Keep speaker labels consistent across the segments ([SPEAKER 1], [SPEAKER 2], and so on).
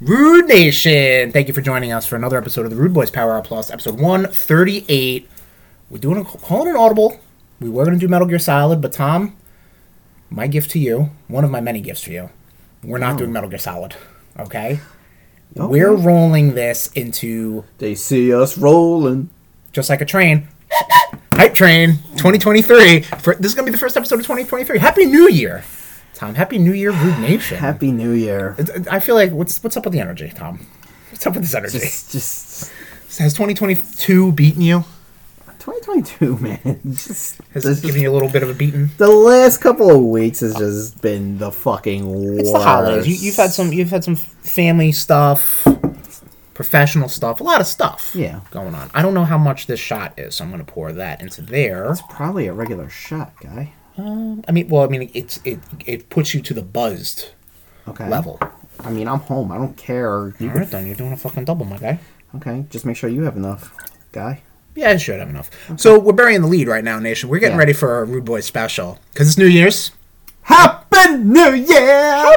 [SPEAKER 1] Rude Nation. Thank you for joining us for another episode of the Rude Boys Power Hour Plus, episode 138. We're doing a, calling an audible. We were going to do Metal Gear Solid, but Tom, my gift to you, one of my many gifts to you, we're
[SPEAKER 2] Oh.
[SPEAKER 1] not doing Metal Gear Solid, okay? We're rolling this into
[SPEAKER 2] They see us rolling.
[SPEAKER 1] just like a train. Hype train 2023. For, this is going to be the first episode of 2023. Happy New Year, Tom. Happy New Year, Rude Nation.
[SPEAKER 2] Happy New Year.
[SPEAKER 1] It's- I feel like what's what's up with the energy, Tom? What's up with this energy?
[SPEAKER 2] Just, just
[SPEAKER 1] Has 2022 beaten you?
[SPEAKER 2] 2022, man. Just,
[SPEAKER 1] Has
[SPEAKER 2] this
[SPEAKER 1] given you a little bit of a beating?
[SPEAKER 2] the last couple of weeks has just been the fucking worst.
[SPEAKER 1] It's the holidays. You, you've had some. You've had some family stuff, professional stuff, a lot of stuff.
[SPEAKER 2] Yeah.
[SPEAKER 1] going on. I don't know how much this shot is, so I'm going to pour that into there.
[SPEAKER 2] probably a regular shot, guy.
[SPEAKER 1] I mean, well, I mean, it's it it puts you to the buzzed
[SPEAKER 2] Okay.
[SPEAKER 1] level.
[SPEAKER 2] I mean, I'm home. I don't care.
[SPEAKER 1] All
[SPEAKER 2] You,
[SPEAKER 1] right, then you're doing a fucking double, my guy.
[SPEAKER 2] okay, just make sure you have enough, guy.
[SPEAKER 1] Yeah, I should have enough. So we're burying the lead right now, Nation. We're getting
[SPEAKER 2] Yeah.
[SPEAKER 1] ready for our Rude Boy special because it's New Year's.
[SPEAKER 2] Happy New Year!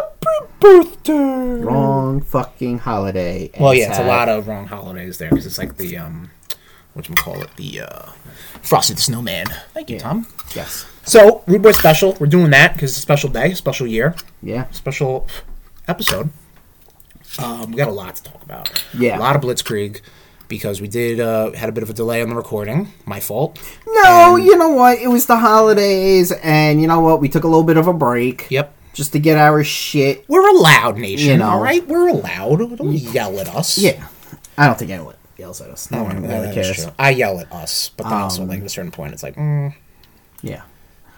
[SPEAKER 1] Birthday.
[SPEAKER 2] Wrong fucking holiday.
[SPEAKER 1] Well, yeah, it's a lot of wrong holidays there because it's like the um, what call it, the uh, Frosty the Snowman. Thank you, Tom.
[SPEAKER 2] Yes.
[SPEAKER 1] So Rude Boy special, we're doing that because it's a special day, special year,
[SPEAKER 2] Yeah.
[SPEAKER 1] special episode. Um, we got a lot to talk about. a
[SPEAKER 2] Yeah.
[SPEAKER 1] lot of Blitzkrieg because we did uh, had a bit of a delay on the recording. My fault.
[SPEAKER 2] No, you know what? It was the holidays, and you know what? We took a little bit of a break.
[SPEAKER 1] Yep.
[SPEAKER 2] Just to get our shit.
[SPEAKER 1] We're allowed, nation.
[SPEAKER 2] You know.
[SPEAKER 1] All right, we're allowed. Don't yell at us.
[SPEAKER 2] Yeah. I don't think anyone yells at us. No one
[SPEAKER 1] Uh,
[SPEAKER 2] really
[SPEAKER 1] that's
[SPEAKER 2] cares. Um,
[SPEAKER 1] true. I yell at us, but then also like at a certain point, it's like, mm,
[SPEAKER 2] Yeah.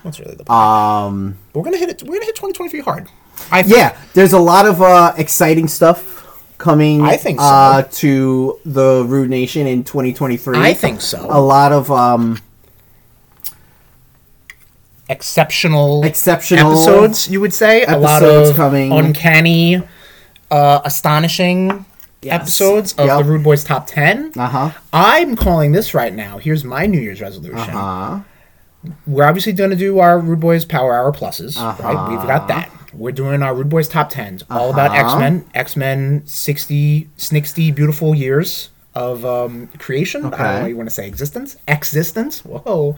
[SPEAKER 1] what's really the point?
[SPEAKER 2] Um.
[SPEAKER 1] But we're gonna hit it. We're gonna hit 2023 hard. I think.
[SPEAKER 2] Yeah. There's a lot of uh, exciting stuff coming.
[SPEAKER 1] I think so.
[SPEAKER 2] Uh, to the Rude Nation in 2023.
[SPEAKER 1] I think
[SPEAKER 2] a
[SPEAKER 1] so.
[SPEAKER 2] lot of um
[SPEAKER 1] Exceptional,
[SPEAKER 2] Exceptional
[SPEAKER 1] episodes. You would say a lot
[SPEAKER 2] episodes
[SPEAKER 1] of
[SPEAKER 2] coming.
[SPEAKER 1] uncanny, uh, astonishing
[SPEAKER 2] Yes.
[SPEAKER 1] episodes of
[SPEAKER 2] Yep.
[SPEAKER 1] the Rude Boys Top Ten.
[SPEAKER 2] uh huh
[SPEAKER 1] I'm calling this right now. Here's my New Year's resolution.
[SPEAKER 2] uh
[SPEAKER 1] We're obviously going to do our Rude Boys Power Hour pluses. Right? We've got that. We're doing our Rude Boys Top 10s, all about X Men, X Men 60, 60 beautiful years of um, creation. I don't know
[SPEAKER 2] Okay.
[SPEAKER 1] what you want to say, existence? Existence? Whoa.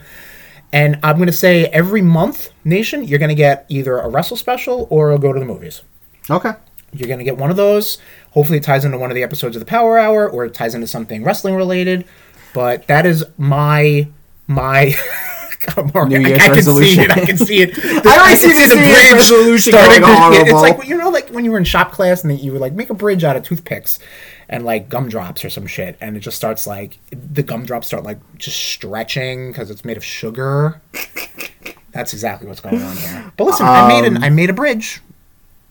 [SPEAKER 1] And I'm going to say every month, Nation, you're going to get either a wrestle special or a go to the movies.
[SPEAKER 2] okay
[SPEAKER 1] You're going to get one of those. Hopefully, it ties into one of the episodes of the Power Hour, or it ties into something wrestling related. But that is my my. Come on,
[SPEAKER 2] New
[SPEAKER 1] I-
[SPEAKER 2] Year's
[SPEAKER 1] I, can see
[SPEAKER 2] resolution.
[SPEAKER 1] it. I can see it.
[SPEAKER 2] I
[SPEAKER 1] can
[SPEAKER 2] already see this New Year's resolution
[SPEAKER 1] starting
[SPEAKER 2] going
[SPEAKER 1] to- It's
[SPEAKER 2] horrible.
[SPEAKER 1] like you know, like when you were in shop class and you would like make a bridge out of toothpicks and like gumdrops or some shit, and it just starts like the gumdrops start like just stretching because it's made of sugar. That's exactly what's going on here. But listen, I made
[SPEAKER 2] Um,
[SPEAKER 1] an I made a bridge.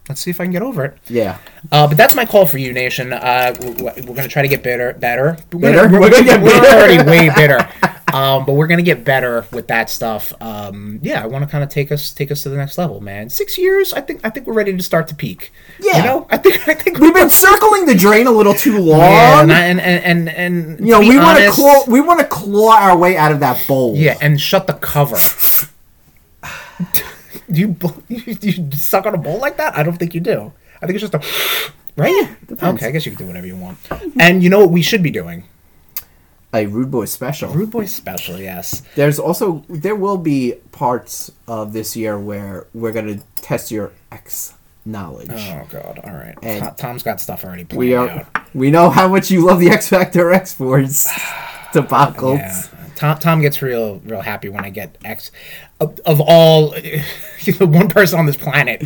[SPEAKER 1] Let's see if I can get over it.
[SPEAKER 2] yeah
[SPEAKER 1] Uh, but that's my call for you, Nation. Uh, w- w- we're going to try to get better. Better. We're,
[SPEAKER 2] Bitter?
[SPEAKER 1] We're,
[SPEAKER 2] We're gonna get
[SPEAKER 1] we're
[SPEAKER 2] bitter.
[SPEAKER 1] already way bitter. Um, but we're going to get better with that stuff. Um, yeah, I want to kind of take us take us to the next level, man. Six years, I think I think we're ready to start to peak.
[SPEAKER 2] Yeah.
[SPEAKER 1] You know, I think I think
[SPEAKER 2] we've been circling the drain a little too long
[SPEAKER 1] yeah, and, I- and and and and
[SPEAKER 2] you
[SPEAKER 1] to
[SPEAKER 2] know
[SPEAKER 1] be
[SPEAKER 2] we want to
[SPEAKER 1] honest-
[SPEAKER 2] claw we want to claw our way out of that bowl
[SPEAKER 1] Yeah, and shut the cover. do you, bl- you you suck on a bowl like that? I don't think you do. I think it's just a right. okay, I guess you can do whatever you want. And you know what we should be doing?
[SPEAKER 2] a rude boy special
[SPEAKER 1] Rude Boy Special, yes.
[SPEAKER 2] There's also there will be parts of this year where we're gonna test your X knowledge.
[SPEAKER 1] Oh God! All right,
[SPEAKER 2] And-
[SPEAKER 1] Tom- Tom's got stuff already planned
[SPEAKER 2] we are
[SPEAKER 1] out.
[SPEAKER 2] we know how much you love the X Factor X Force debacles.
[SPEAKER 1] Yeah, Tom. Tom gets real, real happy when I get X. Of, of all, you know, one person on this planet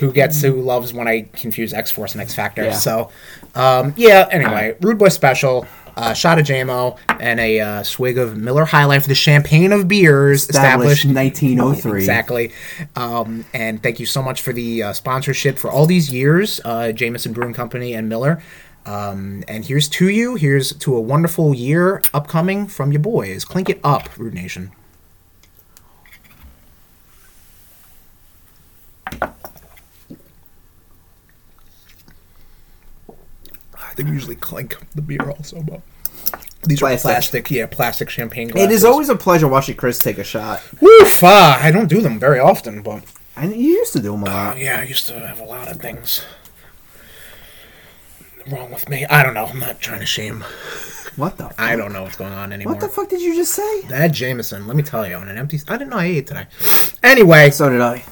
[SPEAKER 1] who gets who loves when I confuse X Force and X Factor.
[SPEAKER 2] Yeah.
[SPEAKER 1] So, um, yeah. Anyway, Rude Boy Special. Uh, shot of JMO and a uh, swig of Miller High Life, the champagne of beers
[SPEAKER 2] Established
[SPEAKER 1] established
[SPEAKER 2] 1903.
[SPEAKER 1] Exactly. Um, and thank you so much for the uh, sponsorship for all these years, uh, Jameson Brewing Company and Miller. Um, and here's to you. Here's to a wonderful year upcoming from your boys. Clink it up, Rude Nation. I think we usually clink the beer also, but these
[SPEAKER 2] Plastic.
[SPEAKER 1] are plastic, yeah, plastic champagne glasses.
[SPEAKER 2] It is always a pleasure watching Chris take a shot.
[SPEAKER 1] Woof! Uh, I don't do them very often, but oh,
[SPEAKER 2] And you used to do them a lot.
[SPEAKER 1] yeah, I used to have a lot of things. wrong with me? I don't know. I'm not trying to shame.
[SPEAKER 2] What the? Fuck?
[SPEAKER 1] I don't know what's going on anymore.
[SPEAKER 2] What the fuck did you just say?
[SPEAKER 1] that Jameson, let me tell you, on an empty. I didn't know I ate today. Anyway,
[SPEAKER 2] So did I.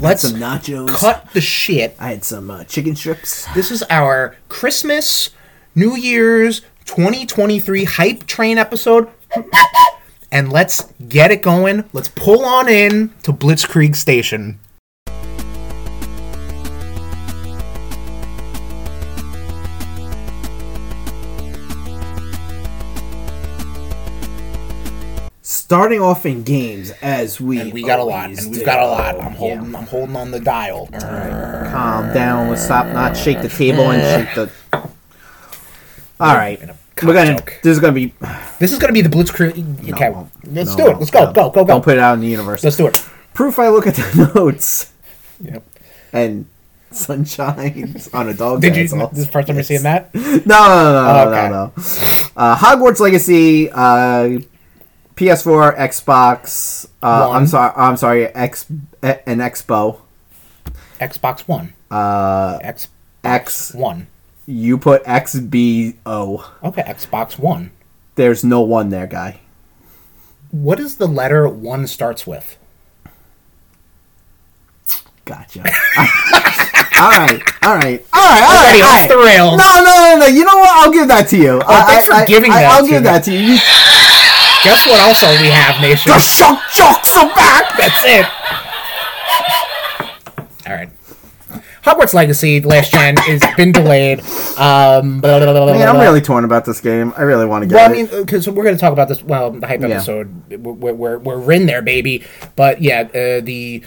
[SPEAKER 1] let's
[SPEAKER 2] Some nachos.
[SPEAKER 1] cut the shit.
[SPEAKER 2] I had some uh, chicken strips.
[SPEAKER 1] This is our Christmas, New Year's 2023 hype train episode. And let's get it going. Let's pull on in to Blitzkrieg Station.
[SPEAKER 2] Starting off in games as we
[SPEAKER 1] We got a lot,
[SPEAKER 2] always
[SPEAKER 1] and
[SPEAKER 2] do.
[SPEAKER 1] we've got a lot. I'm
[SPEAKER 2] Yeah.
[SPEAKER 1] holding, I'm holding on the dial.
[SPEAKER 2] Calm down. Let's stop. Not shake the table and shake the. All right.
[SPEAKER 1] a Oh, cock
[SPEAKER 2] We're gonna.
[SPEAKER 1] joke.
[SPEAKER 2] This is gonna be.
[SPEAKER 1] This is gonna be the Blitzkrieg. Okay,
[SPEAKER 2] No,
[SPEAKER 1] let's
[SPEAKER 2] no,
[SPEAKER 1] do it. Let's go,
[SPEAKER 2] no.
[SPEAKER 1] go, go, go.
[SPEAKER 2] Don't put it out in the universe.
[SPEAKER 1] let's do it.
[SPEAKER 2] Proof. I look at the notes
[SPEAKER 1] Yep.
[SPEAKER 2] and sunshine on a dog.
[SPEAKER 1] Did you? This
[SPEAKER 2] dazzle.
[SPEAKER 1] is the first time you're seeing that.
[SPEAKER 2] No, no, no, no,
[SPEAKER 1] Okay.
[SPEAKER 2] no, no. Uh, Hogwarts Legacy, uh, PS4, Xbox. Uh,
[SPEAKER 1] One.
[SPEAKER 2] I'm sorry. I'm sorry. X eh, an Expo.
[SPEAKER 1] Xbox One.
[SPEAKER 2] Uh,
[SPEAKER 1] X
[SPEAKER 2] X.
[SPEAKER 1] One.
[SPEAKER 2] You put X B O.
[SPEAKER 1] Okay, Xbox One.
[SPEAKER 2] There's no one there, guy.
[SPEAKER 1] What is the letter one starts with?
[SPEAKER 2] Gotcha. all right. All right. All right. All
[SPEAKER 1] Already
[SPEAKER 2] right.
[SPEAKER 1] off the rails.
[SPEAKER 2] No, no, no, no. You know what? I'll give that to you. I-
[SPEAKER 1] thanks
[SPEAKER 2] I-
[SPEAKER 1] for
[SPEAKER 2] I-
[SPEAKER 1] giving
[SPEAKER 2] I,
[SPEAKER 1] that
[SPEAKER 2] I'll
[SPEAKER 1] to
[SPEAKER 2] give
[SPEAKER 1] me.
[SPEAKER 2] that to you. you
[SPEAKER 1] Guess what? Also, we have nation.
[SPEAKER 2] the shock jocks are back.
[SPEAKER 1] That's it. All right. Hogwarts Legacy, the last gen, has been delayed. Um, blah, blah, blah, blah,
[SPEAKER 2] Man, I'm
[SPEAKER 1] blah.
[SPEAKER 2] really torn about this game. I really want to get
[SPEAKER 1] Well, I
[SPEAKER 2] it.
[SPEAKER 1] mean, because we're going to talk about this. Well, the hype
[SPEAKER 2] Yeah.
[SPEAKER 1] episode, we're, we're we're in there, baby. But yeah, uh, the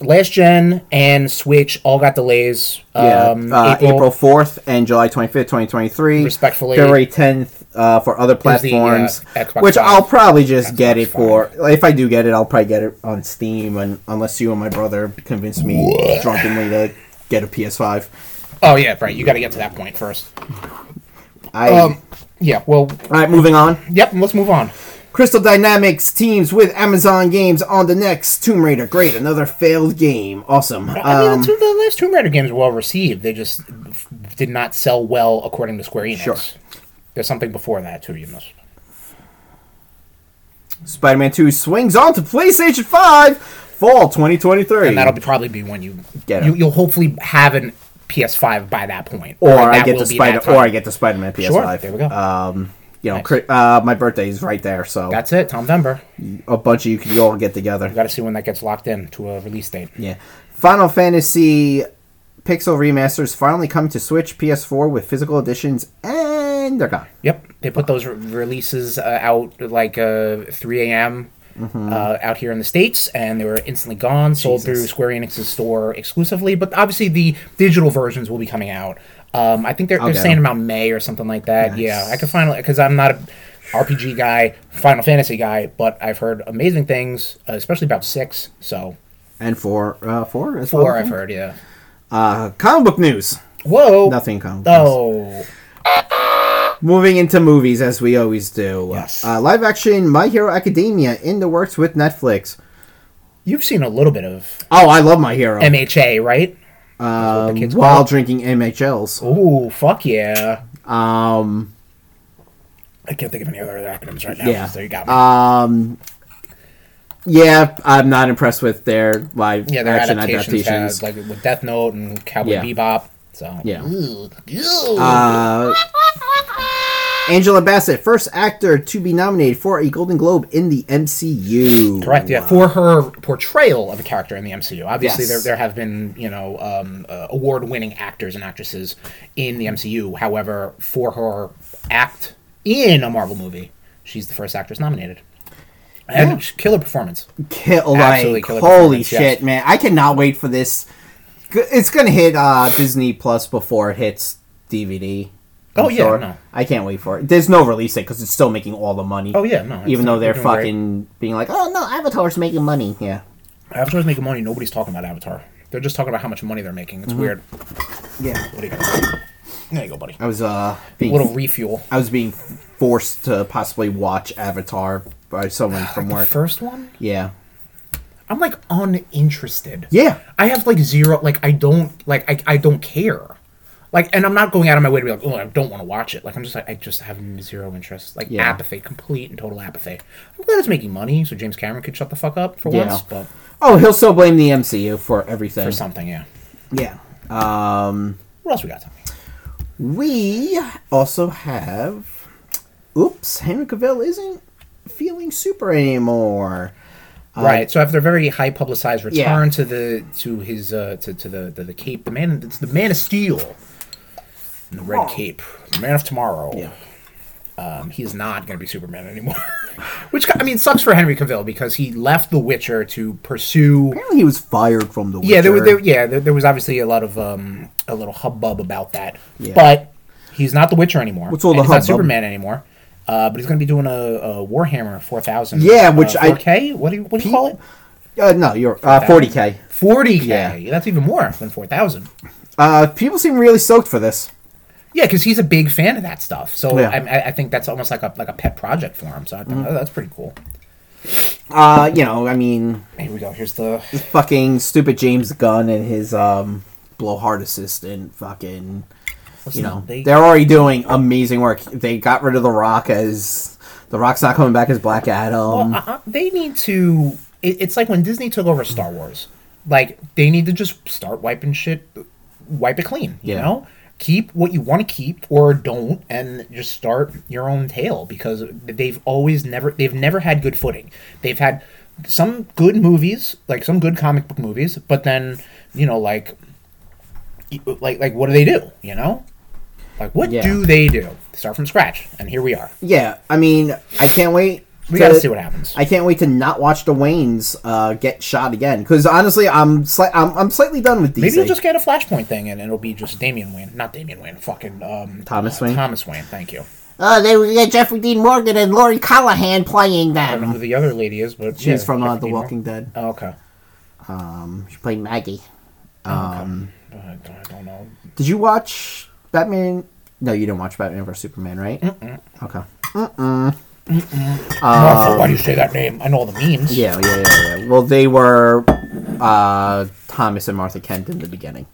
[SPEAKER 1] last gen and Switch all got delays.
[SPEAKER 2] Yeah,
[SPEAKER 1] Um,
[SPEAKER 2] uh,
[SPEAKER 1] April,
[SPEAKER 2] April fourth and July twenty fifth, twenty twenty three.
[SPEAKER 1] Respectfully.
[SPEAKER 2] February tenth uh, for other platforms,
[SPEAKER 1] uh, Xbox
[SPEAKER 2] which
[SPEAKER 1] Live,
[SPEAKER 2] I'll probably just get it
[SPEAKER 1] Five.
[SPEAKER 2] for. If I do get it, I'll probably get it on Steam, and unless you and my brother convince me drunkenly to get a PS five,
[SPEAKER 1] Oh yeah, right. You got to get to that point first.
[SPEAKER 2] I.
[SPEAKER 1] Um, yeah. Well,
[SPEAKER 2] all right, moving on.
[SPEAKER 1] yep. Let's move on.
[SPEAKER 2] Crystal Dynamics teams with Amazon Games on the next Tomb Raider. Great, another failed game. Awesome.
[SPEAKER 1] I mean,
[SPEAKER 2] Um,
[SPEAKER 1] the, two, the last Tomb Raider games were well received. They just f- did not sell well according to Square Enix.
[SPEAKER 2] Sure.
[SPEAKER 1] There's something before that too. You must.
[SPEAKER 2] Spider Man Two swings on to PlayStation Five, fall twenty twenty three.
[SPEAKER 1] And that'll be, probably be when you
[SPEAKER 2] Get it.
[SPEAKER 1] you, you'll hopefully have an PS5 by that point,
[SPEAKER 2] or
[SPEAKER 1] that
[SPEAKER 2] I get
[SPEAKER 1] will
[SPEAKER 2] the
[SPEAKER 1] be that
[SPEAKER 2] Spider
[SPEAKER 1] time.
[SPEAKER 2] or I get the Spider Man PS5.
[SPEAKER 1] Sure, there we go.
[SPEAKER 2] Um, you know,
[SPEAKER 1] Nice.
[SPEAKER 2] cri- uh, my birthday is right there, so
[SPEAKER 1] That's it, Tom Denver.
[SPEAKER 2] a bunch of you could all get together.
[SPEAKER 1] Got to see when that gets locked in to a release date.
[SPEAKER 2] Yeah, Final Fantasy Pixel remasters finally come to Switch, PS4 with physical editions, and they're gone.
[SPEAKER 1] Yep, they put those re- releases uh, out like uh, 3 a.m.
[SPEAKER 2] Mm-hmm.
[SPEAKER 1] Uh, out here in the states, and they were instantly gone, sold through Square Enix's store exclusively. But obviously, the digital versions will be coming out. Um, I think they're, they're
[SPEAKER 2] get
[SPEAKER 1] saying
[SPEAKER 2] them.
[SPEAKER 1] about May or something like that. Yeah,
[SPEAKER 2] Nice.
[SPEAKER 1] I could finally because I'm not a RPG guy, Final Fantasy guy, but I've heard amazing things, uh, especially about six. So
[SPEAKER 2] And four, uh, four as well.
[SPEAKER 1] four,
[SPEAKER 2] I
[SPEAKER 1] I've
[SPEAKER 2] think?
[SPEAKER 1] heard. Yeah.
[SPEAKER 2] Uh, comic book news.
[SPEAKER 1] Whoa.
[SPEAKER 2] Nothing comic. book news.
[SPEAKER 1] Oh.
[SPEAKER 2] Moving into movies as we always do.
[SPEAKER 1] Yes.
[SPEAKER 2] Uh, live action My Hero Academia in the works with Netflix.
[SPEAKER 1] You've seen a little bit of
[SPEAKER 2] Oh, I love My Hero.
[SPEAKER 1] MHA, right?
[SPEAKER 2] Um,
[SPEAKER 1] kids
[SPEAKER 2] while
[SPEAKER 1] call it.
[SPEAKER 2] drinking MHLs.
[SPEAKER 1] Ooh, fuck yeah.
[SPEAKER 2] Um,
[SPEAKER 1] I can't think of any other acronyms right now.
[SPEAKER 2] Yeah.
[SPEAKER 1] So you got me.
[SPEAKER 2] um, yeah, I'm not impressed with their live
[SPEAKER 1] yeah, their
[SPEAKER 2] action
[SPEAKER 1] adaptations,
[SPEAKER 2] adaptations.
[SPEAKER 1] to- like with Death Note and Cowboy
[SPEAKER 2] Yeah.
[SPEAKER 1] Bebop. So
[SPEAKER 2] Yeah.
[SPEAKER 1] Ew. Ew.
[SPEAKER 2] uh, Angela Bassett, first actor to be nominated for a Golden Globe in the MCU.
[SPEAKER 1] Correct, yeah, for her portrayal of a character in the MCU. Obviously,
[SPEAKER 2] Yes.
[SPEAKER 1] there, there have been, you know, um, uh, award winning actors and actresses in the MCU. However, for her act in a Marvel movie, she's the first actress nominated. And
[SPEAKER 2] Yeah.
[SPEAKER 1] she- killer performmance.
[SPEAKER 2] Kill,
[SPEAKER 1] Absolutely
[SPEAKER 2] like,
[SPEAKER 1] killer
[SPEAKER 2] holy
[SPEAKER 1] performance,
[SPEAKER 2] shit,
[SPEAKER 1] yes.
[SPEAKER 2] man! I cannot wait for this. G- It's gonna hit uh, Disney Plus before it hits DVD. I'm
[SPEAKER 1] Oh, yeah, no.
[SPEAKER 2] I can't wait for it. There's no release date because it's still making all the money.
[SPEAKER 1] Oh, yeah, no. it's
[SPEAKER 2] even
[SPEAKER 1] not-
[SPEAKER 2] though they're
[SPEAKER 1] doing great.
[SPEAKER 2] fucking being like, oh no, Avatar's making money. Yeah,
[SPEAKER 1] Avatar's making money. Nobody's talking about Avatar. They're just talking about how much money they're making.
[SPEAKER 2] Mm-hmm.
[SPEAKER 1] It's weird. What
[SPEAKER 2] yeah.
[SPEAKER 1] do you got? There you go, buddy.
[SPEAKER 2] I was uh, being,
[SPEAKER 1] little refuel.
[SPEAKER 2] I was being forced to possibly watch Avatar by someone from
[SPEAKER 1] The
[SPEAKER 2] work.
[SPEAKER 1] first one,
[SPEAKER 2] Yeah,
[SPEAKER 1] I'm like uninterested.
[SPEAKER 2] yeah.
[SPEAKER 1] I have like zero. Like I don't like. I I don't care. Like, and I'm not going out of my way to be like, oh, I don't want to watch it. Like, I'm just like, I just have zero interest. Like,
[SPEAKER 2] Yeah.
[SPEAKER 1] apathy, complete and total apathy. I'm glad it's making money, so James Cameron could shut the fuck up for
[SPEAKER 2] Yeah.
[SPEAKER 1] once, but
[SPEAKER 2] Oh, he'll still blame the MCU for everything.
[SPEAKER 1] for something, yeah.
[SPEAKER 2] yeah. Um,
[SPEAKER 1] What else we got, Tommy?
[SPEAKER 2] we also have. Oops, Henry Cavill isn't feeling super anymore.
[SPEAKER 1] right. Uh, So after a very high publicized return
[SPEAKER 2] Yeah.
[SPEAKER 1] to the to his uh, to to the, the the cape, the man it's the man of steel, and the red cape, the man of tomorrow.
[SPEAKER 2] Yeah.
[SPEAKER 1] Um, he is not going to be Superman anymore, which I mean sucks for Henry Cavill because he left The Witcher to pursue.
[SPEAKER 2] Apparently, he was fired from the.
[SPEAKER 1] Yeah, there was
[SPEAKER 2] Witcher.
[SPEAKER 1] there, yeah there, there was obviously a lot of um, a little hubbub about that,
[SPEAKER 2] Yeah.
[SPEAKER 1] but he's not the Witcher anymore.
[SPEAKER 2] What's all
[SPEAKER 1] and
[SPEAKER 2] the
[SPEAKER 1] he's Not
[SPEAKER 2] hubbub?
[SPEAKER 1] Superman anymore. Uh, but he's going to be doing a, a Warhammer 4000.
[SPEAKER 2] Yeah, which
[SPEAKER 1] uh,
[SPEAKER 2] I-
[SPEAKER 1] 4K? What do you what do you call it?
[SPEAKER 2] Uh, no, you're uh, 40k.
[SPEAKER 1] 40k.
[SPEAKER 2] Yeah.
[SPEAKER 1] That's even more than 4,000.
[SPEAKER 2] Uh, people seem really stoked for this.
[SPEAKER 1] Yeah, because he's a big fan of that stuff. So
[SPEAKER 2] Yeah. Mm-hmm.
[SPEAKER 1] I, I- I think that's almost like a like a pet project for him. So I think oh, that's pretty cool.
[SPEAKER 2] Uh, you know, I mean,
[SPEAKER 1] Here we go. Here's the
[SPEAKER 2] fucking stupid James Gunn and his um blowhard assistant, fucking.
[SPEAKER 1] listen,
[SPEAKER 2] You know,
[SPEAKER 1] they-
[SPEAKER 2] they're already doing amazing work. They got rid of The Rock as The Rock's not coming back as Black Adam.
[SPEAKER 1] Well, uh, uh, they need to. It, it's like when Disney took over Star Wars. Like they need to just start wiping shit, wipe it clean. You
[SPEAKER 2] Yeah.
[SPEAKER 1] know, keep what you want to keep or don't, and just start your own tale because they've always never they've never had good footing. They've had some good movies, like some good comic book movies, but then you know, like, like like what do they do? You know, like what
[SPEAKER 2] Yeah.
[SPEAKER 1] do they do? Start from scratch, and here we are.
[SPEAKER 2] yeah, I mean, I can't wait.
[SPEAKER 1] We
[SPEAKER 2] to-
[SPEAKER 1] gotta see what happens.
[SPEAKER 2] I can't wait to not watch the Waynes uh, get shot again. Because honestly, I'm, sli- I'm I'm slightly done with DC.
[SPEAKER 1] Maybe you'll just get a Flashpoint thing, and it'll be just Damian Wayne, not Damian Wayne, fucking um,
[SPEAKER 2] Thomas
[SPEAKER 1] uh,
[SPEAKER 2] Wayne?
[SPEAKER 1] Thomas Wayne, thank you.
[SPEAKER 2] oh, they would get Jeffrey Dean Morgan and Lori Callahan playing
[SPEAKER 1] I don't know
[SPEAKER 2] them.
[SPEAKER 1] who the other lady is, but
[SPEAKER 2] Uh-huh. She's
[SPEAKER 1] yeah,
[SPEAKER 2] from uh,
[SPEAKER 1] Jeffrey
[SPEAKER 2] The
[SPEAKER 1] Dean Mor-
[SPEAKER 2] Walking Dead.
[SPEAKER 1] Oh, okay.
[SPEAKER 2] Um, she played Maggie.
[SPEAKER 1] Uh, I don't- I don't know.
[SPEAKER 2] Did you watch Batman? No, you didn't watch Batman vs Superman, right? Okay.
[SPEAKER 1] Martha, why do you say that name? I know all the memes.
[SPEAKER 2] Uh, Yeah, yeah, yeah, yeah. Well, they were uh, Thomas and Martha Kent in the beginning.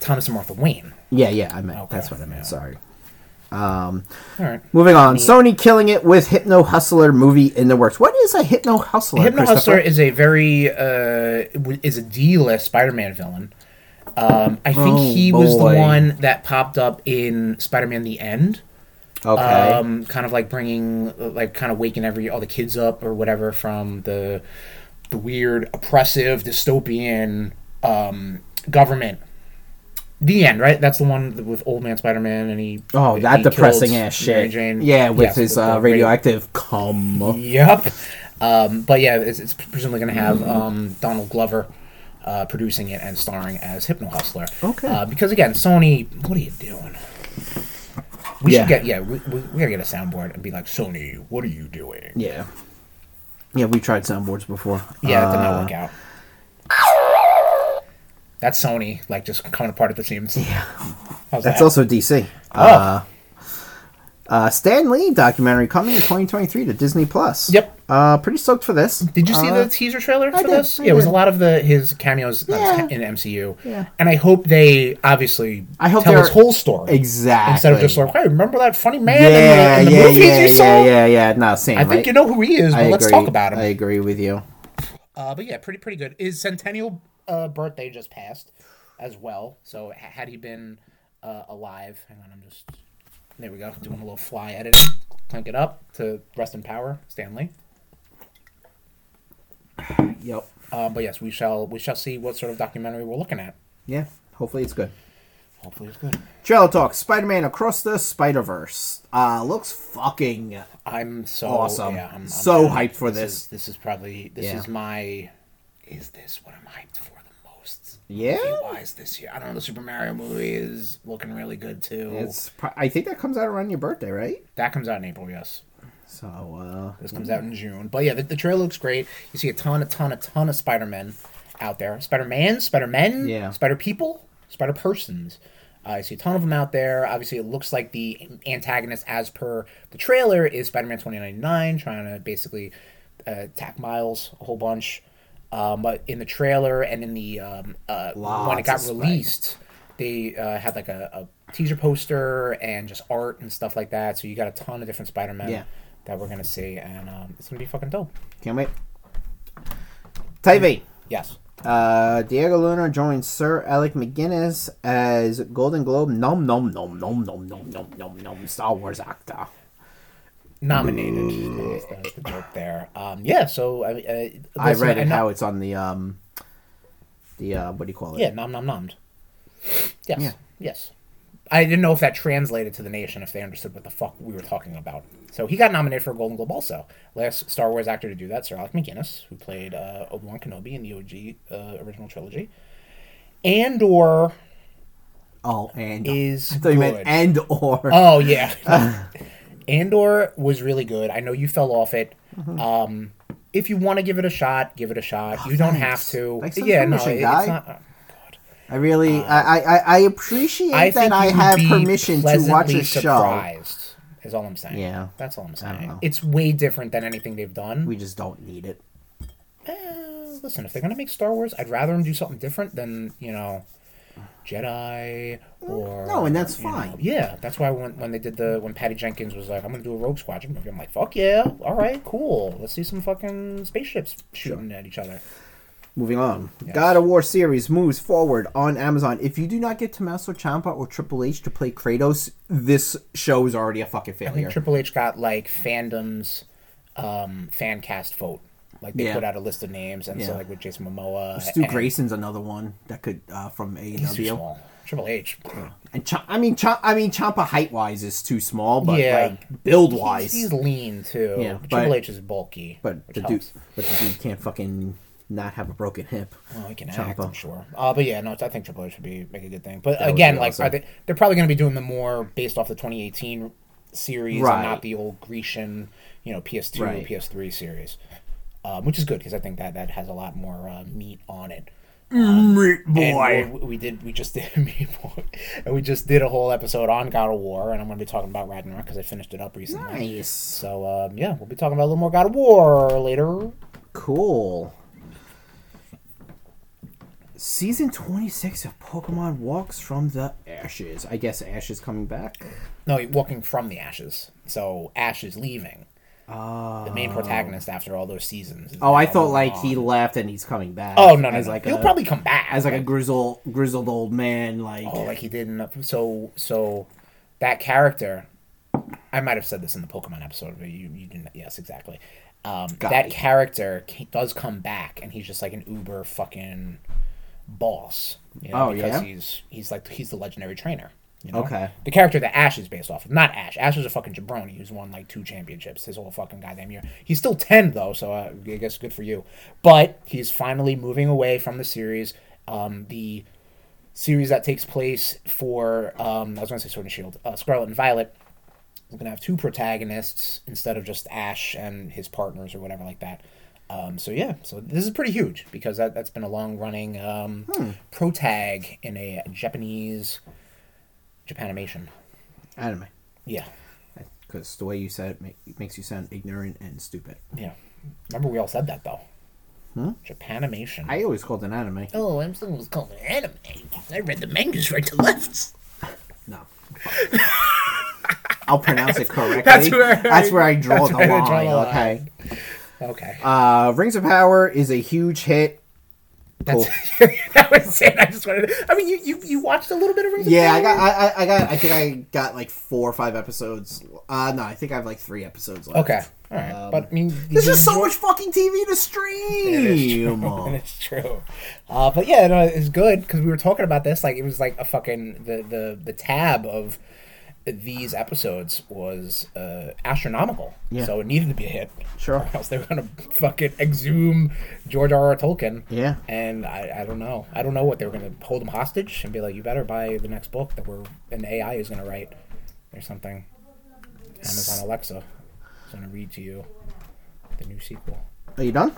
[SPEAKER 1] Thomas and Martha Wayne.
[SPEAKER 2] Yeah, yeah, I meant
[SPEAKER 1] Okay,
[SPEAKER 2] that's what I meant.
[SPEAKER 1] yeah.
[SPEAKER 2] Sorry. Um,
[SPEAKER 1] All right.
[SPEAKER 2] Moving on. Sony killing it with Hypno Hustler movie in the works. What is a Hypno Hustler?
[SPEAKER 1] Hypno
[SPEAKER 2] Christopher?
[SPEAKER 1] Hustler is a very uh, w- is a D list Spider Man villain. Um, I think
[SPEAKER 2] Oh,
[SPEAKER 1] he was the
[SPEAKER 2] boy.
[SPEAKER 1] one that popped up in Spider Man: The End.
[SPEAKER 2] Okay.
[SPEAKER 1] um, kind of like bringing, like, kind of waking every all the kids up or whatever from the the weird, oppressive, dystopian um, government. The end, right? That's the one with Old Man Spider Man, and he
[SPEAKER 2] oh,
[SPEAKER 1] he
[SPEAKER 2] that depressing
[SPEAKER 1] killed
[SPEAKER 2] ass
[SPEAKER 1] Mary
[SPEAKER 2] shit.
[SPEAKER 1] Jane.
[SPEAKER 2] Yeah, with
[SPEAKER 1] Yes,
[SPEAKER 2] his
[SPEAKER 1] the- Mm-hmm.
[SPEAKER 2] uh,
[SPEAKER 1] the
[SPEAKER 2] radioactive cum.
[SPEAKER 1] Yep. Um, but yeah, it's, it's presumably going to have um, Donald Glover uh, producing it and starring as Hypno Hustler.
[SPEAKER 2] Okay.
[SPEAKER 1] Uh, because again, Sony, what are you doing? We
[SPEAKER 2] Yeah.
[SPEAKER 1] should get yeah. We, we, we gotta get a soundboard and be like, Sony, what are you doing?
[SPEAKER 2] Yeah. Yeah, we tried soundboards before.
[SPEAKER 1] Yeah, it did
[SPEAKER 2] Uh,
[SPEAKER 1] not work out. That's Sony, like just coming apart at the seams. Yeah, How's
[SPEAKER 2] That's
[SPEAKER 1] that? Oh.
[SPEAKER 2] also DC.
[SPEAKER 1] Ah.
[SPEAKER 2] Uh, uh, Stan Lee documentary coming in 2023 to Disney Plus.
[SPEAKER 1] Yep.
[SPEAKER 2] Uh, pretty stoked for this.
[SPEAKER 1] Did you see
[SPEAKER 2] Uh,
[SPEAKER 1] the teaser trailer for
[SPEAKER 2] did,
[SPEAKER 1] this?
[SPEAKER 2] I
[SPEAKER 1] yeah, it was
[SPEAKER 2] did.
[SPEAKER 1] a lot of the his cameos uh,
[SPEAKER 2] Yeah.
[SPEAKER 1] in MCU.
[SPEAKER 2] Yeah.
[SPEAKER 1] and I hope they obviously
[SPEAKER 2] I hope
[SPEAKER 1] tell
[SPEAKER 2] they're-
[SPEAKER 1] his whole story
[SPEAKER 2] Exactly.
[SPEAKER 1] instead of just like, hey, remember that funny man in the,
[SPEAKER 2] yeah,
[SPEAKER 1] in the
[SPEAKER 2] yeah,
[SPEAKER 1] movies
[SPEAKER 2] yeah,
[SPEAKER 1] you
[SPEAKER 2] yeah,
[SPEAKER 1] saw?
[SPEAKER 2] yeah, yeah. No, same.
[SPEAKER 1] I think
[SPEAKER 2] right?
[SPEAKER 1] you know who he is, but
[SPEAKER 2] I
[SPEAKER 1] let's
[SPEAKER 2] agree.
[SPEAKER 1] talk about
[SPEAKER 2] I
[SPEAKER 1] him.
[SPEAKER 2] agree with you.
[SPEAKER 1] Uh, but yeah, pretty pretty good. His centennial uh, birthday just passed as well. So h- had he been uh, alive, hang on, I'm just there we go, doing a little fly editing. Clink it up to rest in power, Stanley.
[SPEAKER 2] Yep.
[SPEAKER 1] Uh, but yes, we shall we shall see what sort of documentary we're looking at.
[SPEAKER 2] Yeah. Hopefully it's good.
[SPEAKER 1] Hopefully, it's good.
[SPEAKER 2] Trailer talk. Spider-Man across the Spider-Verse. Uh, looks fucking
[SPEAKER 1] I'm so
[SPEAKER 2] Awesome.
[SPEAKER 1] Yeah, I'm, I'm
[SPEAKER 2] So hyped for this.
[SPEAKER 1] Is, this is probably this
[SPEAKER 2] Yeah.
[SPEAKER 1] is my. Is this what I'm hyped for the most?
[SPEAKER 2] Yeah?
[SPEAKER 1] Wise this year. I don't know. The Super Mario movie is looking really good too.
[SPEAKER 2] It's. pro- I think that comes out around your birthday, right?
[SPEAKER 1] That comes out in April. Yes.
[SPEAKER 2] So. uh
[SPEAKER 1] This comes out in June. But yeah, the, the trailer looks great. You see a ton, a ton, a ton of Spider Men out there. Spider Man, Spider Men,
[SPEAKER 2] Yeah.
[SPEAKER 1] Spider People, Spider Persons. I Uh, see a ton of them out there. Obviously, it looks like the antagonist, as per the trailer, is Spider Man 2099, trying to basically uh, attack Miles a whole bunch. Um, but in the trailer and in the um, uh, when it
[SPEAKER 2] Lots
[SPEAKER 1] got
[SPEAKER 2] of Spiders.
[SPEAKER 1] released, They uh, had like a, a teaser poster and just art and stuff like that. So you got a ton of different Spider Men
[SPEAKER 2] Yeah.
[SPEAKER 1] that we're gonna see, and um, it's gonna be fucking dope.
[SPEAKER 2] Can't wait. Tyvee.
[SPEAKER 1] Yes.
[SPEAKER 2] Uh, Diego Luna joins Sir Alec McGuinness as Golden Globe nom nom nom nom nom nom nom nom nom Star Wars actor.
[SPEAKER 1] Nominated. That's, that's the joke there. Um, yeah. So I, I,
[SPEAKER 2] I
[SPEAKER 1] listen,
[SPEAKER 2] read it
[SPEAKER 1] know-
[SPEAKER 2] how it's on the um, the uh, what do you call it?
[SPEAKER 1] Yeah, nom nom nommed. Yes.
[SPEAKER 2] Yeah.
[SPEAKER 1] Yes. I didn't know if that translated to the nation if they understood what the fuck we were talking about. So he got nominated for a Golden Globe also. Last Star Wars actor to do that, Sir Alec McGuinness, who played uh, Obi Wan Kenobi in the OG uh, original trilogy. Andor
[SPEAKER 2] Oh, and
[SPEAKER 1] is
[SPEAKER 2] I thought you meant
[SPEAKER 1] good.
[SPEAKER 2] and or.
[SPEAKER 1] Oh yeah. Andor was really good. I know you fell off it.
[SPEAKER 2] Mm-hmm.
[SPEAKER 1] Um, if you want to give it a shot, give it a shot. you don't
[SPEAKER 2] thanks.
[SPEAKER 1] have to.
[SPEAKER 2] Thanks for the
[SPEAKER 1] yeah, no,
[SPEAKER 2] permission,
[SPEAKER 1] it-
[SPEAKER 2] guy.
[SPEAKER 1] it's not. oh, God.
[SPEAKER 2] I really, I, I, I appreciate
[SPEAKER 1] uh, I
[SPEAKER 2] that
[SPEAKER 1] think
[SPEAKER 2] I
[SPEAKER 1] you
[SPEAKER 2] have
[SPEAKER 1] would be
[SPEAKER 2] permission to watch
[SPEAKER 1] pleasantly
[SPEAKER 2] a show.
[SPEAKER 1] Surprised is all I'm saying.
[SPEAKER 2] Yeah.
[SPEAKER 1] that's all I'm
[SPEAKER 2] know.
[SPEAKER 1] saying. It's way different than anything they've done.
[SPEAKER 2] We just don't need it.
[SPEAKER 1] Eh, listen, if they're gonna make Star Wars, I'd rather them do something different than you know Jedi or
[SPEAKER 2] Mm, No, and that's
[SPEAKER 1] you know,
[SPEAKER 2] fine.
[SPEAKER 1] yeah, that's why when when they did the when Patty Jenkins was like, I'm gonna do a Rogue Squadron movie, I'm like, fuck yeah, all right, cool. Let's see some fucking spaceships shooting at each other.
[SPEAKER 2] Moving on. God of War series moves forward on Amazon. If you do not get Tommaso Ciampa or Triple H to play Kratos, this show is already a fucking
[SPEAKER 1] I think
[SPEAKER 2] failure.
[SPEAKER 1] Triple H got like fandom's um, fan cast vote. Like they
[SPEAKER 2] Yeah.
[SPEAKER 1] put out a list of names, and so
[SPEAKER 2] Yeah.
[SPEAKER 1] like with Jason Momoa,
[SPEAKER 2] Stu
[SPEAKER 1] and-
[SPEAKER 2] Grayson's another one that could uh, from
[SPEAKER 1] he's too
[SPEAKER 2] AEW.
[SPEAKER 1] small. Triple H,
[SPEAKER 2] And Ch- I mean, Ch- I mean, Ciampa height wise is too small, but
[SPEAKER 1] Yeah.
[SPEAKER 2] like build
[SPEAKER 1] he's, he's
[SPEAKER 2] wise,
[SPEAKER 1] lean too.
[SPEAKER 2] Yeah,
[SPEAKER 1] Triple
[SPEAKER 2] but-
[SPEAKER 1] H is bulky,
[SPEAKER 2] but
[SPEAKER 1] which
[SPEAKER 2] the dude,
[SPEAKER 1] helps.
[SPEAKER 2] but the dude can't fucking not have a broken hip.
[SPEAKER 1] Well, he can act,
[SPEAKER 2] Ciampa.
[SPEAKER 1] I'm sure. Uh, but yeah, no, I think Triple H would be make a good thing. But
[SPEAKER 2] would
[SPEAKER 1] again,
[SPEAKER 2] be
[SPEAKER 1] like,
[SPEAKER 2] awesome.
[SPEAKER 1] are they? They're probably going to be doing the more based off the 2018 series,
[SPEAKER 2] Right.
[SPEAKER 1] and not the old Grecian, you know, PS2
[SPEAKER 2] Right.
[SPEAKER 1] or PS3 series, um, which is good because I think that that has a lot more uh, meat on it. And we- we, we did. We just did. Me boy, and we just did a whole episode on God of War, and I'm going to be talking about Ragnarok because I finished it up recently.
[SPEAKER 2] nice,
[SPEAKER 1] So um, yeah, we'll be talking about a little more God of War later.
[SPEAKER 2] cool. Season twenty six of Pokemon walks from the ashes. I guess Ash is coming back.
[SPEAKER 1] No, walking from the ashes. So Ash is leaving. the main protagonist after all those seasons. is
[SPEAKER 2] Ah. Oh, I
[SPEAKER 1] now
[SPEAKER 2] thought like
[SPEAKER 1] gone.
[SPEAKER 2] he left and he's coming back.
[SPEAKER 1] Oh no, no,
[SPEAKER 2] as
[SPEAKER 1] no.
[SPEAKER 2] like
[SPEAKER 1] he'll
[SPEAKER 2] a,
[SPEAKER 1] probably come back
[SPEAKER 2] as like a grizzled grizzled old man. Like
[SPEAKER 1] oh, like he did in the- so so that character. I might have said this in the Pokemon episode, but you you didn't. Yes, exactly. Um,
[SPEAKER 2] Got
[SPEAKER 1] that
[SPEAKER 2] it.
[SPEAKER 1] character ca- does come back, and he's just like an uber fucking boss. You know,
[SPEAKER 2] Oh,
[SPEAKER 1] because
[SPEAKER 2] yeah?
[SPEAKER 1] he's he's like he's the legendary trainer. You know?
[SPEAKER 2] Okay.
[SPEAKER 1] The character that Ash is based off of, not Ash. Ash was a fucking jabroni who's won like two championships his whole fucking goddamn year. He's still ten though, so uh, I guess good for you. But he's finally moving away from the series. Um, the series that takes place for um, I was going to say Sword and Shield, uh, Scarlet and Violet. We're going to have two protagonists instead of just Ash and his partners or whatever like that. Um, so yeah, so this is pretty huge because that that's been a long running um,
[SPEAKER 2] Hmm.
[SPEAKER 1] protag in a Japanese Japanimation.
[SPEAKER 2] anime.
[SPEAKER 1] Yeah,
[SPEAKER 2] Because the way you said it, make, it makes you sound ignorant and stupid.
[SPEAKER 1] yeah. Remember we all said that though.
[SPEAKER 2] Hmm?
[SPEAKER 1] Japanimation.
[SPEAKER 2] I always called it anime.
[SPEAKER 1] oh, I'm someone was calling it anime. I read the mangas right to left.
[SPEAKER 2] No. I'll pronounce it correctly.
[SPEAKER 1] That's where-
[SPEAKER 2] That's where I draw
[SPEAKER 1] that's
[SPEAKER 2] the
[SPEAKER 1] where I
[SPEAKER 2] line.
[SPEAKER 1] draw the
[SPEAKER 2] Okay.
[SPEAKER 1] Okay.
[SPEAKER 2] Uh, Rings of Power is a huge hit.
[SPEAKER 1] That's, that was it. I just wanted. To, I mean, you, you you watched a little bit of Rings of
[SPEAKER 2] Yeah,
[SPEAKER 1] Power?
[SPEAKER 2] I got. I, I, I got. I think I got like four or five episodes. Uh, no, I think I have like three episodes left.
[SPEAKER 1] Okay, all right.
[SPEAKER 2] Um,
[SPEAKER 1] but I mean,
[SPEAKER 2] There's just so
[SPEAKER 1] you-
[SPEAKER 2] much fucking TV to stream.
[SPEAKER 1] It's true. Uh, but yeah, no, it's good because we were talking about this. Like, it was like a fucking the the the tab of these episodes was uh, astronomical.
[SPEAKER 2] Yeah.
[SPEAKER 1] So it needed to be a hit.
[SPEAKER 2] Sure.
[SPEAKER 1] Or else they were gonna fucking exhume George R. R. Tolkien.
[SPEAKER 2] Yeah.
[SPEAKER 1] And I, I don't know. I don't know what they were gonna hold him hostage and be like, you better buy the next book that we're an AI is gonna write or something. Amazon Alexa is gonna read to you the new sequel.
[SPEAKER 2] Are you done?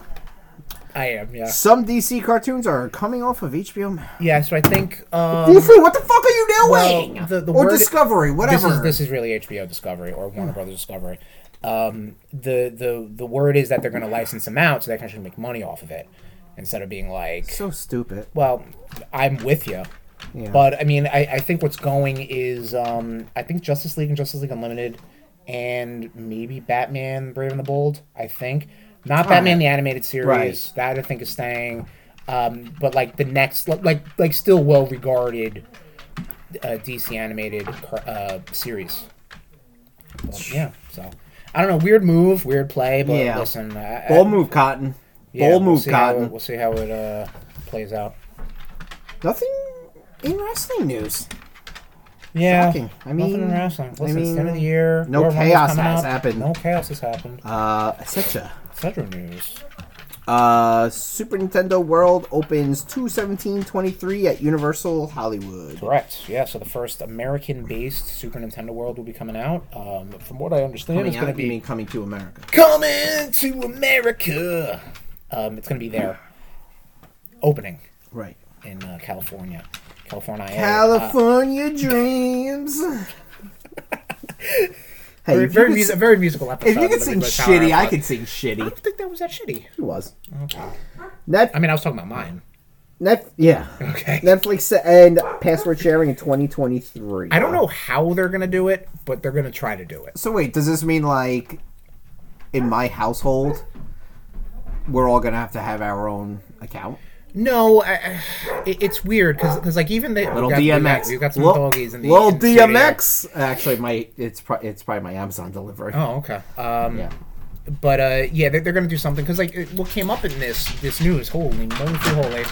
[SPEAKER 1] I am, yeah.
[SPEAKER 2] Some DC cartoons are coming off of HBO. Max.
[SPEAKER 1] Yeah, so I think um,
[SPEAKER 2] DC, what the fuck are you doing?
[SPEAKER 1] well, the- the
[SPEAKER 2] or
[SPEAKER 1] word-
[SPEAKER 2] Discovery,
[SPEAKER 1] this
[SPEAKER 2] whatever. Hmm.
[SPEAKER 1] is this is really HBO Discovery or Warner Brothers Discovery. Um, the the the word is that they're going to license them out so they can actually make money off of it instead of being like,
[SPEAKER 2] so stupid.
[SPEAKER 1] well, I'm with you,
[SPEAKER 2] Yeah.
[SPEAKER 1] But I mean, I, I think what's going is um, I think Justice League and Justice League Unlimited, and maybe Batman: Brave and the Bold. I think not Batman the animated series.
[SPEAKER 2] Oh, Right.
[SPEAKER 1] That I think is staying. Um, but like the next, like like, like still well regarded uh, DC animated uh, series. But, yeah. So I don't know. Weird move, weird play. But
[SPEAKER 2] Yeah.
[SPEAKER 1] listen, I, I-
[SPEAKER 2] Bold move, Cotton.
[SPEAKER 1] yeah,
[SPEAKER 2] Bold
[SPEAKER 1] we'll
[SPEAKER 2] move,
[SPEAKER 1] see how
[SPEAKER 2] Cotton.
[SPEAKER 1] it- We'll see how it uh, plays out.
[SPEAKER 2] Nothing in wrestling news.
[SPEAKER 1] Yeah,
[SPEAKER 2] Shocking. I
[SPEAKER 1] nothing in
[SPEAKER 2] mean-
[SPEAKER 1] wrestling.
[SPEAKER 2] I
[SPEAKER 1] Listen, it's the end of the
[SPEAKER 2] mean,
[SPEAKER 1] year.
[SPEAKER 2] no
[SPEAKER 1] Royal Rumble's
[SPEAKER 2] chaos
[SPEAKER 1] coming
[SPEAKER 2] has
[SPEAKER 1] up.
[SPEAKER 2] happened.
[SPEAKER 1] No chaos has happened.
[SPEAKER 2] Uh, etc.
[SPEAKER 1] Federal news.
[SPEAKER 2] Uh, Super Nintendo World opens 21723 at Universal Hollywood.
[SPEAKER 1] Correct. Yeah. So the first American-based Super Nintendo World will be coming out. Um, from what I understand,
[SPEAKER 2] Coming
[SPEAKER 1] it's going to
[SPEAKER 2] out, you
[SPEAKER 1] be
[SPEAKER 2] mean coming to America.
[SPEAKER 1] coming to America. Um, it's going to be there, opening
[SPEAKER 2] Right.
[SPEAKER 1] in uh, California, California.
[SPEAKER 2] California Dreams. hey,
[SPEAKER 1] very, very,
[SPEAKER 2] if you could,
[SPEAKER 1] mus-
[SPEAKER 2] s-
[SPEAKER 1] very musical episode.
[SPEAKER 2] if you
[SPEAKER 1] of
[SPEAKER 2] could
[SPEAKER 1] the
[SPEAKER 2] sing
[SPEAKER 1] Big Red Power
[SPEAKER 2] shitty, I
[SPEAKER 1] Hour,
[SPEAKER 2] could sing shitty.
[SPEAKER 1] but I don't think that was that shitty.
[SPEAKER 2] He was. Net,
[SPEAKER 1] I mean, I was talking about mine.
[SPEAKER 2] net, yeah.
[SPEAKER 1] Okay.
[SPEAKER 2] Netflix to end password sharing in 2023.
[SPEAKER 1] I don't know how they're going to do it, but they're going to try to do it.
[SPEAKER 2] So wait, does this mean like in my household we're all gonna have to have our own account?
[SPEAKER 1] No, I, I, it- it's weird because like even the
[SPEAKER 2] Little
[SPEAKER 1] we got- we got-
[SPEAKER 2] DMX,
[SPEAKER 1] we've got some
[SPEAKER 2] Lil-
[SPEAKER 1] doggies in the
[SPEAKER 2] Lil
[SPEAKER 1] in the studio.
[SPEAKER 2] DMX. Actually, my it's pro- it's probably my Amazon delivery.
[SPEAKER 1] Oh, okay. Um,
[SPEAKER 2] Yeah.
[SPEAKER 1] but uh, yeah, they're, they're gonna do something because like it- what came up in this this news, holy moly, holy,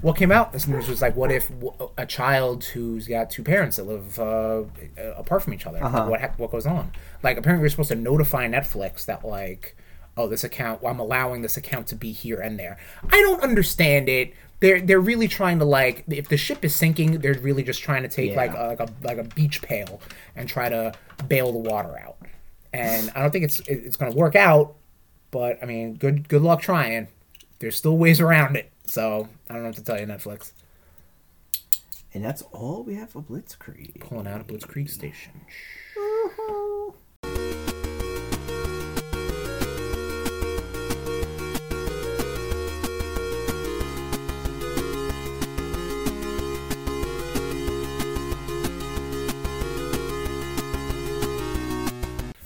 [SPEAKER 1] what came out in this news was like, what if w- a child who's got two parents that live uh, apart from each other, like, what hap- what goes on? Like apparently we're supposed to notify Netflix that like, oh, this account, I'm allowing this account to be here and there. I don't understand it. They're, they're really trying to like if the ship is sinking they're really just trying to take
[SPEAKER 2] Yeah.
[SPEAKER 1] like a, like a like a beach pail and try to bail the water out and I don't think it's it- it's going to work out. But I mean, good good luck trying. There's still ways around it. So I don't know what to tell you, Netflix.
[SPEAKER 2] And that's all we have for Blitzkrieg.
[SPEAKER 1] Pulling out of Blitz Creek Station.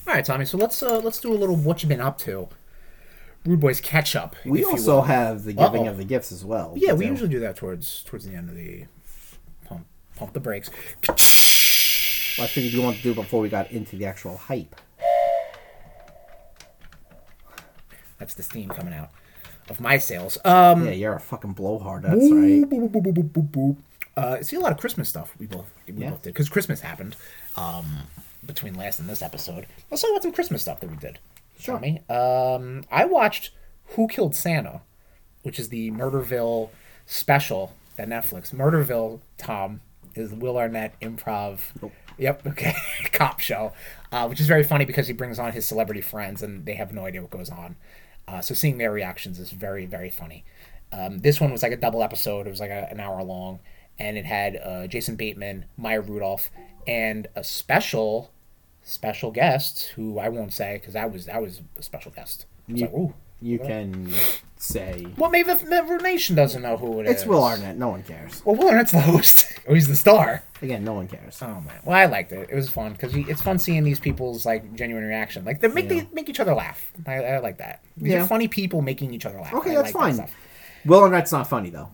[SPEAKER 1] All right, Tommy. So let's uh, let's do a little what you been up to. Rude Boys catch up. if
[SPEAKER 2] We
[SPEAKER 1] you
[SPEAKER 2] also
[SPEAKER 1] will.
[SPEAKER 2] have the giving
[SPEAKER 1] Uh-oh.
[SPEAKER 2] of the gifts as well.
[SPEAKER 1] yeah,
[SPEAKER 2] But
[SPEAKER 1] we
[SPEAKER 2] then-
[SPEAKER 1] usually do that towards towards the end of the pump pump the brakes.
[SPEAKER 2] well, I figured you want to do it before we got into the actual hype.
[SPEAKER 1] That's the steam coming out of my sales. Um,
[SPEAKER 2] Yeah, you're a fucking blowhard. That's right.
[SPEAKER 1] boop, boop, boop, boop, boop, boop. Uh, I see a lot of Christmas stuff we both we
[SPEAKER 2] Yeah.
[SPEAKER 1] both did because Christmas happened um, between last and this episode. Let's talk about some Christmas stuff that we did. Sure. Um, I watched Who Killed Santa, which is the Murderville special that Netflix. Murderville, Tom, is Will Arnett improv. Yep. Okay. Cop show, uh, which is very funny because he brings on his celebrity friends and they have no idea what goes on. Uh, so seeing their reactions is very very funny. Um, this one was like a double episode. It was like a, an hour long, and it had uh, Jason Bateman, Maya Rudolph, and a special special guest who I won't say because I was I was a special guest. I was like, ooh.
[SPEAKER 2] You can say
[SPEAKER 1] Well, maybe the member nation doesn't know who it is.
[SPEAKER 2] it's Will Arnett. No one cares.
[SPEAKER 1] Well, Will Arnett's the host. oh, he's the star.
[SPEAKER 2] Again, no one cares.
[SPEAKER 1] Oh man. Well, I liked it. It was fun because it's fun seeing these people's like genuine reaction. Like they make they make each other laugh. I, I like that. These
[SPEAKER 2] Yeah.
[SPEAKER 1] are funny people making each other laugh.
[SPEAKER 2] okay,
[SPEAKER 1] I like
[SPEAKER 2] that's
[SPEAKER 1] that
[SPEAKER 2] fine.
[SPEAKER 1] stuff.
[SPEAKER 2] Will Arnett's not funny though.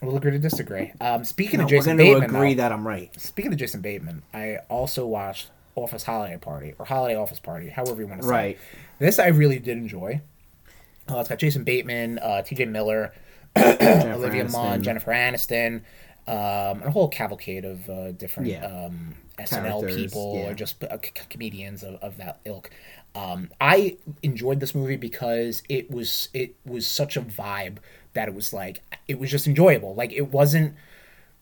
[SPEAKER 1] We'll agree to disagree. Um, speaking
[SPEAKER 2] No,
[SPEAKER 1] of
[SPEAKER 2] we're
[SPEAKER 1] Jason
[SPEAKER 2] going
[SPEAKER 1] Bateman,
[SPEAKER 2] to agree
[SPEAKER 1] though-
[SPEAKER 2] that I'm right.
[SPEAKER 1] speaking of Jason Bateman, I also watched Office Holiday Party or Holiday Office Party, however you want to say. it.
[SPEAKER 2] Right.
[SPEAKER 1] This I really did enjoy. Uh, it's got Jason Bateman, uh, T.J. Miller,
[SPEAKER 2] Jennifer
[SPEAKER 1] Olivia Munn,
[SPEAKER 2] Aniston.
[SPEAKER 1] Jennifer Aniston, um, and a whole cavalcade of uh, different
[SPEAKER 2] Yeah.
[SPEAKER 1] um, SNL
[SPEAKER 2] Characters,
[SPEAKER 1] people
[SPEAKER 2] yeah.
[SPEAKER 1] or just uh, c- c- comedians of, of that ilk. Um, I enjoyed this movie because it was it was such a vibe that it was like it was just enjoyable. Like it wasn't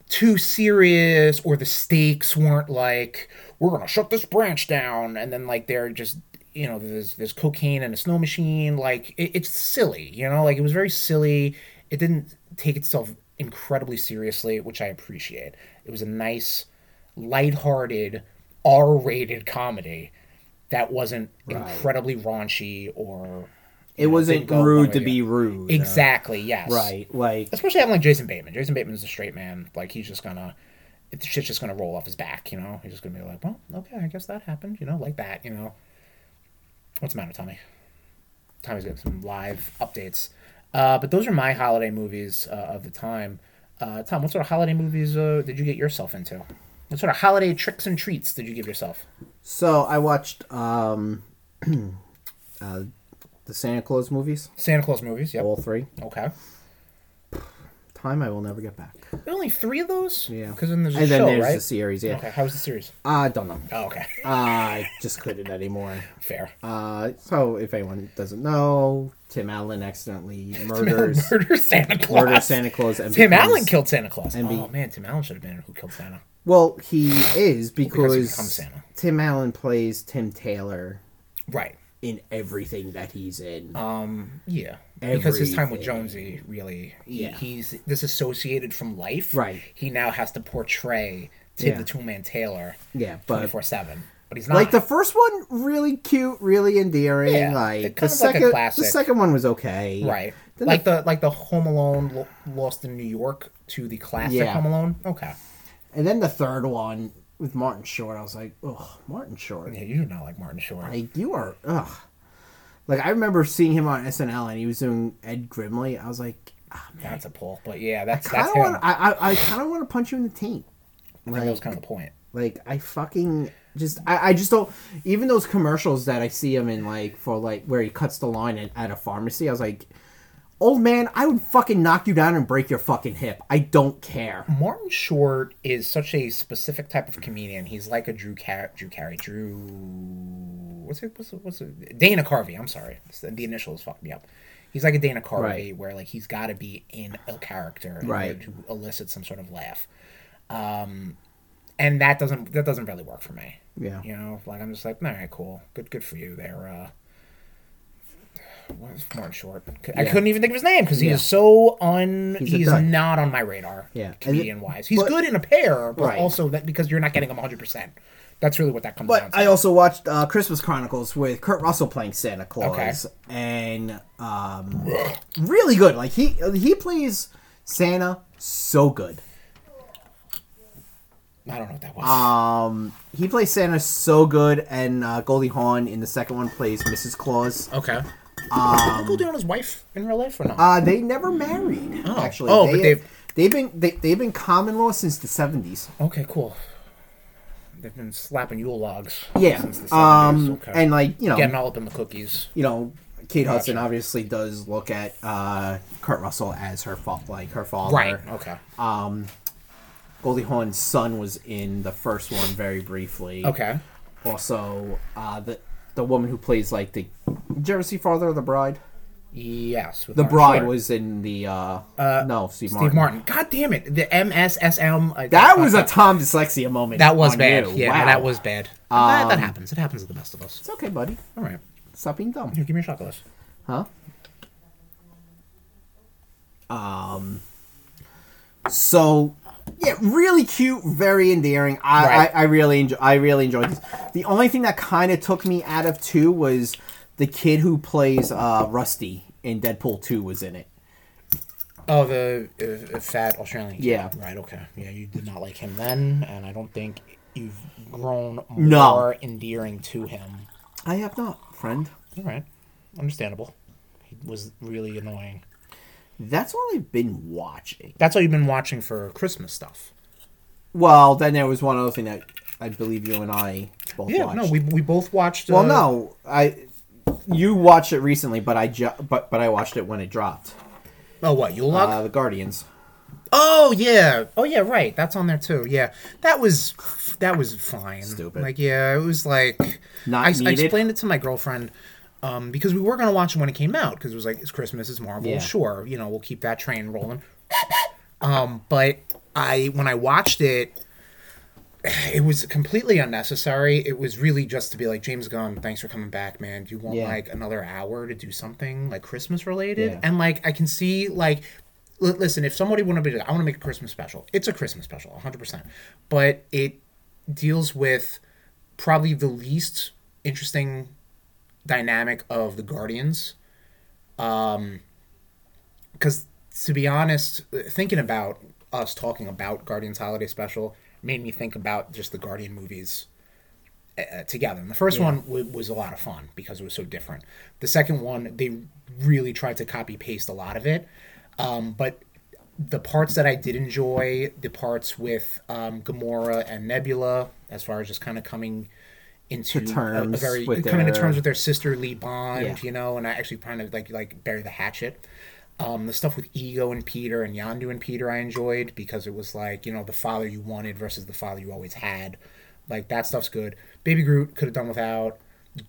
[SPEAKER 1] too serious or the stakes weren't like we're gonna shut this branch down and then like they're just you know there's there's cocaine and a snow machine like it, it's silly you know like it was very silly it didn't take itself incredibly seriously which i appreciate it was a nice lighthearted r-rated comedy that wasn't incredibly raunchy or
[SPEAKER 2] It wasn't
[SPEAKER 1] didn't go
[SPEAKER 2] rude
[SPEAKER 1] one
[SPEAKER 2] to
[SPEAKER 1] way
[SPEAKER 2] be
[SPEAKER 1] or-
[SPEAKER 2] rude.
[SPEAKER 1] Exactly. Yes.
[SPEAKER 2] Right. Like
[SPEAKER 1] Especially having like Jason Bateman. Jason Bateman's a straight man. Like he's just gonna, it, shit's just gonna roll off his back. You know, he's just gonna be like, well, okay, I guess that happened. You know, like that. You know. What's the matter, Tommy? Tommy's got some live updates. Uh, but those are my holiday movies uh, of the time. Uh, Tom, what sort of holiday movies uh, did you get yourself into? What sort of holiday tricks and treats did you give yourself?
[SPEAKER 2] so I watched um uh the Santa Claus movies,
[SPEAKER 1] Santa Claus movies, yep.
[SPEAKER 2] all three.
[SPEAKER 1] Okay.
[SPEAKER 2] Time I will never get back.
[SPEAKER 1] There are only three of those?
[SPEAKER 2] Yeah.
[SPEAKER 1] Because then there's a
[SPEAKER 2] and then
[SPEAKER 1] show,
[SPEAKER 2] there's
[SPEAKER 1] right?
[SPEAKER 2] the series, yeah.
[SPEAKER 1] Okay, how was the series?
[SPEAKER 2] I don't know.
[SPEAKER 1] Oh, okay.
[SPEAKER 2] I just couldn't anymore.
[SPEAKER 1] Fair.
[SPEAKER 2] Uh, so if anyone doesn't know, Tim Allen accidentally murders
[SPEAKER 1] Murder Santa Claus.
[SPEAKER 2] murders Santa Claus. And
[SPEAKER 1] Tim
[SPEAKER 2] becomes-
[SPEAKER 1] Allen killed Santa Claus.
[SPEAKER 2] and be-
[SPEAKER 1] oh, man, Tim Allen should have been in Who Killed Santa.
[SPEAKER 2] Well, he is because,
[SPEAKER 1] he becomes Santa.
[SPEAKER 2] Tim Allen plays Tim Taylor
[SPEAKER 1] Right.
[SPEAKER 2] in everything that he's in.
[SPEAKER 1] Uh, Yeah. Because his time with
[SPEAKER 2] Everything.
[SPEAKER 1] Jonesy really, he,
[SPEAKER 2] Yeah.
[SPEAKER 1] he's disassociated from life.
[SPEAKER 2] Right.
[SPEAKER 1] He now has to portray Tim
[SPEAKER 2] Yeah.
[SPEAKER 1] the Two Man Taylor
[SPEAKER 2] yeah, but
[SPEAKER 1] 24 7. But he's not.
[SPEAKER 2] like the first one, really cute, really endearing.
[SPEAKER 1] Uh, Yeah, kind
[SPEAKER 2] like
[SPEAKER 1] of like
[SPEAKER 2] the
[SPEAKER 1] a
[SPEAKER 2] second,
[SPEAKER 1] classic.
[SPEAKER 2] the second one was okay.
[SPEAKER 1] Right.
[SPEAKER 2] Then
[SPEAKER 1] like the, like the Home Alone Lo- Lost in New York to the classic
[SPEAKER 2] Yeah.
[SPEAKER 1] Home Alone. Okay.
[SPEAKER 2] And then the third one with Martin Short, I was like, oh, Martin Short.
[SPEAKER 1] Yeah, you do not like Martin Short.
[SPEAKER 2] Like you are, ugh. Like I remember seeing him on SNL and he was doing Ed Grimley. I was like, ah, man,
[SPEAKER 1] That's a pull, but yeah, that's
[SPEAKER 2] I
[SPEAKER 1] that's
[SPEAKER 2] don't
[SPEAKER 1] him.
[SPEAKER 2] want. I I, I kind of want to punch you in the taint.
[SPEAKER 1] I think that was kind of the point.
[SPEAKER 2] Like I fucking just I, I just don't even those commercials that I see him in like for like where he cuts the line at, at a pharmacy. I was like, old man, I would fucking knock you down and break your fucking hip. I don't care.
[SPEAKER 1] Martin Short is such a specific type of comedian. He's like a Drew Car- Drew Carey, Drew. What's it? What's it? What's it? Dana Carvey. I'm sorry, It's the, the initials fucked me up. He's like a Dana Carvey,
[SPEAKER 2] Right.
[SPEAKER 1] where like he's got to be in a character in
[SPEAKER 2] Right.
[SPEAKER 1] order to elicit some sort of laugh, um, and that doesn't that doesn't really work for me.
[SPEAKER 2] Yeah.
[SPEAKER 1] you know, like I'm just like, all right, cool, good, good for you there. Uh, What's Martin Short? I couldn't even think of his name because he
[SPEAKER 2] Yeah.
[SPEAKER 1] is so un.
[SPEAKER 2] He's
[SPEAKER 1] He's,
[SPEAKER 2] a dud.
[SPEAKER 1] not on my radar.
[SPEAKER 2] Yeah.
[SPEAKER 1] comedian wise, he's
[SPEAKER 2] But-
[SPEAKER 1] good in a pair, but
[SPEAKER 2] Right.
[SPEAKER 1] also that because you're not getting him 100. percent That's really what that comes down
[SPEAKER 2] But
[SPEAKER 1] to.
[SPEAKER 2] I also watched uh, Christmas Chronicles with Kurt Russell playing Santa Claus,
[SPEAKER 1] Okay.
[SPEAKER 2] and um, really good. Like he he plays Santa so good.
[SPEAKER 1] I don't know what that was.
[SPEAKER 2] Um, he plays Santa so good, and uh, Goldie Hawn in the second one plays Mrs. Claus.
[SPEAKER 1] okay. Um, Michael doing his wife in real life or not?
[SPEAKER 2] Uh, they never married. Actually,
[SPEAKER 1] Oh, but they've-
[SPEAKER 2] they've been they, they've been common law since the seventies.
[SPEAKER 1] okay, cool. They've been slapping Yule logs.
[SPEAKER 2] Yeah,
[SPEAKER 1] Oh, since the 70s.
[SPEAKER 2] um,
[SPEAKER 1] okay.
[SPEAKER 2] and like you know,
[SPEAKER 1] getting all up in the cookies.
[SPEAKER 2] you know, Kate Hudson obviously does look at uh, Kurt Russell as her fa- like her father.
[SPEAKER 1] Right. Okay.
[SPEAKER 2] Uh, Goldie Hawn's son was in the first one very briefly.
[SPEAKER 1] okay.
[SPEAKER 2] Also, uh, the the woman who plays like the did you ever see Father of the Bride?
[SPEAKER 1] Yes. with
[SPEAKER 2] The
[SPEAKER 1] Martin
[SPEAKER 2] Bride
[SPEAKER 1] Short.
[SPEAKER 2] was in the uh, no Steve,
[SPEAKER 1] Steve Martin. God damn it! The MSSM. I-
[SPEAKER 2] That was a Tom dyslexia moment.
[SPEAKER 1] That was
[SPEAKER 2] on
[SPEAKER 1] bad.
[SPEAKER 2] you.
[SPEAKER 1] Yeah,
[SPEAKER 2] Wow. Um,
[SPEAKER 1] that was bad. That- that happens. It happens to the best of us.
[SPEAKER 2] It's okay, buddy.
[SPEAKER 1] All right.
[SPEAKER 2] Stop being dumb.
[SPEAKER 1] Here, give me your chocolates.
[SPEAKER 2] Huh? Um. So, yeah, really cute, very endearing. I,
[SPEAKER 1] Right.
[SPEAKER 2] I, I really enjoy. I really enjoyed this. The only thing that kind of took me out of two was the kid who plays uh, Rusty in Deadpool Two was in it.
[SPEAKER 1] Oh, the uh, uh, fat Australian. kid.
[SPEAKER 2] Yeah.
[SPEAKER 1] Right. Okay. Yeah, you did not like him then, and I don't think you've grown more
[SPEAKER 2] No.
[SPEAKER 1] endearing to him.
[SPEAKER 2] I have not, friend.
[SPEAKER 1] All right. Understandable. He was really annoying.
[SPEAKER 2] That's all I've been watching.
[SPEAKER 1] That's all you've been watching for Christmas stuff.
[SPEAKER 2] Well, then there was one other thing that I believe you and I both
[SPEAKER 1] Yeah.
[SPEAKER 2] watched.
[SPEAKER 1] No, we we both watched.
[SPEAKER 2] Well,
[SPEAKER 1] uh,
[SPEAKER 2] no, I you watched it recently, but I ju- but but I watched it when it dropped.
[SPEAKER 1] Oh, what you log?
[SPEAKER 2] Uh, the Guardians.
[SPEAKER 1] Oh yeah. Oh yeah. Right. That's on there too. Yeah. That was that was fine.
[SPEAKER 2] Stupid.
[SPEAKER 1] Like yeah, it was like
[SPEAKER 2] Not
[SPEAKER 1] I, I
[SPEAKER 2] needed.
[SPEAKER 1] explained it to my girlfriend um, because we were gonna watch it when it came out because it was like it's Christmas, it's Marvel.
[SPEAKER 2] Yeah.
[SPEAKER 1] Sure, you know we'll keep that train rolling. um, but I when I watched it, it was completely unnecessary. It was really just to be like James Gunn, thanks for coming back, man. Do you want
[SPEAKER 2] Yeah.
[SPEAKER 1] like another hour to do something like Christmas related?
[SPEAKER 2] Yeah.
[SPEAKER 1] And like I can see like l- listen, if somebody wanted to be like, I want to make a Christmas special. It's a Christmas special, 100%. But it deals with probably the least interesting dynamic of the Guardians because to be honest, thinking about us talking about Guardians Holiday Special made me think about just the Guardian movies uh, together. And the first one w- was a lot of fun because it was so different. The second one, they really tried to copy paste a lot of it, um, but the parts that I did enjoy, the parts with um, Gamora and Nebula, as far as just kind of coming into
[SPEAKER 2] To
[SPEAKER 1] a- a,
[SPEAKER 2] terms
[SPEAKER 1] very
[SPEAKER 2] with
[SPEAKER 1] coming to
[SPEAKER 2] their-
[SPEAKER 1] terms with their sisterly bond,
[SPEAKER 2] Yeah.
[SPEAKER 1] you know, and I actually kind of like like bury the hatchet. Um, the stuff with Ego and Peter and Yandu and Peter I enjoyed because it was like you know the father you wanted versus the father you always had, like that stuff's good. Baby Groot could have done without.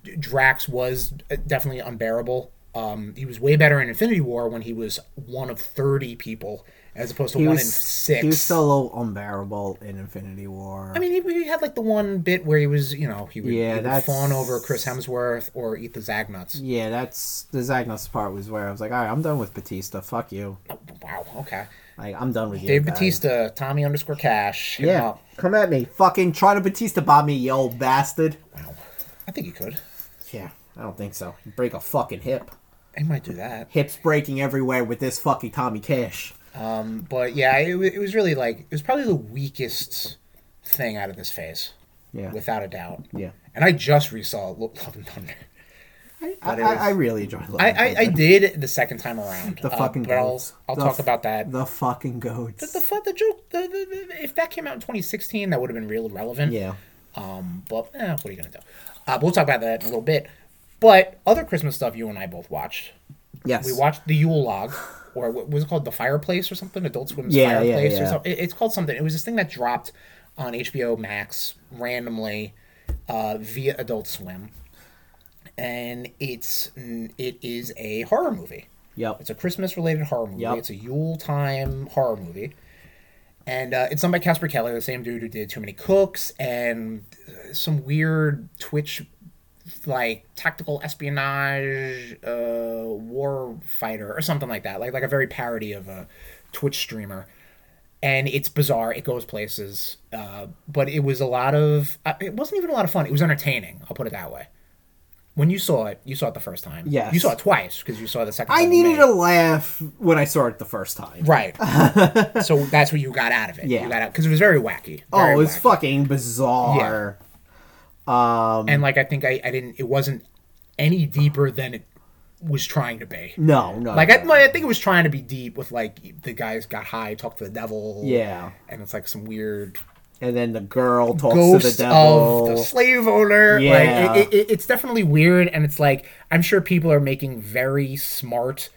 [SPEAKER 1] D- Drax was uh, definitely unbearable. Um, he was way better in Infinity War when he was one of thirty people as opposed to
[SPEAKER 2] He
[SPEAKER 1] one in
[SPEAKER 2] was,
[SPEAKER 1] six.
[SPEAKER 2] he was still a little unbearable in Infinity War.
[SPEAKER 1] I mean, he, he had like the one bit where he was, you know, he would,
[SPEAKER 2] Yeah,
[SPEAKER 1] he would
[SPEAKER 2] that's-
[SPEAKER 1] fawn over Chris Hemsworth or eat the Zagnuts.
[SPEAKER 2] yeah, that's the Zagnos part was where I was like, all right, I'm done with Batista. Fuck you.
[SPEAKER 1] Oh, wow. Okay.
[SPEAKER 2] Like, I'm done with you.
[SPEAKER 1] Dave
[SPEAKER 2] guy.
[SPEAKER 1] Batista, Tommy underscore Cash. hit him
[SPEAKER 2] Yeah,
[SPEAKER 1] up.
[SPEAKER 2] come at me. Fucking try to Batista bomb me, you old bastard.
[SPEAKER 1] Wow. I think he could.
[SPEAKER 2] Yeah, I don't think so. You break a fucking hip.
[SPEAKER 1] He might do that.
[SPEAKER 2] Hips breaking everywhere with this fucking Tommy Cash.
[SPEAKER 1] Um, but yeah, it, wa- it was really like it was probably the weakest thing out of this phase,
[SPEAKER 2] Yeah,
[SPEAKER 1] without a doubt.
[SPEAKER 2] yeah.
[SPEAKER 1] And I just resaw Lo- Love and Thunder.
[SPEAKER 2] I, I,
[SPEAKER 1] it is-
[SPEAKER 2] I really enjoy. Love
[SPEAKER 1] I,
[SPEAKER 2] and
[SPEAKER 1] I, I
[SPEAKER 2] Thunder.
[SPEAKER 1] did the second time around.
[SPEAKER 2] The
[SPEAKER 1] uh,
[SPEAKER 2] fucking
[SPEAKER 1] But I'll,
[SPEAKER 2] goats.
[SPEAKER 1] I'll
[SPEAKER 2] The
[SPEAKER 1] talk
[SPEAKER 2] f-
[SPEAKER 1] about that.
[SPEAKER 2] the fucking goats.
[SPEAKER 1] The, fu- the joke, the, the, the, if that came out in 2016, that would have been real relevant.
[SPEAKER 2] yeah,
[SPEAKER 1] Um, but eh, what are you gonna do? Uh, but we'll talk about that in a little bit. But other Christmas stuff you and I both watched.
[SPEAKER 2] yes.
[SPEAKER 1] We watched the Yule Log, or what was it called, the Fireplace or something? Adult Swim's
[SPEAKER 2] Yeah, yeah,
[SPEAKER 1] Fireplace or
[SPEAKER 2] yeah.
[SPEAKER 1] something. It- it's called something. It was this thing that dropped on HBO Max randomly uh, via Adult Swim, and it's it is a horror movie.
[SPEAKER 2] Yep.
[SPEAKER 1] It's a Christmas related horror movie.
[SPEAKER 2] Yep.
[SPEAKER 1] It's a Yule time horror movie. And uh, it's done by Casper Kelly, the same dude who did Too Many Cooks and uh, some weird Twitch, like tactical espionage, uh, war fighter or something like that. Like like a very parody of a Twitch streamer. And it's bizarre. It goes places, uh, but it was a lot of. Uh, it wasn't even a lot of fun. It was entertaining. I'll put it that way. When you saw it, you saw it the first time.
[SPEAKER 2] Yes.
[SPEAKER 1] you saw it twice because you saw the second.
[SPEAKER 2] I
[SPEAKER 1] time with
[SPEAKER 2] needed
[SPEAKER 1] me.
[SPEAKER 2] a laugh when I saw it the first time.
[SPEAKER 1] Right. so that's what you got out of it.
[SPEAKER 2] Yeah.
[SPEAKER 1] You got out because it was very wacky. Very
[SPEAKER 2] Oh, it's
[SPEAKER 1] wacky.
[SPEAKER 2] fucking bizarre.
[SPEAKER 1] And like I think I, I didn't. It wasn't any deeper than it was trying to be.
[SPEAKER 2] No, no.
[SPEAKER 1] Like I,
[SPEAKER 2] no.
[SPEAKER 1] I think it was trying to be deep with like the guys got high, talked to the devil.
[SPEAKER 2] Yeah.
[SPEAKER 1] And it's like some weird
[SPEAKER 2] and then the girl talks to the
[SPEAKER 1] ghost
[SPEAKER 2] devil.
[SPEAKER 1] of the slave owner.
[SPEAKER 2] Yeah.
[SPEAKER 1] Like it, it, it's definitely weird, and it's like I'm sure people are making very smart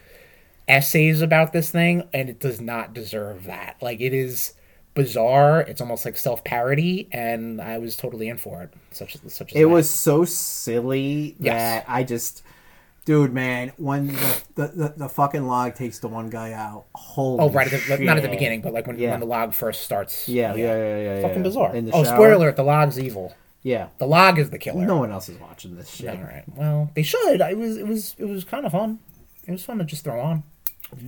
[SPEAKER 1] essays about this thing, and it does not deserve that. Like it is bizarre. It's almost like self parody, and I was totally in for it. Such such. As
[SPEAKER 2] It
[SPEAKER 1] that.
[SPEAKER 2] was so silly
[SPEAKER 1] Yes.
[SPEAKER 2] that I just, dude, man, when the, the, the, the fucking log takes the one guy out, holy
[SPEAKER 1] Oh, right at the,
[SPEAKER 2] shit.
[SPEAKER 1] not at the beginning, but like when,
[SPEAKER 2] Yeah.
[SPEAKER 1] when the log first starts.
[SPEAKER 2] Yeah, yeah, yeah, yeah. yeah
[SPEAKER 1] Fucking
[SPEAKER 2] yeah.
[SPEAKER 1] bizarre.
[SPEAKER 2] In the
[SPEAKER 1] Oh,
[SPEAKER 2] shower.
[SPEAKER 1] spoiler alert, the log's evil.
[SPEAKER 2] Yeah,
[SPEAKER 1] The log is the killer.
[SPEAKER 2] no one else is watching this shit.
[SPEAKER 1] All right. Well, they should. It was it was it was kind of fun. It was fun to just throw on.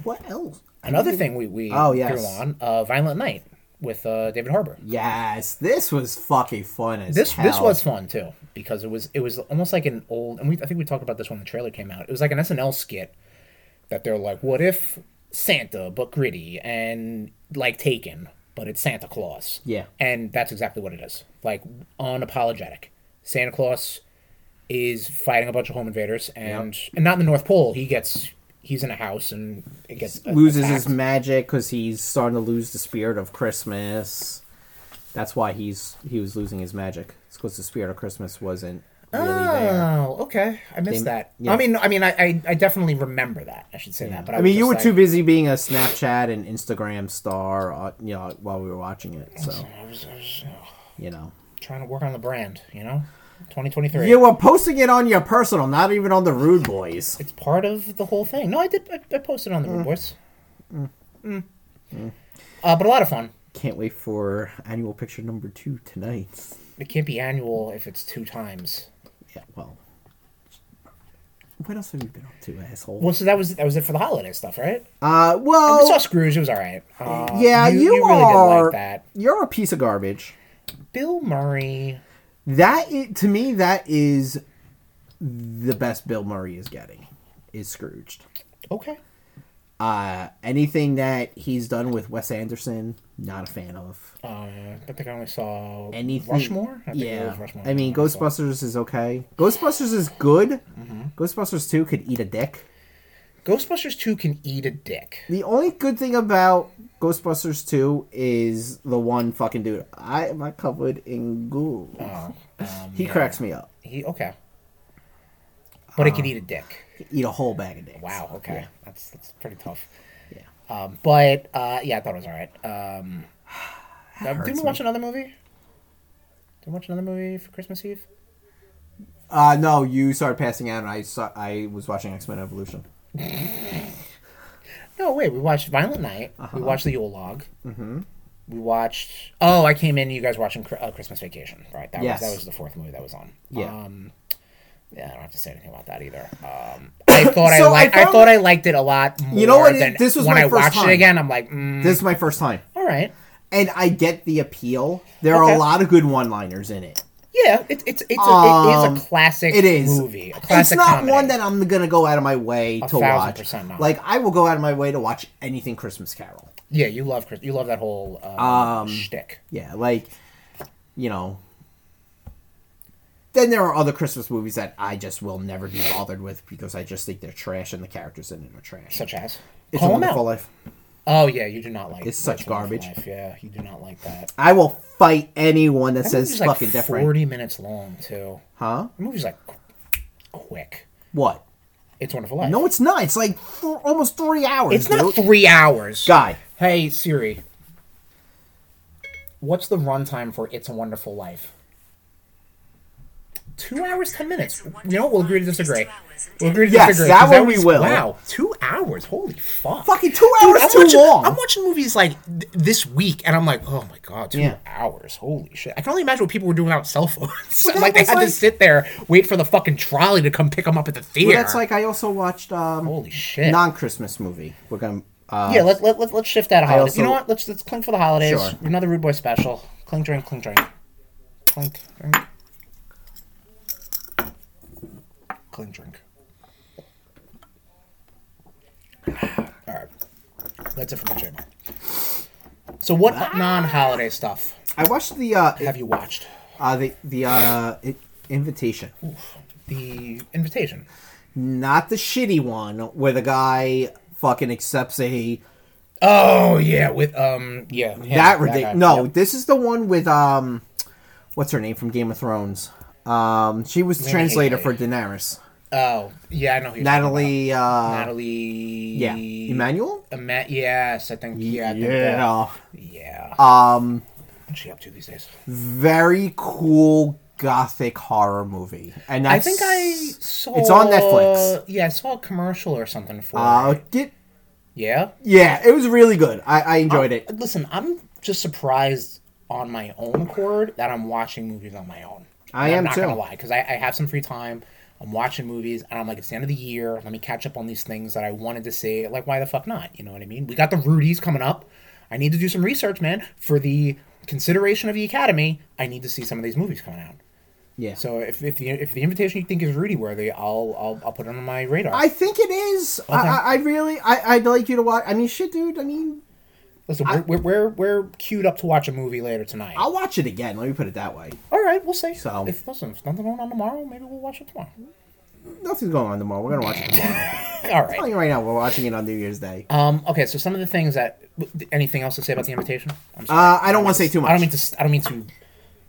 [SPEAKER 2] What else?
[SPEAKER 1] Another thing we, we
[SPEAKER 2] Oh, yes.
[SPEAKER 1] threw on, uh, Violent Night with uh, David Harbour.
[SPEAKER 2] Yes, this was fucking fun as
[SPEAKER 1] This
[SPEAKER 2] hell.
[SPEAKER 1] this was fun too because it was it was almost like an old and we I think we talked about this when the trailer came out. It was like an SNL skit that they're like, "What if Santa but gritty and like Taken, but it's Santa Claus?"
[SPEAKER 2] Yeah.
[SPEAKER 1] and that's exactly what it is. Like unapologetic, Santa Claus is fighting a bunch of home invaders and and not in the North Pole. He gets he's in a house and it gets
[SPEAKER 2] loses
[SPEAKER 1] attacked.
[SPEAKER 2] his magic because he's starting to lose the spirit of Christmas. That's why he's he was losing his magic. It's because the spirit of Christmas wasn't really there.
[SPEAKER 1] Oh, okay. I missed
[SPEAKER 2] They-
[SPEAKER 1] that.
[SPEAKER 2] yeah.
[SPEAKER 1] I mean, I mean, I, I, I definitely remember that. I should say that. But I,
[SPEAKER 2] I
[SPEAKER 1] was
[SPEAKER 2] mean, you
[SPEAKER 1] just
[SPEAKER 2] were
[SPEAKER 1] like-
[SPEAKER 2] too busy being a Snapchat and Instagram star, uh, you know, while we were watching it. So
[SPEAKER 1] I was, I was uh,
[SPEAKER 2] you know,
[SPEAKER 1] trying to work on the brand. You know, 2023.
[SPEAKER 2] you were posting it on your personal, not even on the Rude Boys.
[SPEAKER 1] it's part of the whole thing. No, I did. I, I posted on the Rude Boys.
[SPEAKER 2] Mm.
[SPEAKER 1] Mm. Uh, but a lot of fun.
[SPEAKER 2] Can't wait for annual picture number two tonight.
[SPEAKER 1] It can't be annual if it's two times.
[SPEAKER 2] Yeah, well, what else have you been up to, asshole?
[SPEAKER 1] Well, so that was that was it for the holiday stuff, right?
[SPEAKER 2] Uh, well,
[SPEAKER 1] I saw Scrooge. It was all right. Uh,
[SPEAKER 2] Yeah, you,
[SPEAKER 1] really
[SPEAKER 2] are.
[SPEAKER 1] did like that.
[SPEAKER 2] You're a piece of garbage.
[SPEAKER 1] Bill Murray.
[SPEAKER 2] That i to me, that is the best Bill Murray is getting is Scrooged.
[SPEAKER 1] Okay.
[SPEAKER 2] Uh, anything that he's done with Wes Anderson, not a fan of.
[SPEAKER 1] Uh, I think I only saw
[SPEAKER 2] Anything,
[SPEAKER 1] Rushmore. I think it
[SPEAKER 2] yeah,
[SPEAKER 1] was Mm-hmm. Rushmore.
[SPEAKER 2] I mean,
[SPEAKER 1] That's all.
[SPEAKER 2] Ghostbusters is okay. Ghostbusters is good. Ghostbusters two could eat a dick.
[SPEAKER 1] Ghostbusters Two can eat a dick.
[SPEAKER 2] The only good thing about Ghostbusters 2 is the one fucking dude. I am covered in goo.
[SPEAKER 1] Oh,
[SPEAKER 2] he
[SPEAKER 1] um,
[SPEAKER 2] cracks me up.
[SPEAKER 1] He okay, but it can
[SPEAKER 2] Ah,
[SPEAKER 1] eat a dick.
[SPEAKER 2] Eat a whole bag of dicks.
[SPEAKER 1] Wow. Okay. That's that's pretty tough.
[SPEAKER 2] Yeah.
[SPEAKER 1] Um, but uh, yeah, I thought it was all right. Um, uh,
[SPEAKER 2] hurts
[SPEAKER 1] did we
[SPEAKER 2] me.
[SPEAKER 1] watch another movie? Did we watch another movie for Christmas Eve?
[SPEAKER 2] Uh, no, you started passing out, and I saw I was watching X Men Evolution.
[SPEAKER 1] No, wait. We watched Violent Night.
[SPEAKER 2] Uh-huh.
[SPEAKER 1] We watched The Yule Log. Mm-hmm. We watched. Oh, I came in. You guys watching Cri- uh, Christmas Vacation, right? That
[SPEAKER 2] Yes.
[SPEAKER 1] was that was the fourth movie that was on.
[SPEAKER 2] Yeah.
[SPEAKER 1] Um, yeah, I don't have to say anything about that either. Um, I thought I,
[SPEAKER 2] So
[SPEAKER 1] li-
[SPEAKER 2] I
[SPEAKER 1] I,
[SPEAKER 2] found-
[SPEAKER 1] thought I liked it a lot. More
[SPEAKER 2] You know what? It-
[SPEAKER 1] Than
[SPEAKER 2] this was
[SPEAKER 1] when
[SPEAKER 2] my
[SPEAKER 1] I
[SPEAKER 2] first
[SPEAKER 1] watched
[SPEAKER 2] time.
[SPEAKER 1] it again. I'm like, mm,
[SPEAKER 2] This is my first time,
[SPEAKER 1] all right.
[SPEAKER 2] and I get the appeal. There are
[SPEAKER 1] Okay.
[SPEAKER 2] a lot of good one-liners in it.
[SPEAKER 1] Yeah, it's it's it's a, it
[SPEAKER 2] Um,
[SPEAKER 1] is a classic.
[SPEAKER 2] It is
[SPEAKER 1] movie. A classic
[SPEAKER 2] It's not
[SPEAKER 1] comedy.
[SPEAKER 2] one that I'm gonna go out of my way to
[SPEAKER 1] thousand
[SPEAKER 2] watch.
[SPEAKER 1] percent not.
[SPEAKER 2] Like I will go out of my way to watch anything Christmas Carol.
[SPEAKER 1] Yeah, you love Chris. You love that whole um,
[SPEAKER 2] Um,
[SPEAKER 1] shtick.
[SPEAKER 2] Yeah, like you know. Then there are other Christmas movies that I just will never be bothered with because I just think they're trash and the characters in it are trash.
[SPEAKER 1] Such as
[SPEAKER 2] it's a
[SPEAKER 1] call him
[SPEAKER 2] Wonderful
[SPEAKER 1] out.
[SPEAKER 2] Life.
[SPEAKER 1] Oh yeah, you do not like.
[SPEAKER 2] It's such
[SPEAKER 1] It's a Wonderful
[SPEAKER 2] garbage.
[SPEAKER 1] Life. Yeah, you do not like that.
[SPEAKER 2] I will fight anyone that
[SPEAKER 1] That
[SPEAKER 2] says
[SPEAKER 1] movie's,
[SPEAKER 2] fucking
[SPEAKER 1] like
[SPEAKER 2] different.
[SPEAKER 1] Forty minutes long too.
[SPEAKER 2] Huh?
[SPEAKER 1] The movie's like qu- quick.
[SPEAKER 2] What?
[SPEAKER 1] It's Wonderful Life.
[SPEAKER 2] No, it's not. It's like th- almost three hours.
[SPEAKER 1] it's not
[SPEAKER 2] dude.
[SPEAKER 1] three hours.
[SPEAKER 2] Guy.
[SPEAKER 1] Hey Siri, what's the runtime for It's a Wonderful Life? Two hours, ten minutes. You know, what? we'll agree to disagree. We'll agree to
[SPEAKER 2] Yes,
[SPEAKER 1] disagree.
[SPEAKER 2] that
[SPEAKER 1] 'cause
[SPEAKER 2] one we
[SPEAKER 1] was-
[SPEAKER 2] will.
[SPEAKER 1] Wow, two hours. Holy fuck.
[SPEAKER 2] Fucking two hours
[SPEAKER 1] I'm
[SPEAKER 2] too
[SPEAKER 1] watching,
[SPEAKER 2] long.
[SPEAKER 1] I'm watching movies like th- this week, and I'm like, oh my god, two
[SPEAKER 2] Yeah.
[SPEAKER 1] hours. Holy shit! I can only imagine what people were doing without cell phones.
[SPEAKER 2] Well, that
[SPEAKER 1] like they
[SPEAKER 2] was
[SPEAKER 1] had
[SPEAKER 2] like-
[SPEAKER 1] to sit there, wait for the fucking trolley to come pick them up at the theater.
[SPEAKER 2] Well, that's like I also watched um,
[SPEAKER 1] holy shit.
[SPEAKER 2] non-Christmas movie. We're gonna. Uh,
[SPEAKER 1] yeah, let's let, let, let's shift that holiday.
[SPEAKER 2] also-
[SPEAKER 1] you know what? Let's let's clink for the holidays.
[SPEAKER 2] Sure.
[SPEAKER 1] Another rude boy special. Clink drink, clink drink, clink drink, clink drink. All right, that's it for me, Jamie. So, what non-holiday stuff
[SPEAKER 2] I watched the uh,
[SPEAKER 1] have you watched?
[SPEAKER 2] uh the the uh I- invitation,
[SPEAKER 1] The invitation.
[SPEAKER 2] not the shitty one where the guy fucking accepts a
[SPEAKER 1] Oh yeah, with um yeah him,
[SPEAKER 2] that
[SPEAKER 1] guy.
[SPEAKER 2] ridiculous. No,
[SPEAKER 1] Yep.
[SPEAKER 2] this is the one with um, what's her name from Game of Thrones? Um, she was the translator for Daenerys.
[SPEAKER 1] Oh yeah, I know. Who you're talking
[SPEAKER 2] Natalie.
[SPEAKER 1] about.
[SPEAKER 2] Uh,
[SPEAKER 1] Natalie.
[SPEAKER 2] yeah, Emmanuel.
[SPEAKER 1] Ama- yes, I think. Yeah, I think that-
[SPEAKER 2] Yeah.
[SPEAKER 1] yeah.
[SPEAKER 2] Um,
[SPEAKER 1] What's she up to these days?
[SPEAKER 2] very cool gothic horror movie, and
[SPEAKER 1] I
[SPEAKER 2] that's,
[SPEAKER 1] think I saw.
[SPEAKER 2] It's on Netflix.
[SPEAKER 1] Yeah, I saw a commercial or something for
[SPEAKER 2] Uh,
[SPEAKER 1] it.
[SPEAKER 2] did,
[SPEAKER 1] Yeah.
[SPEAKER 2] yeah, it was really good. I, I
[SPEAKER 1] Uh,
[SPEAKER 2] enjoyed it.
[SPEAKER 1] Listen, I'm just surprised on my own accord that I'm watching movies on my own.
[SPEAKER 2] I
[SPEAKER 1] And
[SPEAKER 2] am
[SPEAKER 1] I'm not gonna
[SPEAKER 2] too.
[SPEAKER 1] lie, because I, I have some free time. I'm watching movies, and I'm like, it's the end of the year. Let me catch up on these things that I wanted to see. Like, why the fuck not? You know what I mean? We got the Rudies coming up. I need to do some research, man. For the consideration of the Academy, I need to see some of these movies coming out.
[SPEAKER 2] Yeah.
[SPEAKER 1] So if, if the if the invitation you think is Rudy worthy, I'll I'll, I'll put it on my radar.
[SPEAKER 2] I think it is. I, I, I really, I, I'd like you to watch. I mean, shit, dude. I mean,
[SPEAKER 1] Listen, we're, we're we're we're queued up to watch a movie later tonight.
[SPEAKER 2] I'll watch it again. Let me put it that way.
[SPEAKER 1] All right, we'll see.
[SPEAKER 2] So-
[SPEAKER 1] if listen, if nothing going on tomorrow, maybe we'll watch it tomorrow.
[SPEAKER 2] Nothing's going on tomorrow. We're gonna watch it tomorrow.
[SPEAKER 1] All
[SPEAKER 2] I'm telling
[SPEAKER 1] right.
[SPEAKER 2] you right now, we're watching it on New Year's Day.
[SPEAKER 1] Um. Okay. So some of the things that anything else to say about the invitation? I'm sorry.
[SPEAKER 2] Uh, I don't want to say too much.
[SPEAKER 1] I don't mean to. I don't mean to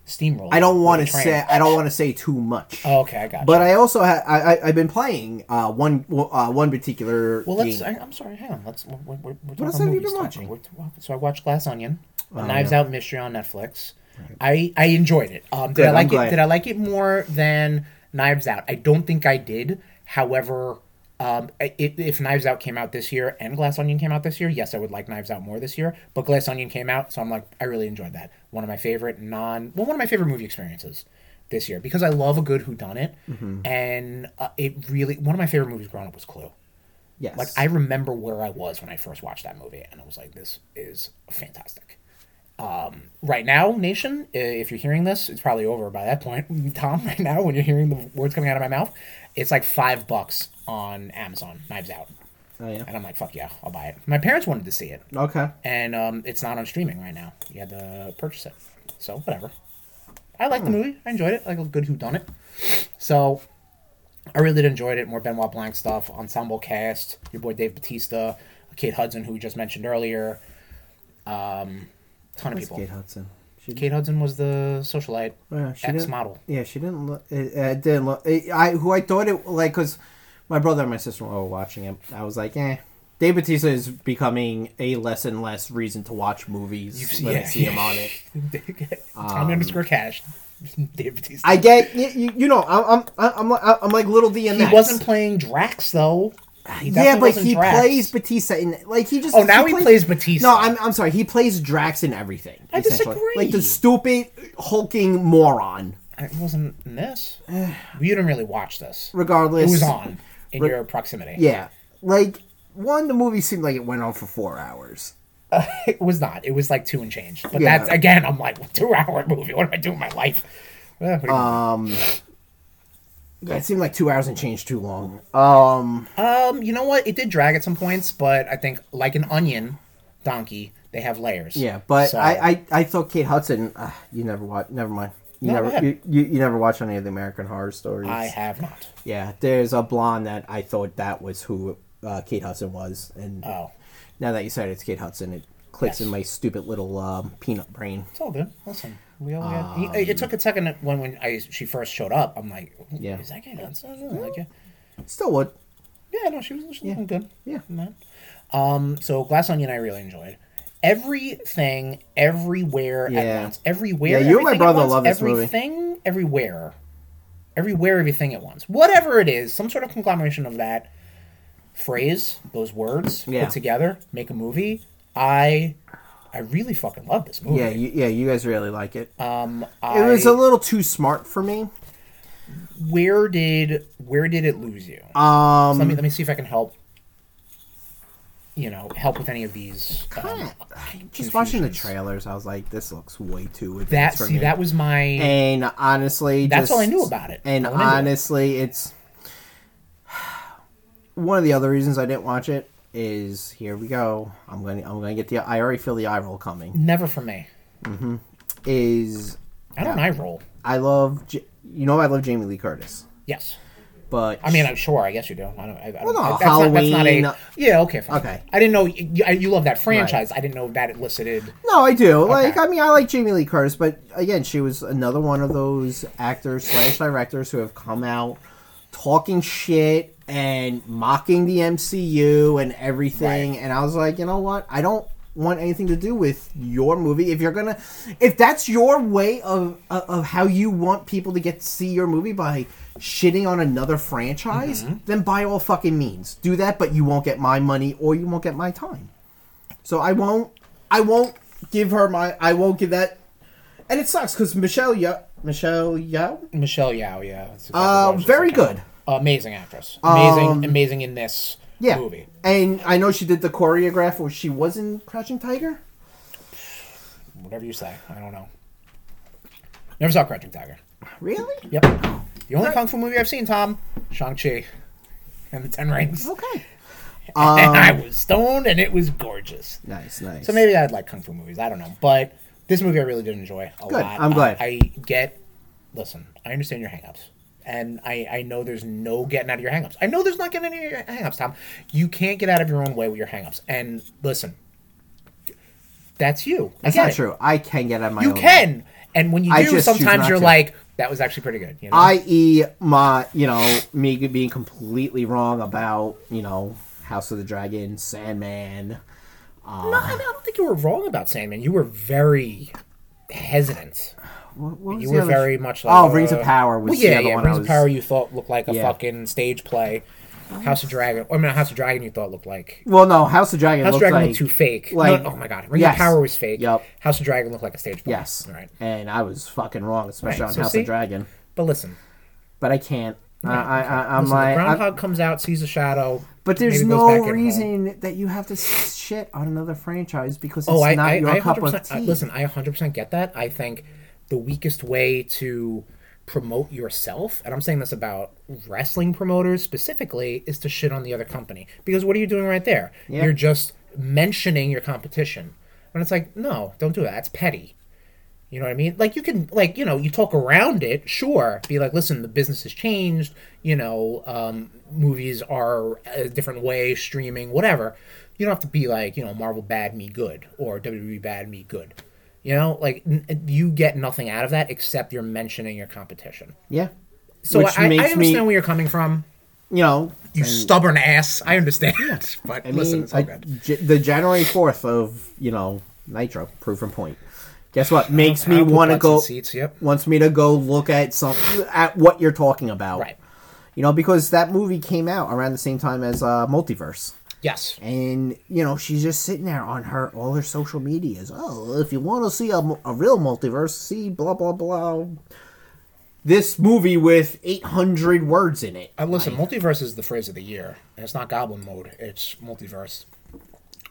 [SPEAKER 1] steamroll.
[SPEAKER 2] I don't want
[SPEAKER 1] the
[SPEAKER 2] to
[SPEAKER 1] train.
[SPEAKER 2] say. I don't want to say too much.
[SPEAKER 1] Oh, okay, I got. you.
[SPEAKER 2] But I also ha- I, I I've been playing uh, one uh, one particular
[SPEAKER 1] Well, let's.
[SPEAKER 2] game.
[SPEAKER 1] I, I'm sorry. Hang on. Let's. We're, we're, we're talking
[SPEAKER 2] else
[SPEAKER 1] about
[SPEAKER 2] have you
[SPEAKER 1] movies,
[SPEAKER 2] been watching? Oh,
[SPEAKER 1] Tucker. We're- we're- so I watched Glass Onion, a Knives Out mystery on Netflix. I I enjoyed it. Um, did
[SPEAKER 2] Good,
[SPEAKER 1] I
[SPEAKER 2] I'm
[SPEAKER 1] like
[SPEAKER 2] glad.
[SPEAKER 1] it? Did I like it more than Knives Out? I don't think I did. However, um, i- it, if Knives Out came out this year and Glass Onion came out this year, yes, I would like Knives Out more this year. But Glass Onion came out, so I'm like, I really enjoyed that. One of my favorite non, well, one of my favorite movie experiences this year because I love a good whodunit,
[SPEAKER 2] Mm-hmm.
[SPEAKER 1] and uh, it really one of my favorite movies growing up was Clue.
[SPEAKER 2] yes.
[SPEAKER 1] Like I remember where I was when I first watched that movie, and I was like, "This is fantastic." Um, right now, nation, i- if you're hearing this, it's probably over by that point. Tom, right now, when you're hearing the words coming out of my mouth, it's like five bucks on Amazon. Knives Out.
[SPEAKER 2] Oh yeah.
[SPEAKER 1] And I'm like, fuck yeah, I'll buy it. My parents wanted to see it,
[SPEAKER 2] Okay.
[SPEAKER 1] and um, it's not on streaming right now. You had to purchase it, so whatever. I
[SPEAKER 2] Hmm.
[SPEAKER 1] liked the movie. I enjoyed it. Like a good who done it. So I really enjoyed it. More Benoit Blanc stuff, ensemble cast. Your boy Dave Batista, Kate Hudson, who we just mentioned earlier. Um, ton of
[SPEAKER 2] That's
[SPEAKER 1] people.
[SPEAKER 2] Kate Hudson. She
[SPEAKER 1] Kate Hudson was the socialite
[SPEAKER 2] yeah, she
[SPEAKER 1] ex
[SPEAKER 2] didn't-
[SPEAKER 1] model.
[SPEAKER 2] Yeah, she didn't look. It, it didn't look. It, I who I thought it like because my brother and my sister were watching it. I was like, eh. Dave Bautista is becoming a less and less reason to watch movies
[SPEAKER 1] You've seen-
[SPEAKER 2] when I
[SPEAKER 1] yeah.
[SPEAKER 2] see him on it.
[SPEAKER 1] Tommy underscore Cash. Dave Batista.
[SPEAKER 2] Um, I get you, you, you know I'm I'm I'm like, I'm like little D and
[SPEAKER 1] he wasn't playing Drax though. He
[SPEAKER 2] Uh, Yeah,
[SPEAKER 1] definitely
[SPEAKER 2] but
[SPEAKER 1] wasn't
[SPEAKER 2] he
[SPEAKER 1] Drax.
[SPEAKER 2] plays Batista in like he just.
[SPEAKER 1] Oh, now he plays Batista.
[SPEAKER 2] No, I'm, I'm sorry. He plays Drax in everything.
[SPEAKER 1] I
[SPEAKER 2] essentially.
[SPEAKER 1] disagree.
[SPEAKER 2] Like the stupid hulking moron.
[SPEAKER 1] It wasn't in this. you didn't really watch this. It
[SPEAKER 2] Regardless,
[SPEAKER 1] was on in your proximity.
[SPEAKER 2] Yeah, like one, the movie seemed like it went on for four hours.
[SPEAKER 1] It was not. It was like two and change. But
[SPEAKER 2] Yeah.
[SPEAKER 1] that's again. I'm like well, two hour movie. What am I doing with my life? Eh, what do you-
[SPEAKER 2] Uh, It seemed like two hours and change too long. Um,
[SPEAKER 1] um, you know what? It did drag at some points, but I think like an onion donkey, they have layers.
[SPEAKER 2] yeah, but
[SPEAKER 1] So-
[SPEAKER 2] I, I, I thought Kate Hudson. Uh, you never watch. Never mind. You
[SPEAKER 1] No, go
[SPEAKER 2] never
[SPEAKER 1] ahead.
[SPEAKER 2] you, you, you never watch any of the American Horror Stories.
[SPEAKER 1] I have not.
[SPEAKER 2] Yeah, there's a blonde that I thought that was who uh, Kate Hudson was, and
[SPEAKER 1] Oh,
[SPEAKER 2] now that you said it's Kate Hudson, it clicks in my stupid little um, peanut brain.
[SPEAKER 1] It's all good. Listen, we all had.
[SPEAKER 2] Um,
[SPEAKER 1] It, it took a second when when I she first showed up. I'm like,
[SPEAKER 2] Yeah.
[SPEAKER 1] yeah, is that Kate Hudson? I don't like it.
[SPEAKER 2] Still would.
[SPEAKER 1] Yeah, no, she was she was looking good.
[SPEAKER 2] Yeah.
[SPEAKER 1] Man. Um, so Glass Onion, I really enjoyed. Everything, everywhere
[SPEAKER 2] Yeah.
[SPEAKER 1] at once. Everywhere.
[SPEAKER 2] Yeah, you and my
[SPEAKER 1] everything at
[SPEAKER 2] brother
[SPEAKER 1] once,
[SPEAKER 2] love this movie.
[SPEAKER 1] Everything, everywhere, everywhere, everything at once. Whatever it is, some sort of conglomeration of that phrase, those words
[SPEAKER 2] Yeah.
[SPEAKER 1] put together, make a movie. I, I really fucking love this movie.
[SPEAKER 2] Yeah, you, yeah, you guys really like it.
[SPEAKER 1] um,
[SPEAKER 2] it was
[SPEAKER 1] I-
[SPEAKER 2] a little too smart for me.
[SPEAKER 1] where did where did it lose you?
[SPEAKER 2] Um,
[SPEAKER 1] let me let me see if I can help. You know, help with any of these. Um,
[SPEAKER 2] just watching the
[SPEAKER 1] confusions.
[SPEAKER 2] trailers, I was like, this looks way too advanced
[SPEAKER 1] That
[SPEAKER 2] for
[SPEAKER 1] see,
[SPEAKER 2] me.
[SPEAKER 1] that was my.
[SPEAKER 2] and honestly,
[SPEAKER 1] That's
[SPEAKER 2] just-
[SPEAKER 1] all I knew about it.
[SPEAKER 2] And
[SPEAKER 1] I went into it.
[SPEAKER 2] honestly, it's one of the other reasons I didn't watch it. Is here we go. I'm gonna I'm gonna get the. I already feel the eye roll coming.
[SPEAKER 1] never for me.
[SPEAKER 2] Is
[SPEAKER 1] I don't eye roll.
[SPEAKER 2] I love J- you know I love Jamie Lee Curtis,
[SPEAKER 1] Yes,
[SPEAKER 2] but
[SPEAKER 1] I mean, I'm sure. I guess you do. I don't. I, I don't
[SPEAKER 2] no,
[SPEAKER 1] I- that's, not, that's not
[SPEAKER 2] Halloween.
[SPEAKER 1] a. Yeah. Okay. Fine.
[SPEAKER 2] Okay.
[SPEAKER 1] I didn't know you, I- you love that franchise. I didn't know that it listed.
[SPEAKER 2] no, I do. Like I mean, I like Jamie Lee Curtis, but again, she was another one of those actors slash directors who have come out talking shit and mocking the MCU and everything. And I was like, you know what? I don't want anything to do with your movie. If you're gonna, if that's your way of of, of how you want people to get to see your movie by shitting on another franchise, then by all fucking means do that. But you won't get my money or you won't get my time. So I won't. I won't give her my. I won't give that. And it sucks because Michelle Yo, Michelle Yo,
[SPEAKER 1] Michelle Yao. Yeah. that's exactly what I
[SPEAKER 2] uh,
[SPEAKER 1] was just
[SPEAKER 2] very
[SPEAKER 1] thinking.
[SPEAKER 2] good. Um,
[SPEAKER 1] Amazing actress. Amazing. amazing in this
[SPEAKER 2] Yeah.
[SPEAKER 1] movie.
[SPEAKER 2] And I know she did the choreograph where she was in Crouching Tiger.
[SPEAKER 1] Whatever you say. I don't know. Never saw Crouching Tiger.
[SPEAKER 2] Really?
[SPEAKER 1] Yep. The only kung fu movie I've seen, Tom, Shang Chi, and the Ten Rings.
[SPEAKER 2] Okay.
[SPEAKER 1] and I was stoned, and it was gorgeous.
[SPEAKER 2] Nice, nice.
[SPEAKER 1] So maybe I'd like kung fu movies. I don't know, but this movie I really did enjoy a
[SPEAKER 2] Good.
[SPEAKER 1] lot.
[SPEAKER 2] I'm
[SPEAKER 1] Uh,
[SPEAKER 2] glad.
[SPEAKER 1] I get. Listen, I understand your hangups, and I I know there's no getting out of your hangups. I know there's not getting out of your hangups, Tom. You can't get out of your own way with your hangups. And listen, that's you. I
[SPEAKER 2] That's
[SPEAKER 1] get
[SPEAKER 2] not
[SPEAKER 1] it.
[SPEAKER 2] true. I can get out of my
[SPEAKER 1] You
[SPEAKER 2] own.
[SPEAKER 1] can, and when you
[SPEAKER 2] I
[SPEAKER 1] do,
[SPEAKER 2] just choose
[SPEAKER 1] sometimes
[SPEAKER 2] not
[SPEAKER 1] you're
[SPEAKER 2] to.
[SPEAKER 1] like, that was actually pretty good. You know?
[SPEAKER 2] I.e., E my, you know, me being completely wrong about, you know, House of the Dragon, Sandman.
[SPEAKER 1] No, I mean, I don't think you were wrong about Sandman. You were very hesitant.
[SPEAKER 2] What, what was
[SPEAKER 1] You
[SPEAKER 2] the
[SPEAKER 1] were
[SPEAKER 2] other-
[SPEAKER 1] very much like uh,
[SPEAKER 2] Oh, Rings of Power was
[SPEAKER 1] well, yeah,
[SPEAKER 2] the other
[SPEAKER 1] yeah.
[SPEAKER 2] one. I
[SPEAKER 1] Rings
[SPEAKER 2] was-
[SPEAKER 1] of Power. You thought looked like a
[SPEAKER 2] Yeah.
[SPEAKER 1] fucking stage play. House of Dragon. I mean, House of Dragon. You thought looked like
[SPEAKER 2] Well, no, House of Dragon.
[SPEAKER 1] House of
[SPEAKER 2] looked
[SPEAKER 1] Dragon
[SPEAKER 2] like,
[SPEAKER 1] looked too fake. No,
[SPEAKER 2] like-
[SPEAKER 1] no, oh my god, Rings
[SPEAKER 2] yes.
[SPEAKER 1] of Power was fake.
[SPEAKER 2] Yep.
[SPEAKER 1] House of Dragon looked like a stage play.
[SPEAKER 2] Yes.
[SPEAKER 1] All right.
[SPEAKER 2] And I was fucking wrong, especially
[SPEAKER 1] Right,
[SPEAKER 2] on
[SPEAKER 1] so
[SPEAKER 2] House
[SPEAKER 1] see?
[SPEAKER 2] of Dragon.
[SPEAKER 1] But listen,
[SPEAKER 2] But I can't. I, I, I, I'm
[SPEAKER 1] listen the
[SPEAKER 2] like, I'm-
[SPEAKER 1] Groundhog comes out, sees a shadow.
[SPEAKER 2] But there's
[SPEAKER 1] maybe goes
[SPEAKER 2] no
[SPEAKER 1] back in home.
[SPEAKER 2] reason that you have to shit on another franchise because it's
[SPEAKER 1] Oh, I,
[SPEAKER 2] not
[SPEAKER 1] I, uh,
[SPEAKER 2] your
[SPEAKER 1] I
[SPEAKER 2] cup
[SPEAKER 1] 100%,
[SPEAKER 2] of tea.
[SPEAKER 1] I- listen, I 100% get that. I think the weakest way to promote yourself, and I'm saying this about wrestling promoters specifically, is to shit on the other company. Because what are you doing right there?
[SPEAKER 2] Yeah.
[SPEAKER 1] You're just mentioning your competition. And it's like, no, don't do that. That's petty. You know what I mean? Like you can like, you know, you talk around it, sure. Be like, listen, the business has changed, you know, um, movies are a different way, streaming, whatever. You don't have to be like, you know, Marvel bad me good or WWE bad me good. You know, like n- you get nothing out of that except you're mentioning your competition.
[SPEAKER 2] Yeah.
[SPEAKER 1] So
[SPEAKER 2] Which
[SPEAKER 1] I, I
[SPEAKER 2] makes
[SPEAKER 1] understand
[SPEAKER 2] me-
[SPEAKER 1] where you're coming from.
[SPEAKER 2] You know,
[SPEAKER 1] You stubborn ass. I understand. But
[SPEAKER 2] I mean,
[SPEAKER 1] listen, it's all
[SPEAKER 2] I-
[SPEAKER 1] good.
[SPEAKER 2] J- the January fourth of you know Nitro proven point. Guess what makes me
[SPEAKER 1] I'll put
[SPEAKER 2] want to
[SPEAKER 1] butts in
[SPEAKER 2] go
[SPEAKER 1] Seats, yep.
[SPEAKER 2] wants me to go look at some at what you're talking about,
[SPEAKER 1] Right.
[SPEAKER 2] You know, because that movie came out around the same time as uh, Multiverse.
[SPEAKER 1] Yes.
[SPEAKER 2] And you know she's just sitting there on her all her social medias. Oh, if you want to see a, mu- a real multiverse, see blah blah blah. This movie with eight hundred words in it.
[SPEAKER 1] Uh, listen, multiverse is the phrase of the year, and it's not Goblin Mode; it's multiverse.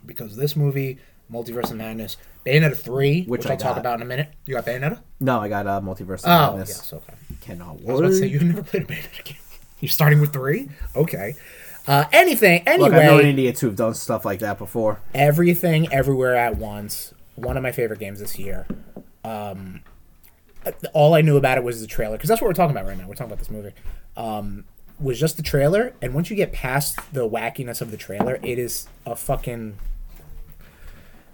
[SPEAKER 1] Because this movie, Multiverse of Madness, Bayonetta three, which,
[SPEAKER 2] Which I
[SPEAKER 1] I'll talk
[SPEAKER 2] got.
[SPEAKER 1] about in a minute. You got Bayonetta?
[SPEAKER 2] No, I got a uh, multiverse. of
[SPEAKER 1] Oh,
[SPEAKER 2] Madness.
[SPEAKER 1] yes, okay.
[SPEAKER 2] Cannot
[SPEAKER 1] I was about
[SPEAKER 2] wait.
[SPEAKER 1] to say you've never played a Bayonetta game. You're starting with three? Okay. Uh, anything, anyway,
[SPEAKER 2] Look, I've known idiots who've done stuff like that before.
[SPEAKER 1] everything, everywhere at once. One of my favorite games this year. Um, uh, all I knew about it was the trailer, because that's what we're talking about right now. We're talking about this movie. Um, was just the trailer, and once you get past the wackiness of the trailer, it is a fucking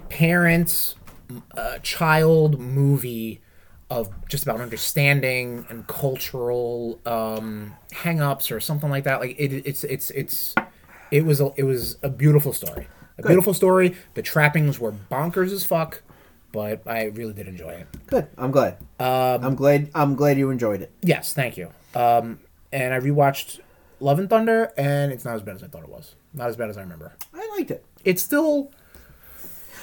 [SPEAKER 1] parents, m- uh, child movie of just about understanding and cultural um, hang-ups or something like that. Like it, it's it's it's it was a, it was a beautiful story, a beautiful story. The trappings were bonkers as fuck, but I really did enjoy it.
[SPEAKER 2] Good. I'm glad.
[SPEAKER 1] Um,
[SPEAKER 2] I'm glad. I'm glad you enjoyed it.
[SPEAKER 1] Yes, thank you. Um, and I rewatched Love and Thunder, and it's not as bad as I thought it was. Not as bad as I remember.
[SPEAKER 2] I liked it.
[SPEAKER 1] It's still.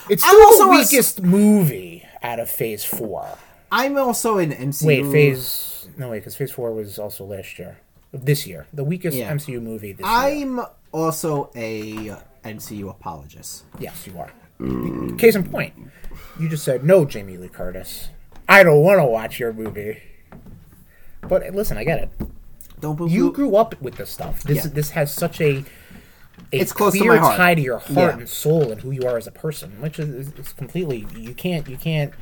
[SPEAKER 1] It's
[SPEAKER 2] I'm
[SPEAKER 1] still the
[SPEAKER 2] also a s-
[SPEAKER 1] weakest movie out of Phase Four.
[SPEAKER 2] I'm also an MCU.
[SPEAKER 1] Wait, phase no wait, because phase four was also last year, this year, the weakest
[SPEAKER 2] Yeah.
[SPEAKER 1] MCU movie this year.
[SPEAKER 2] I'm also a MCU apologist.
[SPEAKER 1] Yes, you are. Case in point, you just said no, Jamie Lee Curtis. I don't want to watch your movie. But eh, listen, I get it.
[SPEAKER 2] Don't boo
[SPEAKER 1] You
[SPEAKER 2] boo.
[SPEAKER 1] grew up with this stuff. This
[SPEAKER 2] Yeah.
[SPEAKER 1] this has such a, a
[SPEAKER 2] It's close to
[SPEAKER 1] clear
[SPEAKER 2] my heart.
[SPEAKER 1] tie to your heart
[SPEAKER 2] Yeah.
[SPEAKER 1] and soul and who you are as a person, which is, is, is completely you can't you can't.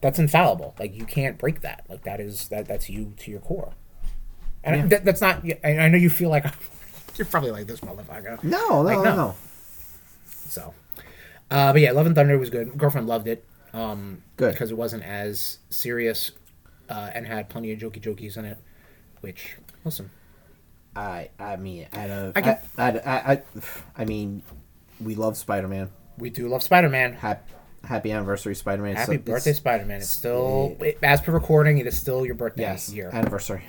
[SPEAKER 1] That's infallible. Like you can't break that. Like that is that that's you to your core. And
[SPEAKER 2] Yeah.
[SPEAKER 1] that, that's not. I, I know you feel like you're probably like this motherfucker.
[SPEAKER 2] No, no,
[SPEAKER 1] Like,
[SPEAKER 2] no,
[SPEAKER 1] no.
[SPEAKER 2] no.
[SPEAKER 1] So, uh, but yeah, Love and Thunder was good. Girlfriend loved it. Um,
[SPEAKER 2] Good.
[SPEAKER 1] because it wasn't as serious, uh, and had plenty of jokey jokeys in it. Whiwhich listen,
[SPEAKER 2] I, I mean, out of,
[SPEAKER 1] I
[SPEAKER 2] I,
[SPEAKER 1] can-
[SPEAKER 2] I, I, I, I mean, we love Spider Man.
[SPEAKER 1] we do love Spider Man.
[SPEAKER 2] Happy, happy anniversary, Spider Man.
[SPEAKER 1] Happy birthday, Spider Man. It's still, it, as per recording, it is still your birthday
[SPEAKER 2] Yes,
[SPEAKER 1] year.
[SPEAKER 2] anniversary.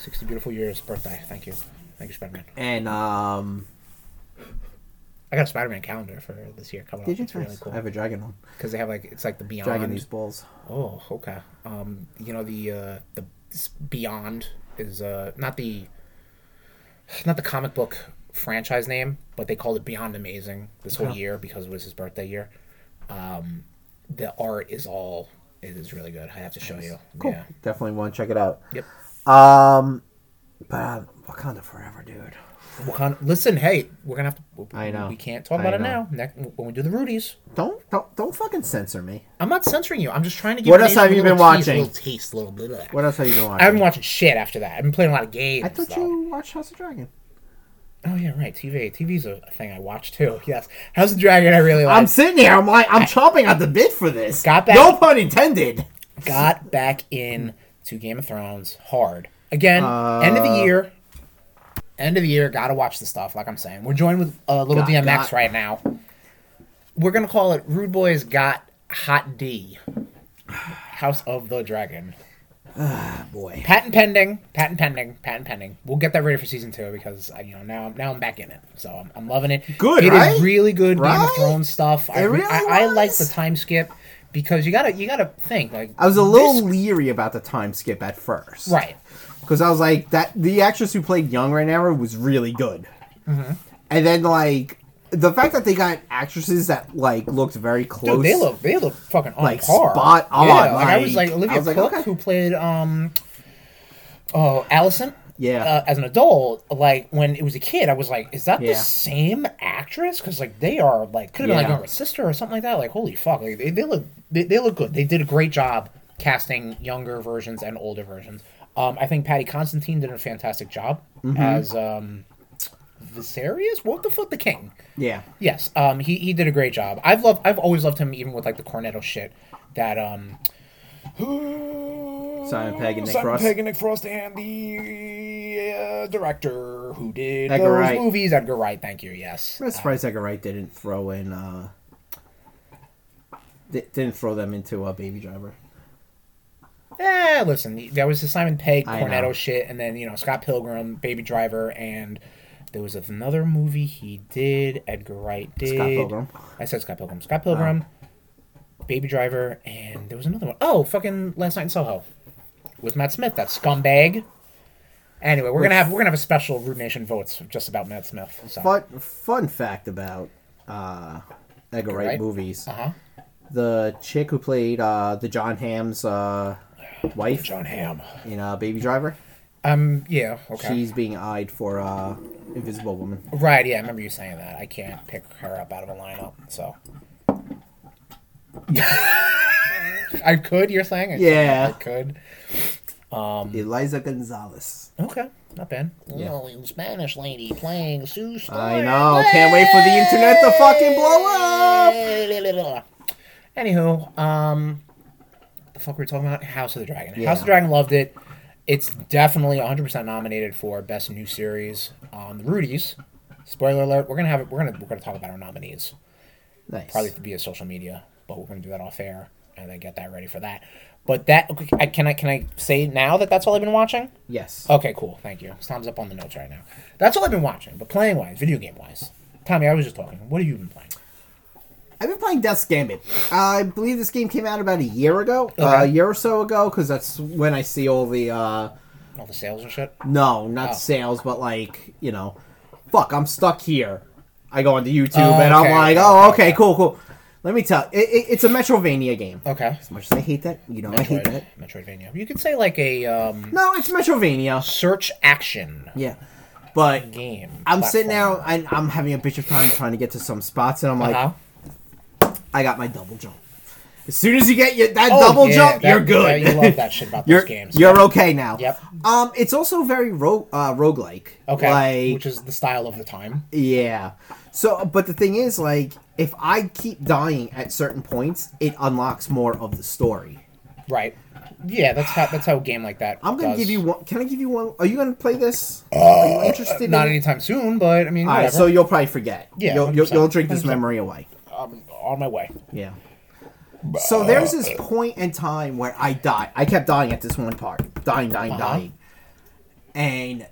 [SPEAKER 1] 60 beautiful years, birthday. Thank you. Thank you, Spider Man.
[SPEAKER 2] And um,
[SPEAKER 1] I got a Spider Man calendar for this year coming
[SPEAKER 2] did
[SPEAKER 1] up.
[SPEAKER 2] you?
[SPEAKER 1] It's really
[SPEAKER 2] Nice.
[SPEAKER 1] cool.
[SPEAKER 2] I have a dragon one.
[SPEAKER 1] Because they have like, it's like the Beyond.
[SPEAKER 2] Dragon these balls.
[SPEAKER 1] Oh, okay. Um, you know the uh, the s- Beyond is uh not the not the comic book franchise name, but they called it Beyond Amazing this whole
[SPEAKER 2] Okay.
[SPEAKER 1] year because it was his birthday year. Um, the art is all it is really good. I have to show you.
[SPEAKER 2] Cool.
[SPEAKER 1] Yeah.
[SPEAKER 2] Definitely want to check it out.
[SPEAKER 1] Yep.
[SPEAKER 2] Um, but uh, Wakanda Forever, dude.
[SPEAKER 1] Wakanda. Listen, hey, we're gonna have to.
[SPEAKER 2] I know.
[SPEAKER 1] We can't talk
[SPEAKER 2] I
[SPEAKER 1] about it
[SPEAKER 2] know.
[SPEAKER 1] now. Next, when we do the Rudies,
[SPEAKER 2] Don't don't don't fucking censor me.
[SPEAKER 1] I'm not censoring you. I'm just trying to give.
[SPEAKER 2] What
[SPEAKER 1] the
[SPEAKER 2] else
[SPEAKER 1] nation
[SPEAKER 2] have
[SPEAKER 1] a
[SPEAKER 2] you
[SPEAKER 1] little
[SPEAKER 2] been
[SPEAKER 1] taste, a
[SPEAKER 2] watching?
[SPEAKER 1] Little taste, a little bit of that.
[SPEAKER 2] What else have you been
[SPEAKER 1] I
[SPEAKER 2] watching?
[SPEAKER 1] haven't watching shit after that. I've been playing a lot of games.
[SPEAKER 2] I thought
[SPEAKER 1] though.
[SPEAKER 2] you watched House of Dragon.
[SPEAKER 1] Oh yeah, right. TV. TV's a thing I watch too. Yes. House of Dragon. I really
[SPEAKER 2] I'm
[SPEAKER 1] like.
[SPEAKER 2] sitting here. I'm like I'm chomping at the bit for this.
[SPEAKER 1] Got back.
[SPEAKER 2] No pun intended.
[SPEAKER 1] Got back in to Game of Thrones hard again. end of
[SPEAKER 2] Uh,
[SPEAKER 1] the year. End of the year. Gotta watch the stuff. Like I'm saying, we're joined with uh, little
[SPEAKER 2] Got-
[SPEAKER 1] DMX
[SPEAKER 2] got-
[SPEAKER 1] right now. We're gonna call it Rude Boys Got Hot D. House of the Dragon.
[SPEAKER 2] Boy,
[SPEAKER 1] Patent pending. Patent pending. Patent pending. We'll get that ready for season two because I, you know now now I'm back in it, so I'm, I'm loving it.
[SPEAKER 2] Good,
[SPEAKER 1] It is
[SPEAKER 2] right?
[SPEAKER 1] really good Game of
[SPEAKER 2] Right?
[SPEAKER 1] Thrones stuff. I,
[SPEAKER 2] It
[SPEAKER 1] re-
[SPEAKER 2] really
[SPEAKER 1] I, I like the
[SPEAKER 2] was.
[SPEAKER 1] time skip because you gotta you gotta think like
[SPEAKER 2] I was a
[SPEAKER 1] this-
[SPEAKER 2] little leery about the time skip at first,
[SPEAKER 1] right.
[SPEAKER 2] Because I was
[SPEAKER 1] Mm-hmm.
[SPEAKER 2] like that. The actress who played Young right now was really good, and then like the fact that they got actresses that like looked very close.
[SPEAKER 1] Dude, they look they look fucking on
[SPEAKER 2] Like,
[SPEAKER 1] par.
[SPEAKER 2] spot on,
[SPEAKER 1] Yeah, like, I was
[SPEAKER 2] like,
[SPEAKER 1] like Olivia
[SPEAKER 2] I was like,
[SPEAKER 1] Cook,
[SPEAKER 2] okay.
[SPEAKER 1] who played um, oh Allison.
[SPEAKER 2] Yeah.
[SPEAKER 1] Uh, as an adult, like when it was a kid, I was like, "Is that the
[SPEAKER 2] Yeah.
[SPEAKER 1] same actress?" Because like they are like could have been
[SPEAKER 2] Yeah.
[SPEAKER 1] like her sister or something like that. Like holy fuck, like they, they look they, they look good. They did a great job casting younger versions and older versions. Um, I think Patty Constantine did a fantastic job
[SPEAKER 2] Mm-hmm.
[SPEAKER 1] as um, Viserys. What the fuck, the king?
[SPEAKER 2] Yeah.
[SPEAKER 1] Yes, um, he he did a great job. I've loved, I've always loved him, even with like the Cornetto shit. That um, Simon
[SPEAKER 2] Pegg and Nick Frost.
[SPEAKER 1] Pegg and Nick Frost and the uh, director who did
[SPEAKER 2] Edgar
[SPEAKER 1] those
[SPEAKER 2] Wright.
[SPEAKER 1] movies, Edgar Wright. Thank you. Yes,
[SPEAKER 2] I'm surprised Edgar Wright didn't throw in uh di- didn't throw them into a baby driver.
[SPEAKER 1] eh, listen, that was the Simon Pegg
[SPEAKER 2] I know.
[SPEAKER 1] Cornetto shit, and then you know Scott Pilgrim, Baby Driver, and there was another movie he did. Edgar Wright did.
[SPEAKER 2] Scott Pilgrim.
[SPEAKER 1] I said Scott Pilgrim. Scott Pilgrim, Baby Driver, and there was another one. Oh, fucking Last Night in Soho with Matt Smith, that scumbag. Anyway, we're gonna have we're gonna have a special Root Nation votes just about Matt Smith. So.
[SPEAKER 2] Fun fun fact about uh Edgar Wright
[SPEAKER 1] Wright?
[SPEAKER 2] movies.
[SPEAKER 1] Uh huh.
[SPEAKER 2] The chick who played uh the John Hamm's uh wife
[SPEAKER 1] John Hamm.
[SPEAKER 2] in uh Baby Driver,
[SPEAKER 1] Um. Yeah. Okay.
[SPEAKER 2] she's being eyed for uh Invisible Woman.
[SPEAKER 1] Right. Yeah. I remember you saying that. I can't pick her up out of a lineup. So. I could. You're saying? I-
[SPEAKER 2] Yeah.
[SPEAKER 1] I could.
[SPEAKER 2] Eliza Gonzalez.
[SPEAKER 1] Okay. Not bad.
[SPEAKER 2] Yeah.
[SPEAKER 1] Little Spanish lady playing Sue
[SPEAKER 2] I know. Can't wait for the internet to fucking blow up.
[SPEAKER 1] up. Anywho, um, the fuck were we talking about? House of the Dragon.
[SPEAKER 2] Yeah.
[SPEAKER 1] House of the Dragon loved it. It's definitely 100% nominated for best new series on the Rudies. Spoiler alert: We're gonna have it. We're gonna we're gonna talk about our nominees
[SPEAKER 2] Nice.
[SPEAKER 1] probably via social media, but we're gonna do that off air and then get that ready for that. But that I can I can I say now that that's all I've been watching.
[SPEAKER 2] Yes.
[SPEAKER 1] Okay, cool. Thank you. Tom's up on the notes right now. That's all I've been watching, but playing wise, video game wise. Tommy, I was just talking. What have you been playing?
[SPEAKER 2] I've been playing Death's Gambit. I believe this game came out about a year ago, uh, a year or so ago, because that's when I see all the uh,
[SPEAKER 1] All the sales and shit?
[SPEAKER 2] no, not
[SPEAKER 1] Oh.
[SPEAKER 2] sales, but like you know, fuck, I'm stuck here. I go onto YouTube
[SPEAKER 1] Oh,
[SPEAKER 2] and I'm
[SPEAKER 1] okay,
[SPEAKER 2] like,
[SPEAKER 1] okay,
[SPEAKER 2] oh,
[SPEAKER 1] okay,
[SPEAKER 2] okay, cool, cool. Let me tell. It, it, it's a Metrovania game.
[SPEAKER 1] Okay.
[SPEAKER 2] As much as I hate that, you know, I hate
[SPEAKER 1] Metroid,
[SPEAKER 2] that.
[SPEAKER 1] Metroidvania. You could say like a um,
[SPEAKER 2] No, it's Metrovania.
[SPEAKER 1] search action
[SPEAKER 2] Yeah, but
[SPEAKER 1] game.
[SPEAKER 2] I'm sitting
[SPEAKER 1] platformer.
[SPEAKER 2] out and I'm having a bitch of time trying to get to some spots, and I'm like,
[SPEAKER 1] Uh-huh.
[SPEAKER 2] I got my double jump. As soon as you get your, that
[SPEAKER 1] Oh,
[SPEAKER 2] double
[SPEAKER 1] yeah,
[SPEAKER 2] jump,
[SPEAKER 1] that-
[SPEAKER 2] you're good.
[SPEAKER 1] that- you love that shit about
[SPEAKER 2] you're
[SPEAKER 1] those games.
[SPEAKER 2] you're okay now.
[SPEAKER 1] Yep.
[SPEAKER 2] Um, it's also very ro- uh, roguelike.
[SPEAKER 1] okay.
[SPEAKER 2] Like,
[SPEAKER 1] Which is the style of the time.
[SPEAKER 2] yeah. So, but the thing is, like, if I keep dying at certain points, it unlocks more of the story.
[SPEAKER 1] Right. Yeah, that's how that's how a game like that.
[SPEAKER 2] I'm
[SPEAKER 1] does.
[SPEAKER 2] gonna
[SPEAKER 1] Uh,
[SPEAKER 2] give you one. Can I give you one? Are you gonna play this? Are you interested?
[SPEAKER 1] not
[SPEAKER 2] in it?
[SPEAKER 1] anytime soon, but I mean,
[SPEAKER 2] All
[SPEAKER 1] whatever.
[SPEAKER 2] right. So you'll probably forget.
[SPEAKER 1] Yeah,
[SPEAKER 2] You'll, you'll,
[SPEAKER 1] 100%,
[SPEAKER 2] you'll drink this
[SPEAKER 1] 100%.
[SPEAKER 2] memory away.
[SPEAKER 1] I'm on my way.
[SPEAKER 2] Yeah. So there's
[SPEAKER 1] uh,
[SPEAKER 2] this point in time where I died. I kept dying at this one part, dying,
[SPEAKER 1] Uh-huh.
[SPEAKER 2] dying, dying, and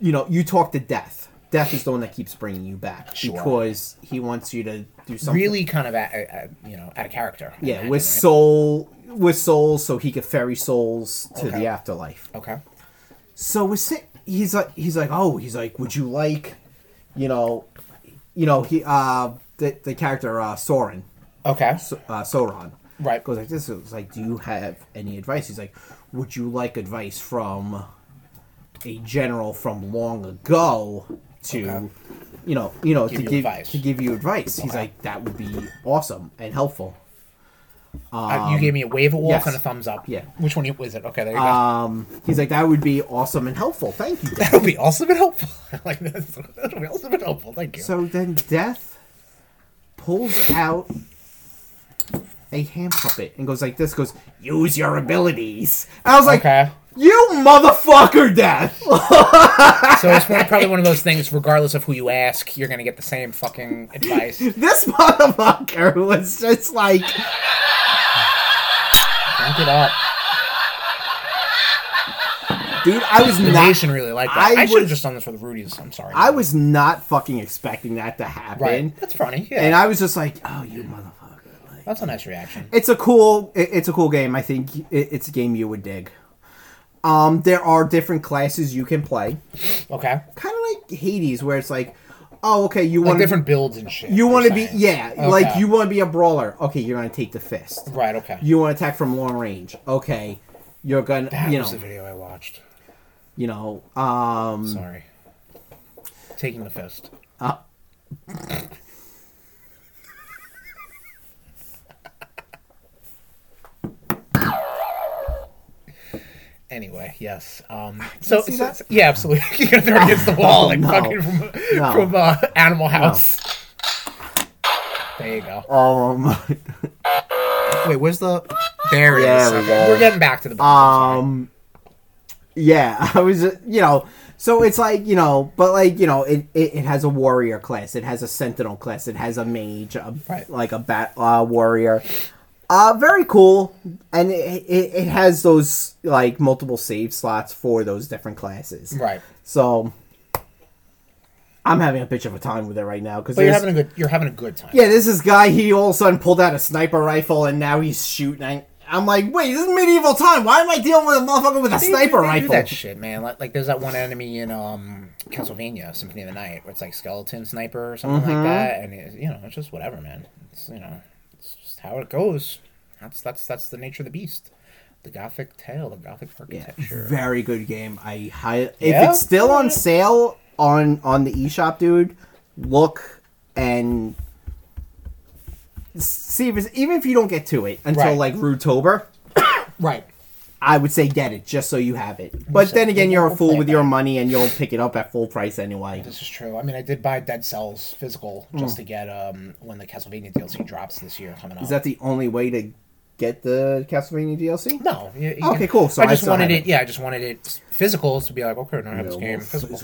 [SPEAKER 2] you know you talk to death. Death is the one that keeps bringing you back
[SPEAKER 1] Sure.
[SPEAKER 2] because he wants you to do something.
[SPEAKER 1] Really, kind of, at, at, you know, out of character. I
[SPEAKER 2] yeah,
[SPEAKER 1] imagine,
[SPEAKER 2] with
[SPEAKER 1] right?
[SPEAKER 2] soul, with souls, so he could ferry souls to
[SPEAKER 1] Okay.
[SPEAKER 2] the afterlife.
[SPEAKER 1] Okay.
[SPEAKER 2] So we're sit- He's like, he's like, oh, he's like, would you like, you know, you know, he uh, the the character uh, Soren,
[SPEAKER 1] Okay.
[SPEAKER 2] uh, Sauron.
[SPEAKER 1] Right.
[SPEAKER 2] Goes like this. It's like, do you have any advice? He's like, would you like advice from a general from long ago to,
[SPEAKER 1] Okay.
[SPEAKER 2] you know, you know, to
[SPEAKER 1] you
[SPEAKER 2] give
[SPEAKER 1] advice.
[SPEAKER 2] to give you advice? He's like, that would be awesome and helpful.
[SPEAKER 1] Uh, you gave me a wave of walk
[SPEAKER 2] yes.
[SPEAKER 1] and a thumbs up.
[SPEAKER 2] Yeah.
[SPEAKER 1] Which one was it? Okay, there you
[SPEAKER 2] Um, he's like, that would be awesome and helpful. Thank you.
[SPEAKER 1] go.
[SPEAKER 2] Death.
[SPEAKER 1] That'll be awesome and helpful. I like this. That'll be awesome and helpful. Thank you.
[SPEAKER 2] so then death pulls out a hand puppet and goes like this. Goes, use your abilities. And I was like.
[SPEAKER 1] okay.
[SPEAKER 2] You motherfucker, Death!
[SPEAKER 1] So it's one, probably one of those things. Regardless of who you ask, you're gonna get the same fucking advice. Don't
[SPEAKER 2] this motherfucker was just like,
[SPEAKER 1] get up.
[SPEAKER 2] dude, I was
[SPEAKER 1] The
[SPEAKER 2] not,
[SPEAKER 1] nation really liked
[SPEAKER 2] I
[SPEAKER 1] that. I, should
[SPEAKER 2] would-
[SPEAKER 1] have just done this for the Rudies. I'm sorry.
[SPEAKER 2] I was not fucking expecting that to happen,
[SPEAKER 1] right. That's funny. Yeah.
[SPEAKER 2] and I was just like, oh, you motherfucker! Like,
[SPEAKER 1] That's a nice reaction.
[SPEAKER 2] it's a cool, it- it's a cool game. I think it- it's a game you would dig. Um, there are different classes you can play,
[SPEAKER 1] Okay.
[SPEAKER 2] kind of like Hades, where it's like, Oh, okay. You
[SPEAKER 1] Like
[SPEAKER 2] want
[SPEAKER 1] different builds and shit.
[SPEAKER 2] You
[SPEAKER 1] you're
[SPEAKER 2] want to be
[SPEAKER 1] saying.
[SPEAKER 2] yeah,
[SPEAKER 1] Okay.
[SPEAKER 2] like you want to be a brawler. Okay, you're gonna take the fist.
[SPEAKER 1] Right. Okay.
[SPEAKER 2] You want to attack from long range. Okay, you're gonna
[SPEAKER 1] that
[SPEAKER 2] you
[SPEAKER 1] was the
[SPEAKER 2] know
[SPEAKER 1] video I watched.
[SPEAKER 2] you know um
[SPEAKER 1] Sorry. Taking the fist.
[SPEAKER 2] Ah.
[SPEAKER 1] Anyway, yes. Um, so,
[SPEAKER 2] see
[SPEAKER 1] so-
[SPEAKER 2] that? Oh,
[SPEAKER 1] yeah, absolutely. You're gonna throw it against the wall like
[SPEAKER 2] no.
[SPEAKER 1] fucking from,
[SPEAKER 2] No.
[SPEAKER 1] from uh, Animal House. There you go.
[SPEAKER 2] um
[SPEAKER 1] Wait, where's the? There it is.
[SPEAKER 2] There we
[SPEAKER 1] Okay,
[SPEAKER 2] go.
[SPEAKER 1] We're getting back to the.
[SPEAKER 2] um yeah. I was uh, you know so it's like you know but like you know it, it it has a warrior class. It has a sentinel class. It has a mage, a,
[SPEAKER 1] Right.
[SPEAKER 2] like a bat uh, warrior. Uh, very cool, and it, it, it has those like multiple save slots for those different classes.
[SPEAKER 1] right.
[SPEAKER 2] So I'm having a bitch of a time with it right now because
[SPEAKER 1] But you're having a good. You're having a good time.
[SPEAKER 2] yeah, this is guy. He all of a sudden pulled out a sniper rifle and now he's shooting. I, I'm like, wait, this is medieval time. Why am I dealing with a motherfucker with a
[SPEAKER 1] They-
[SPEAKER 2] sniper
[SPEAKER 1] they do
[SPEAKER 2] rifle?
[SPEAKER 1] that shit, man. Like, like there's that one enemy in um Castlevania Symphony of the Night where it's like skeleton sniper or something
[SPEAKER 2] Mm-hmm.
[SPEAKER 1] like that, and it, you know it's just whatever, man. It's you know it's just how it goes. That's that's that's the nature of the beast. The gothic tale, the gothic architecture.
[SPEAKER 2] Very good game. I hi- if
[SPEAKER 1] Yeah?
[SPEAKER 2] it's still on sale on on the eShop, dude, look and see if it's, even if you don't get to it until
[SPEAKER 1] Right.
[SPEAKER 2] like Rudetober.
[SPEAKER 1] Right.
[SPEAKER 2] I would say get it just so you have it. But then again, you're a
[SPEAKER 1] We'll
[SPEAKER 2] fool
[SPEAKER 1] play
[SPEAKER 2] with
[SPEAKER 1] that.
[SPEAKER 2] your money and you'll pick it up at full price anyway.
[SPEAKER 1] This is true. I mean, I did buy Dead Cells physical just to get um when the Castlevania DLC drops this year coming up.
[SPEAKER 2] Mm. Is that the only way to get the Castlevania DLC?
[SPEAKER 1] no. you- you
[SPEAKER 2] Okay, cool. So
[SPEAKER 1] I
[SPEAKER 2] I
[SPEAKER 1] just
[SPEAKER 2] still
[SPEAKER 1] wanted
[SPEAKER 2] have
[SPEAKER 1] it,
[SPEAKER 2] it.
[SPEAKER 1] Yeah, I just wanted it physical to be like, okay, now I have this game physical.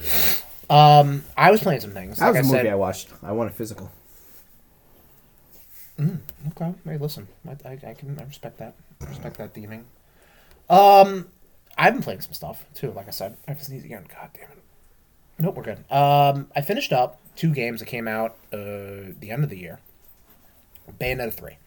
[SPEAKER 2] Physical.
[SPEAKER 1] Um, I was playing some things.
[SPEAKER 2] That
[SPEAKER 1] like
[SPEAKER 2] was a
[SPEAKER 1] I
[SPEAKER 2] movie
[SPEAKER 1] said,
[SPEAKER 2] I watched. I want a physical.
[SPEAKER 1] Okay. Hey, listen, I, I, I can I respect that. I respect that theming. Um, I've been playing some stuff too. Like I said, I have to sneeze again. God damn it. Nope, we're good. Um, I finished up two games that came out uh the end of the year. Bayonetta three.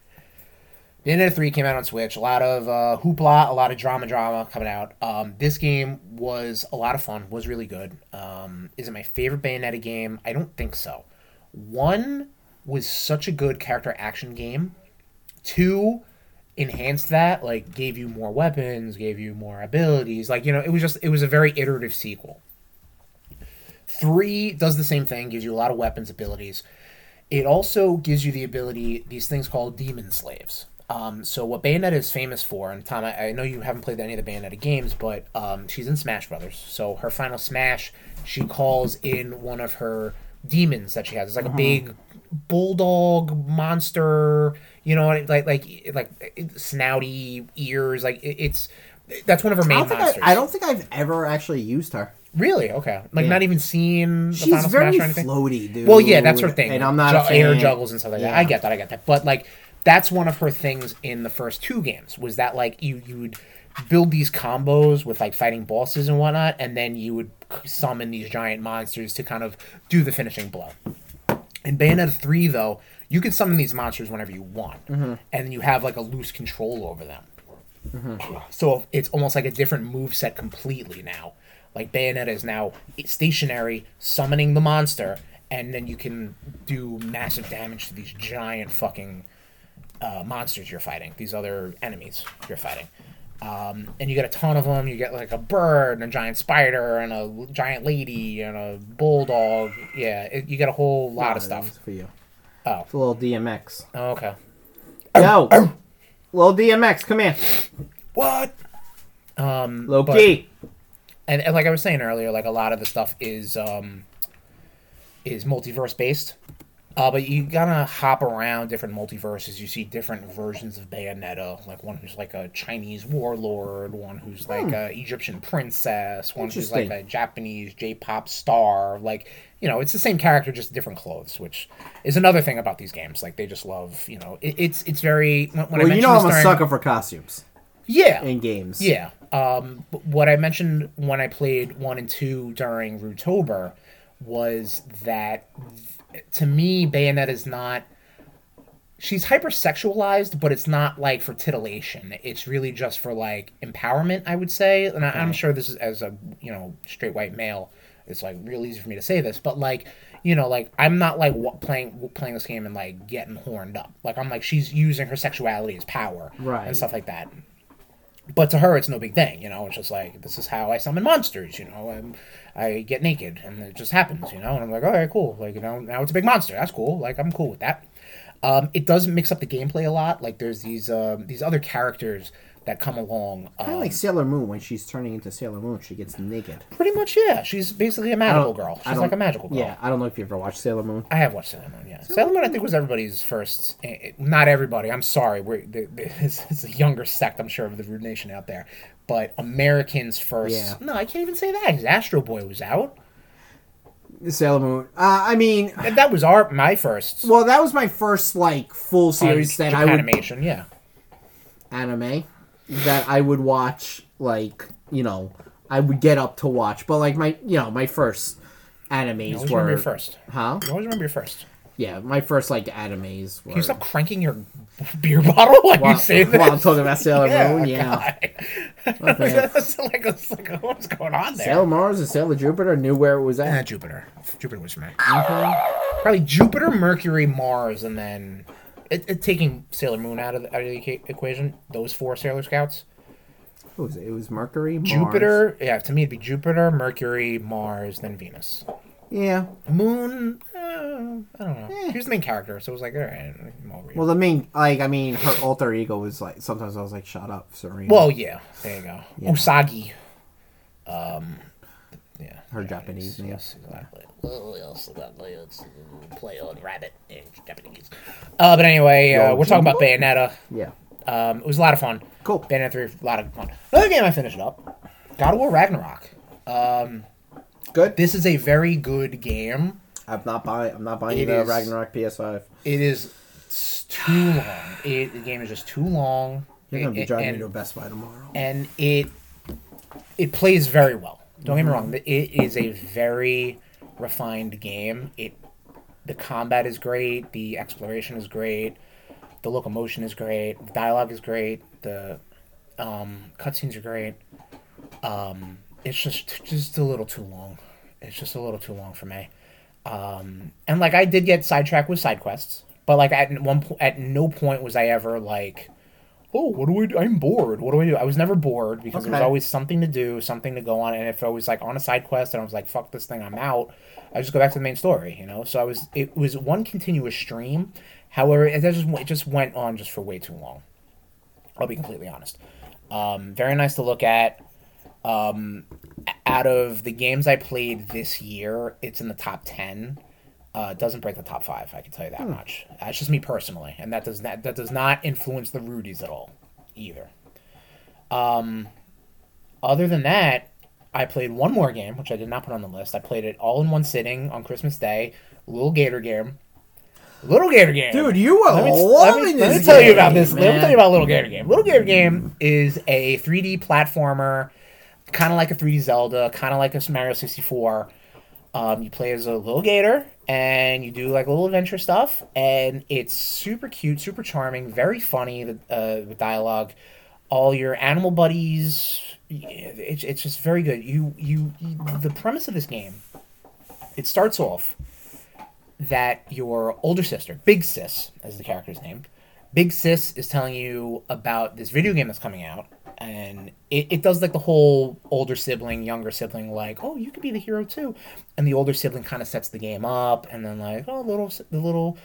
[SPEAKER 1] Bayonetta E three came out on Switch. A lot of uh, hoopla, a lot of drama, drama coming out. Um, this game was a lot of fun. Was really good. Um, is it my favorite Bayonetta game? I don't think so. One was such a good character action game. Two enhanced that, like gave you more weapons, gave you more abilities. Like you know, it was just it was a very iterative sequel. Three does the same thing, gives you a lot of weapons abilities. It also gives you the ability, these things called demon slaves. Um, so what Bayonetta is famous for, and Tom, I, I know you haven't played any of the Bayonetta games, but um, she's in Smash Brothers. So her final Smash, she calls in one of her demons that she has. It's like
[SPEAKER 2] Mm-hmm.
[SPEAKER 1] a big bulldog monster, you know, and it- like like like snouty ears. Like it, it's that's one of her
[SPEAKER 2] I
[SPEAKER 1] main
[SPEAKER 2] don't, think
[SPEAKER 1] monsters.
[SPEAKER 2] I, I don't think I've ever actually used her.
[SPEAKER 1] Really? Okay. Like not even seen the
[SPEAKER 2] She's
[SPEAKER 1] final
[SPEAKER 2] very
[SPEAKER 1] smash or anything.
[SPEAKER 2] floaty, dude.
[SPEAKER 1] Well, yeah, that's her thing.
[SPEAKER 2] And I'm not a
[SPEAKER 1] Ju- air
[SPEAKER 2] fan.
[SPEAKER 1] juggles and stuff like that. I
[SPEAKER 2] Yeah.
[SPEAKER 1] get that. I get that. But like, that's one of her things in the first two games was that like you you would build these combos with like fighting bosses and whatnot, and then you would summon these giant monsters to kind of do the finishing blow. In Bayonetta 3, though, you can summon these monsters whenever you want,
[SPEAKER 2] Mm-hmm.
[SPEAKER 1] and you have like a loose control over them. So it's almost like a different move set completely now. Like Bayonetta is now stationary, summoning the monster, and then you can do massive damage to these giant fucking uh, monsters you're fighting, these other enemies you're fighting. Um, and you get a ton of them. You get like a bird and a giant spider and a l- giant lady and a bulldog. Yeah, it, you get a whole lot of
[SPEAKER 2] That
[SPEAKER 1] stuff.
[SPEAKER 2] was Uh, for you.
[SPEAKER 1] Oh.
[SPEAKER 2] It's a little DMX.
[SPEAKER 1] Oh, okay.
[SPEAKER 2] Yo, little DMX, come here,
[SPEAKER 1] What? Um,
[SPEAKER 2] Low
[SPEAKER 1] but-
[SPEAKER 2] key.
[SPEAKER 1] and, and like I was saying earlier, like a lot of the stuff is um, is multiverse based. Uh, but you gotta hop around different multiverses. You see different versions of Bayonetta, like one who's like a Chinese warlord, one who's like a Egyptian princess, one who's like a
[SPEAKER 2] Hmm. Interesting.
[SPEAKER 1] Japanese J-pop star. Like you know, it's the same character, just different clothes, which is another thing about these games. Like they just love, you know, it, it's it's very. When, when I
[SPEAKER 2] Well, you
[SPEAKER 1] mentioned
[SPEAKER 2] know
[SPEAKER 1] this
[SPEAKER 2] I'm a
[SPEAKER 1] during-
[SPEAKER 2] sucker for costumes
[SPEAKER 1] Yeah,
[SPEAKER 2] in games.
[SPEAKER 1] yeah. Um, but what I mentioned when I played one and two during Rootober was that to me, Bayonetta is not she's hypersexualized, but it's not like for titillation. It's really just for like empowerment, I would say. And I, I'm sure this is as a you know straight white male, it's like real easy for me to say this, but like you know, like I'm not like wa- playing playing this game and like getting horned up. Like I'm like she's using her sexuality as power,
[SPEAKER 2] Right.
[SPEAKER 1] and stuff like that. But to her, it's no big thing, you know. It's just like this is how I summon monsters, you know. I'm, I get naked, and it just happens, you know. And I'm like, all right, cool. Like, you know, now it's a big monster. That's cool. Like, I'm cool with that. Um, it does mix up the gameplay a lot. Like, there's these um, these other characters that come along. Um,
[SPEAKER 2] I like Sailor Moon when she's turning into Sailor Moon. She gets naked.
[SPEAKER 1] pretty much, yeah. She's basically a
[SPEAKER 2] I
[SPEAKER 1] magical
[SPEAKER 2] don't-
[SPEAKER 1] girl.
[SPEAKER 2] I
[SPEAKER 1] She's
[SPEAKER 2] don't-
[SPEAKER 1] like a magical girl.
[SPEAKER 2] Yeah, I don't know if you ever watched Sailor Moon.
[SPEAKER 1] I have watched Sailor Moon. Yeah, Sailor Moon. I think was everybody's first. eh, eh, Not everybody. I'm sorry. We're the- the- it's, it's a younger sect. I'm sure of the Rude Nation out there, but Americans first.
[SPEAKER 2] Yeah.
[SPEAKER 1] No, I can't even say that. 'cause Astro Boy was out.
[SPEAKER 2] Sailor Moon. Uh, I mean,
[SPEAKER 1] That- That was our my first
[SPEAKER 2] well, that was my first like
[SPEAKER 1] Oh,
[SPEAKER 2] full series that I would
[SPEAKER 1] animation. Yeah,
[SPEAKER 2] anime that I would watch like, you know, I would get up to watch. But like my you know, my first animes
[SPEAKER 1] always
[SPEAKER 2] were
[SPEAKER 1] remember your first.
[SPEAKER 2] Huh?
[SPEAKER 1] You always remember your first.
[SPEAKER 2] Yeah, my first like animes were
[SPEAKER 1] Can you stop cranking your beer bottle while
[SPEAKER 2] while,
[SPEAKER 1] you say this?
[SPEAKER 2] while I'm talking about Sailor Moon, yeah.
[SPEAKER 1] God. It's like, it's like, what's going on there?
[SPEAKER 2] Sailor Mars and Sailor Jupiter knew where it was
[SPEAKER 1] Ah,
[SPEAKER 2] at.
[SPEAKER 1] Jupiter. Jupiter was mine. Probably Jupiter, Mercury, Mars, and then it, it, taking Sailor Moon out of the, out of the equa- equation. Those four Sailor Scouts.
[SPEAKER 2] What was it? It was Mercury, Mars.
[SPEAKER 1] Jupiter. Yeah, to me it'd be Jupiter, Mercury, Mars, then Venus.
[SPEAKER 2] Yeah.
[SPEAKER 1] Moon. Uh, I don't know. She was the main character, so it was like, all right, I'm over it.
[SPEAKER 2] Eh. Well, the main like I mean, her alter ego was like sometimes I was like, "Shut up, Serena."
[SPEAKER 1] Well, yeah. There you go. Usagi. Um. Yeah.
[SPEAKER 2] her Japanese name.
[SPEAKER 1] Yes, exactly. Well, yes, exactly. It's uh, play on rabbit in Japanese. Uh, but anyway, uh, we're talking about Bayonetta.
[SPEAKER 2] Yeah.
[SPEAKER 1] Um, it was a lot of fun.
[SPEAKER 2] Cool.
[SPEAKER 1] Bayonetta 3, a lot of fun. Another game I finished up God of War Ragnarok.
[SPEAKER 2] Good.
[SPEAKER 1] This is a very good game.
[SPEAKER 2] I'm not buying. I'm not buying
[SPEAKER 1] It
[SPEAKER 2] the
[SPEAKER 1] is-
[SPEAKER 2] Ragnarok PS5.
[SPEAKER 1] It is it's too long. It, the game is just too long.
[SPEAKER 2] You're gonna be
[SPEAKER 1] It-
[SPEAKER 2] driving me
[SPEAKER 1] and-
[SPEAKER 2] to a Best Buy tomorrow.
[SPEAKER 1] and it it plays very well. Don't get
[SPEAKER 2] Mm-hmm.
[SPEAKER 1] me wrong; it is a very refined game. It the combat is great, the exploration is great, the locomotion is great, the dialogue is great, the um, cutscenes are great. Um, it's just just a little too long. It's just a little too long for me. Um, and like I did get sidetracked with side quests, but like at one po- at no point was I ever like, oh, what do I do? I'm bored. What do I do? I was never bored because there was
[SPEAKER 2] Okay.
[SPEAKER 1] always something to do, something to go on. And if I was like on a side quest and I was like, fuck this thing, I'm out. I just go back to the main story, you know. So I was it was one continuous stream. However, it just it just went on just for way too long. I'll be completely honest. Um, very nice to look at. Um, out of the games I played this year, it's in the top ten. Uh, it doesn't break the top five. I can tell you that much. That's just me personally, and that does not that does not influence the Rudies at all, either. Um, other than that, I played one more game, which I did not put on the list. I played it all in one sitting on Christmas Day. Little Gator game. Little Gator game
[SPEAKER 2] Dude, you were
[SPEAKER 1] let me,
[SPEAKER 2] loving
[SPEAKER 1] let me-
[SPEAKER 2] this.
[SPEAKER 1] let me tell you about
[SPEAKER 2] game,
[SPEAKER 1] this. Let me tell
[SPEAKER 2] man.
[SPEAKER 1] you about Little Gator Game. Little Gator Game is a 3D platformer, kind of like a 3D Zelda, kind of like a Mario 64. Um, you play as a little gator and you do like little adventure stuff, and it's super cute, super charming, very funny. The, uh, the dialogue, all your animal buddies, yeah, it's, it's just very good. You, you you the premise of this game, it starts off that your older sister, Big Sis, as the character's named, Big Sis is telling you about this video game that's coming out, and it, it does like the whole older sibling, younger sibling, like, oh, you could be the hero too, and the older sibling kind of sets the game up, and then like, oh, little si- the little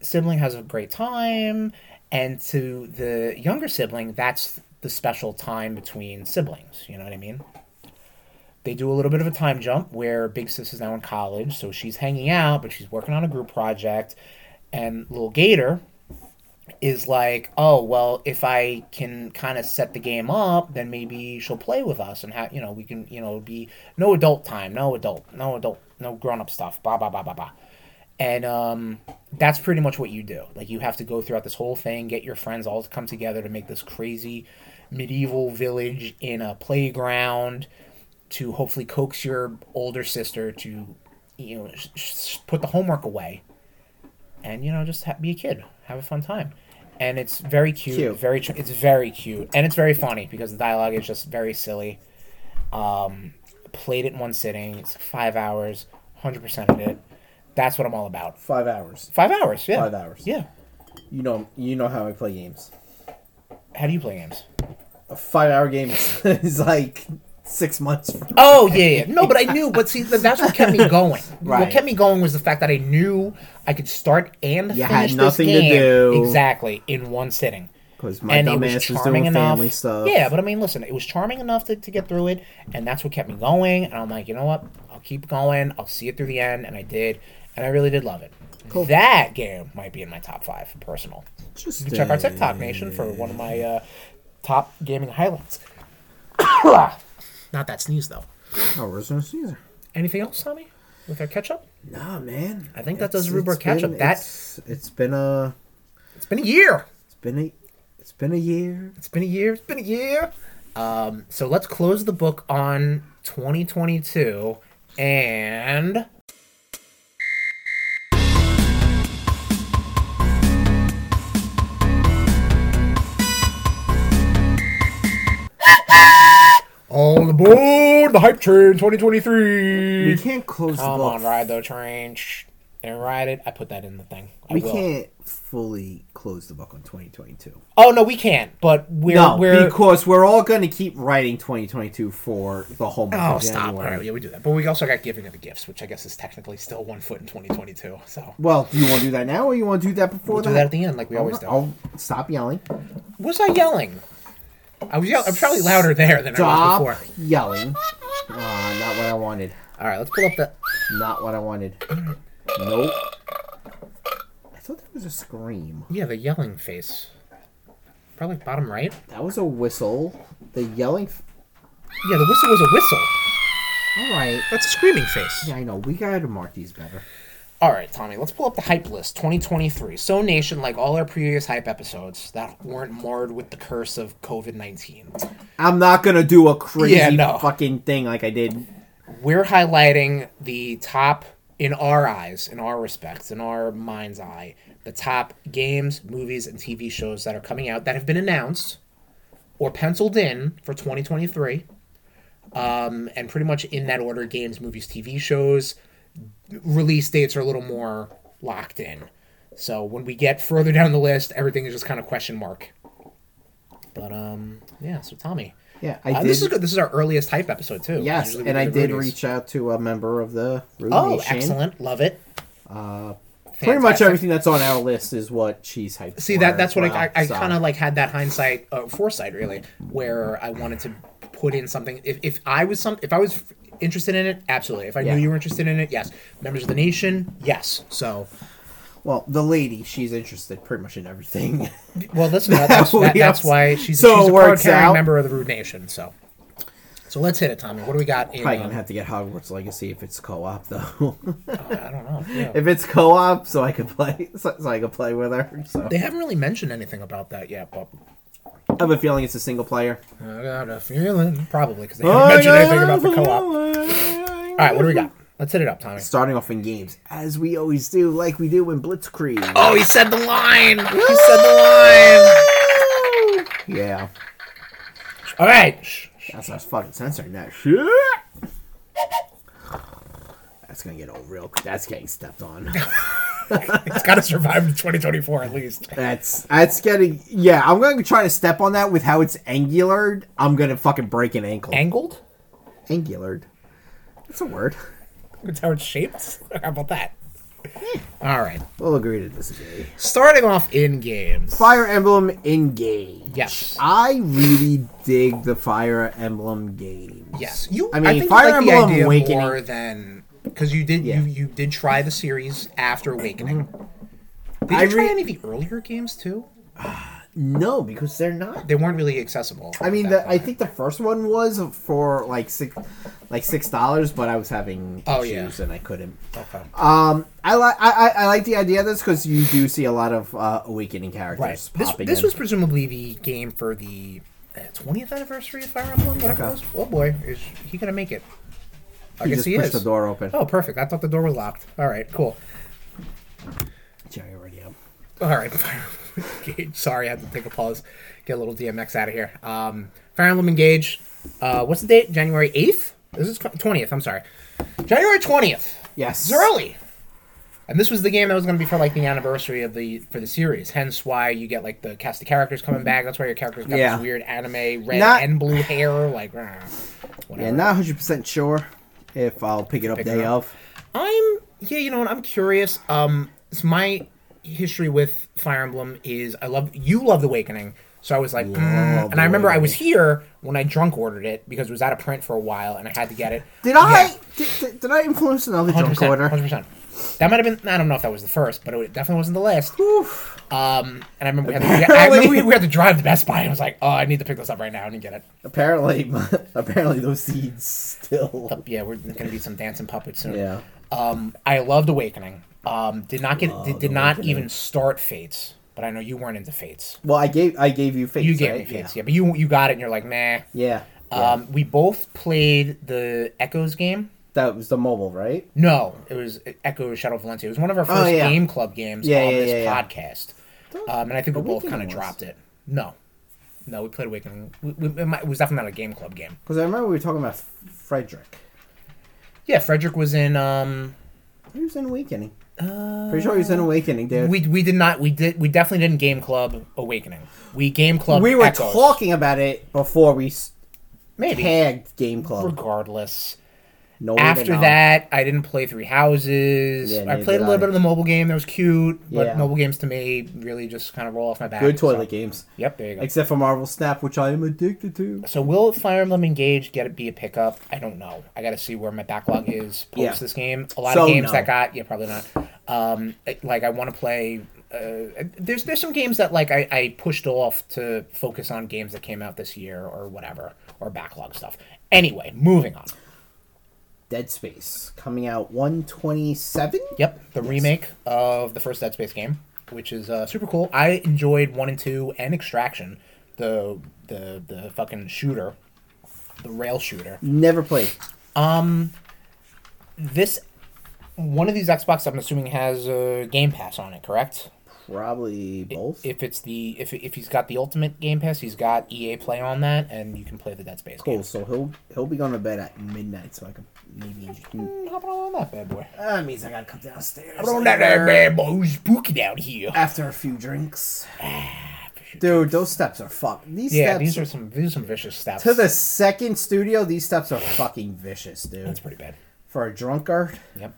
[SPEAKER 1] sibling has a great time, and to the younger sibling, that's the special time between siblings. You know what I mean? they do a little bit of a time jump where Big Sis is now in college, so she's hanging out, but she's working on a group project. And Little Gator is like, oh, well, if I can kind of set the game up, then maybe she'll play with us and have, you know, we can, you know, be no adult time, no adult, no adult, no grown up stuff, blah, blah, blah, blah, blah. And um, that's pretty much what you do. Like, you have to go throughout this whole thing, get your friends all to come together to make this crazy medieval village in a playground to hopefully coax your older sister to, you know, sh- sh- sh- put the homework away and you know just ha- be a kid, have a fun time, and it's very cute,
[SPEAKER 2] Cute.
[SPEAKER 1] very tr- it's very cute, and it's very funny because the dialogue is just very silly. Um, played it in one sitting. It's five hours, hundred percent of it. That's what I'm all about.
[SPEAKER 2] Five hours.
[SPEAKER 1] Five hours, yeah.
[SPEAKER 2] Five hours.
[SPEAKER 1] yeah.
[SPEAKER 2] You know, you know how I play games.
[SPEAKER 1] How do you play games?
[SPEAKER 2] A five-hour game is, is like six months. For
[SPEAKER 1] Oh yeah, yeah. No, but I knew. But see, th- that's what kept me going. What
[SPEAKER 2] Right.
[SPEAKER 1] kept me going was the fact that I knew I could start and
[SPEAKER 2] You
[SPEAKER 1] finish
[SPEAKER 2] had nothing to
[SPEAKER 1] this game
[SPEAKER 2] do.
[SPEAKER 1] exactly in one sitting.
[SPEAKER 2] Because my
[SPEAKER 1] it
[SPEAKER 2] dumbass was doing family stuff.
[SPEAKER 1] Yeah, but I mean, listen, it was charming enough to, to get through it, and that's what kept me going. And I'm like, you know what? I'll keep going. I'll see it through the end, and I did, and I really did love it. That game might be in my top five personal. You can check our TikTok Nation for one of my uh, top gaming highlights. Not that sneeze though.
[SPEAKER 2] Oh, Original Caesar.
[SPEAKER 1] Anything else, Tommy? With our catch up?
[SPEAKER 2] Nah, man.
[SPEAKER 1] I think that does
[SPEAKER 2] It's-
[SPEAKER 1] Rubber
[SPEAKER 2] it's
[SPEAKER 1] catch-up.
[SPEAKER 2] been-
[SPEAKER 1] That-
[SPEAKER 2] it's- it's been a
[SPEAKER 1] It's been a year.
[SPEAKER 2] it's been a it's been a year.
[SPEAKER 1] It's been a year. It's been a year. Um, so let's close the book on 2022 and All aboard the hype train 2023.
[SPEAKER 2] We can't close
[SPEAKER 1] Come
[SPEAKER 2] the book.
[SPEAKER 1] on, ride the train shh, and ride it. I put that in the thing. I
[SPEAKER 2] we
[SPEAKER 1] will.
[SPEAKER 2] can't fully close the book on 2022.
[SPEAKER 1] Oh no, we can't. But we're
[SPEAKER 2] No,
[SPEAKER 1] we're
[SPEAKER 2] because we're all going to keep writing 2022 for the whole month.
[SPEAKER 1] Oh,
[SPEAKER 2] of
[SPEAKER 1] stop. All
[SPEAKER 2] January.
[SPEAKER 1] right, yeah, we do that. But we also got giving of the gifts, which I guess is technically still one foot in 2022. So
[SPEAKER 2] Well, do you want to do that now, or you want to do that before
[SPEAKER 1] we'll do that at the end, like we always do.
[SPEAKER 2] I'll Oh, stop yelling.
[SPEAKER 1] Was I yelling? I was yell- I'm probably louder there than I
[SPEAKER 2] Stop
[SPEAKER 1] was before.
[SPEAKER 2] yelling. Ah, not what I wanted.
[SPEAKER 1] All right, let's pull up the.
[SPEAKER 2] Not what I wanted. Nope. I thought that was a scream.
[SPEAKER 1] Yeah, the yelling face. Probably bottom right.
[SPEAKER 2] That was a whistle. The yelling. F-
[SPEAKER 1] Yeah, the whistle was a whistle.
[SPEAKER 2] all right.
[SPEAKER 1] That's a screaming face.
[SPEAKER 2] Yeah, I know. We gotta mark these better.
[SPEAKER 1] All right, Tommy, let's pull up the hype list 2023. So Nation, like all our previous hype episodes that weren't marred with the curse of COVID 19,
[SPEAKER 2] I'm not gonna do a crazy
[SPEAKER 1] Yeah, no.
[SPEAKER 2] fucking thing like I did.
[SPEAKER 1] we're highlighting the top, in our eyes, in our respects, in our mind's eye, the top games, movies, and TV shows that are coming out that have been announced or penciled in for 2023. Um, and pretty much in that order games, movies, TV shows, release dates are a little more locked in. So when we get further down the list, everything is just kind of question mark. But um, yeah. So Tommy,
[SPEAKER 2] Yeah, I
[SPEAKER 1] Uh,
[SPEAKER 2] did.
[SPEAKER 1] this is good. This is our earliest hype episode too.
[SPEAKER 2] Yes,
[SPEAKER 1] Usually we
[SPEAKER 2] and
[SPEAKER 1] do
[SPEAKER 2] I
[SPEAKER 1] the
[SPEAKER 2] did
[SPEAKER 1] rooties.
[SPEAKER 2] reach out to a member of the Room
[SPEAKER 1] Oh,
[SPEAKER 2] Nation.
[SPEAKER 1] excellent! Love it. Uh,
[SPEAKER 2] Pretty much everything that's on our list is what she's hyped.
[SPEAKER 1] See
[SPEAKER 2] for
[SPEAKER 1] that? That's
[SPEAKER 2] as
[SPEAKER 1] what
[SPEAKER 2] well,
[SPEAKER 1] I, I, I
[SPEAKER 2] so.
[SPEAKER 1] kind of like had that hindsight, uh, foresight, really, where I wanted to put in something. If, if I was some, if I was interested in it, absolutely. If I
[SPEAKER 2] Yeah.
[SPEAKER 1] knew you were interested in it, yes. Members of the nation, yes. So,
[SPEAKER 2] Well, the lady, she's interested pretty much in everything.
[SPEAKER 1] well, listen, that, that's,
[SPEAKER 2] That
[SPEAKER 1] that, that's
[SPEAKER 2] works.
[SPEAKER 1] why she's,
[SPEAKER 2] So
[SPEAKER 1] she's
[SPEAKER 2] it
[SPEAKER 1] a
[SPEAKER 2] works
[SPEAKER 1] card-carrying
[SPEAKER 2] out.
[SPEAKER 1] member of the Rude Nation. So, so let's hit it, Tommy. What do we got? In,
[SPEAKER 2] Probably
[SPEAKER 1] um,
[SPEAKER 2] gonna have to get Hogwarts Legacy if it's co-op though.
[SPEAKER 1] I don't know. Yeah.
[SPEAKER 2] if it's co-op, so I could play, so, so I could play with her. So
[SPEAKER 1] They haven't really mentioned anything about that yet, but
[SPEAKER 2] I have a feeling it's a single player.
[SPEAKER 1] I got a feeling. Probably because they haven't mentioned anything about the co-op. All right, what do we got? Let's hit it up, Tommy.
[SPEAKER 2] Starting off in games, as we always do, like we do in Blitzkrieg.
[SPEAKER 1] Oh, he said the line. He said the
[SPEAKER 2] Yeah,
[SPEAKER 1] line. All right. Shh, shh.
[SPEAKER 2] that's us fucking censoring that shit. That's gonna get old real. That's getting stepped on.
[SPEAKER 1] It's got to survive to 2024 at least.
[SPEAKER 2] That's that's getting. Yeah, I'm gonna try to step on that with how it's angular. I'm gonna fucking break an ankle.
[SPEAKER 1] Angled?
[SPEAKER 2] angular. That's a word.
[SPEAKER 1] That's how it's shaped. How about that?
[SPEAKER 2] Hmm.
[SPEAKER 1] All right.
[SPEAKER 2] We'll agree to disagree.
[SPEAKER 1] Starting off in games.
[SPEAKER 2] Fire Emblem Engage.
[SPEAKER 1] Yes.
[SPEAKER 2] I really dig the Fire Emblem game.
[SPEAKER 1] Yes. You.
[SPEAKER 2] I
[SPEAKER 1] I
[SPEAKER 2] mean,
[SPEAKER 1] mean, think
[SPEAKER 2] Fire
[SPEAKER 1] you like the
[SPEAKER 2] Emblem
[SPEAKER 1] idea
[SPEAKER 2] Awakening-
[SPEAKER 1] more than because you did
[SPEAKER 2] Yeah.
[SPEAKER 1] you you did try the series after Awakening. Did you
[SPEAKER 2] Mm-hmm. I
[SPEAKER 1] try
[SPEAKER 2] re-
[SPEAKER 1] any of the earlier games too?
[SPEAKER 2] No, because they're not.
[SPEAKER 1] They weren't really accessible.
[SPEAKER 2] I mean, the, I think the first one was for like six, like six dollars, but I was having
[SPEAKER 1] Oh,
[SPEAKER 2] issues
[SPEAKER 1] yeah.
[SPEAKER 2] and I couldn't.
[SPEAKER 1] Okay.
[SPEAKER 2] Um, I like I, I, I like the idea of this because you do see a lot of uh, awakening characters
[SPEAKER 1] Right. This,
[SPEAKER 2] popping.
[SPEAKER 1] this
[SPEAKER 2] in.
[SPEAKER 1] was presumably the game for the uh, twentieth anniversary of Fire Emblem, whatever it
[SPEAKER 2] Okay.
[SPEAKER 1] was. Oh boy, is he gonna make it? I
[SPEAKER 2] You
[SPEAKER 1] guess
[SPEAKER 2] just
[SPEAKER 1] he
[SPEAKER 2] push
[SPEAKER 1] is.
[SPEAKER 2] the door open.
[SPEAKER 1] Oh, perfect. I thought the door was locked. All right, cool.
[SPEAKER 2] Jerry already up.
[SPEAKER 1] All right, Fire Emblem Engage. Sorry, I had to take a pause, get a little DMX out of here. Um, Fire Emblem Engage. Uh, what's the date? January eighth. This is twentieth. I'm sorry, January twentieth.
[SPEAKER 2] Yes.
[SPEAKER 1] It's early. And this was the game that was going to be for like the anniversary of the for the series. Hence why you get like the cast of characters coming back. That's why your characters got
[SPEAKER 2] Yeah.
[SPEAKER 1] this weird anime red
[SPEAKER 2] Not-
[SPEAKER 1] and blue hair. Like, rah, whatever.
[SPEAKER 2] Yeah, not 100 percent sure if I'll pick it up
[SPEAKER 1] Pick it
[SPEAKER 2] day
[SPEAKER 1] up.
[SPEAKER 2] of.
[SPEAKER 1] I'm yeah, you know what? I'm curious. Um, it's my history with Fire Emblem is I love you loved Awakening, so I was like, mm. and I remember I was here when I drunk ordered it because it was out of print for a while and I had to get it.
[SPEAKER 2] Did I did, did, did I influence another
[SPEAKER 1] Hundred
[SPEAKER 2] junk order?
[SPEAKER 1] percent. That might have been. I don't know if that was the first, but it definitely wasn't the last.
[SPEAKER 2] Oof.
[SPEAKER 1] Um, and I remember, we had to, I remember we, we had to drive to Best Buy, and I was like, "Oh, I need to pick this up right now. I need to get it."
[SPEAKER 2] Apparently, apparently those seeds still.
[SPEAKER 1] Yeah, we're gonna be some dancing puppets soon.
[SPEAKER 2] Yeah.
[SPEAKER 1] Um, I loved Awakening. Um, did not get did, did not
[SPEAKER 2] Awakening.
[SPEAKER 1] even start Fates, but I know you weren't into Fates.
[SPEAKER 2] Well, I gave I gave you fates.
[SPEAKER 1] You gave
[SPEAKER 2] right?
[SPEAKER 1] me Fates, yeah. but you you got it, and you're like, nah.
[SPEAKER 2] Yeah. Yeah.
[SPEAKER 1] Um, we both played the Echoes game.
[SPEAKER 2] that was the mobile, right?
[SPEAKER 1] No, it was Echo Shadow Valencia. It was one of our first
[SPEAKER 2] Oh, yeah.
[SPEAKER 1] game club games
[SPEAKER 2] Yeah,
[SPEAKER 1] on
[SPEAKER 2] yeah,
[SPEAKER 1] this
[SPEAKER 2] yeah, yeah.
[SPEAKER 1] podcast, um, and I think we both
[SPEAKER 2] Awakening
[SPEAKER 1] kind of
[SPEAKER 2] was.
[SPEAKER 1] dropped it. No, no, we played Awakening. We, we, it might- it was definitely not a game club game.
[SPEAKER 2] Because I remember we were talking about F- Frederick.
[SPEAKER 1] Yeah, Frederick was in. Um,
[SPEAKER 2] He was in Awakening. Pretty sure he was in Awakening, dude.
[SPEAKER 1] We we did not we did we definitely didn't game club Awakening. We game club.
[SPEAKER 2] We were
[SPEAKER 1] Echoes.
[SPEAKER 2] talking about it before we s-
[SPEAKER 1] maybe.
[SPEAKER 2] tagged Game Club.
[SPEAKER 1] Regardless,
[SPEAKER 2] No, we did
[SPEAKER 1] after
[SPEAKER 2] not.
[SPEAKER 1] that, I didn't play Three Houses.
[SPEAKER 2] Yeah,
[SPEAKER 1] I
[SPEAKER 2] neither
[SPEAKER 1] played a
[SPEAKER 2] did
[SPEAKER 1] little
[SPEAKER 2] I.
[SPEAKER 1] bit of the mobile game that was cute, but
[SPEAKER 2] Yeah.
[SPEAKER 1] mobile games to me really just kind of roll off my back.
[SPEAKER 2] good toilet
[SPEAKER 1] So,
[SPEAKER 2] games,
[SPEAKER 1] yep, there you go.
[SPEAKER 2] except for Marvel Snap, which I am addicted to.
[SPEAKER 1] so will Fire Emblem Engage get it be a pickup? I don't know. I got to see where my backlog is post
[SPEAKER 2] Yeah.
[SPEAKER 1] this game. A lot
[SPEAKER 2] So,
[SPEAKER 1] of games
[SPEAKER 2] no.
[SPEAKER 1] that got yeah probably not. Um, it- like I want to play. Uh, there's there's some games that like I, I pushed off to focus on games that came out this year or whatever or backlog stuff. Anyway, moving on.
[SPEAKER 2] Dead Space coming out one twenty seven.
[SPEAKER 1] Yep, the remake of the first Dead Space game, which is uh, super cool. I enjoyed one and two and Extraction, the the the fucking shooter, the rail shooter.
[SPEAKER 2] Never played.
[SPEAKER 1] This one of these Xbox, I'm assuming, has a Game Pass on it, correct?
[SPEAKER 2] Probably both.
[SPEAKER 1] If it's the if if he's got the Ultimate Game Pass, he's got EA Play on that, and you can play the Dead Space
[SPEAKER 2] cool.
[SPEAKER 1] game.
[SPEAKER 2] So he'll he'll be going to bed at midnight, so I can maybe.
[SPEAKER 1] Mm, Hopping on that bad boy.
[SPEAKER 2] That means I gotta come downstairs
[SPEAKER 1] Hopping on that
[SPEAKER 2] later
[SPEAKER 1] bad boy. Who's spooky down here?
[SPEAKER 2] after a few drinks.
[SPEAKER 1] Ah,
[SPEAKER 2] Dude, those steps are fucked. These
[SPEAKER 1] Yeah,
[SPEAKER 2] steps
[SPEAKER 1] these are some these are some vicious steps.
[SPEAKER 2] to the second studio. These steps are fucking vicious, dude.
[SPEAKER 1] That's pretty bad.
[SPEAKER 2] For a drunkard,
[SPEAKER 1] Yep.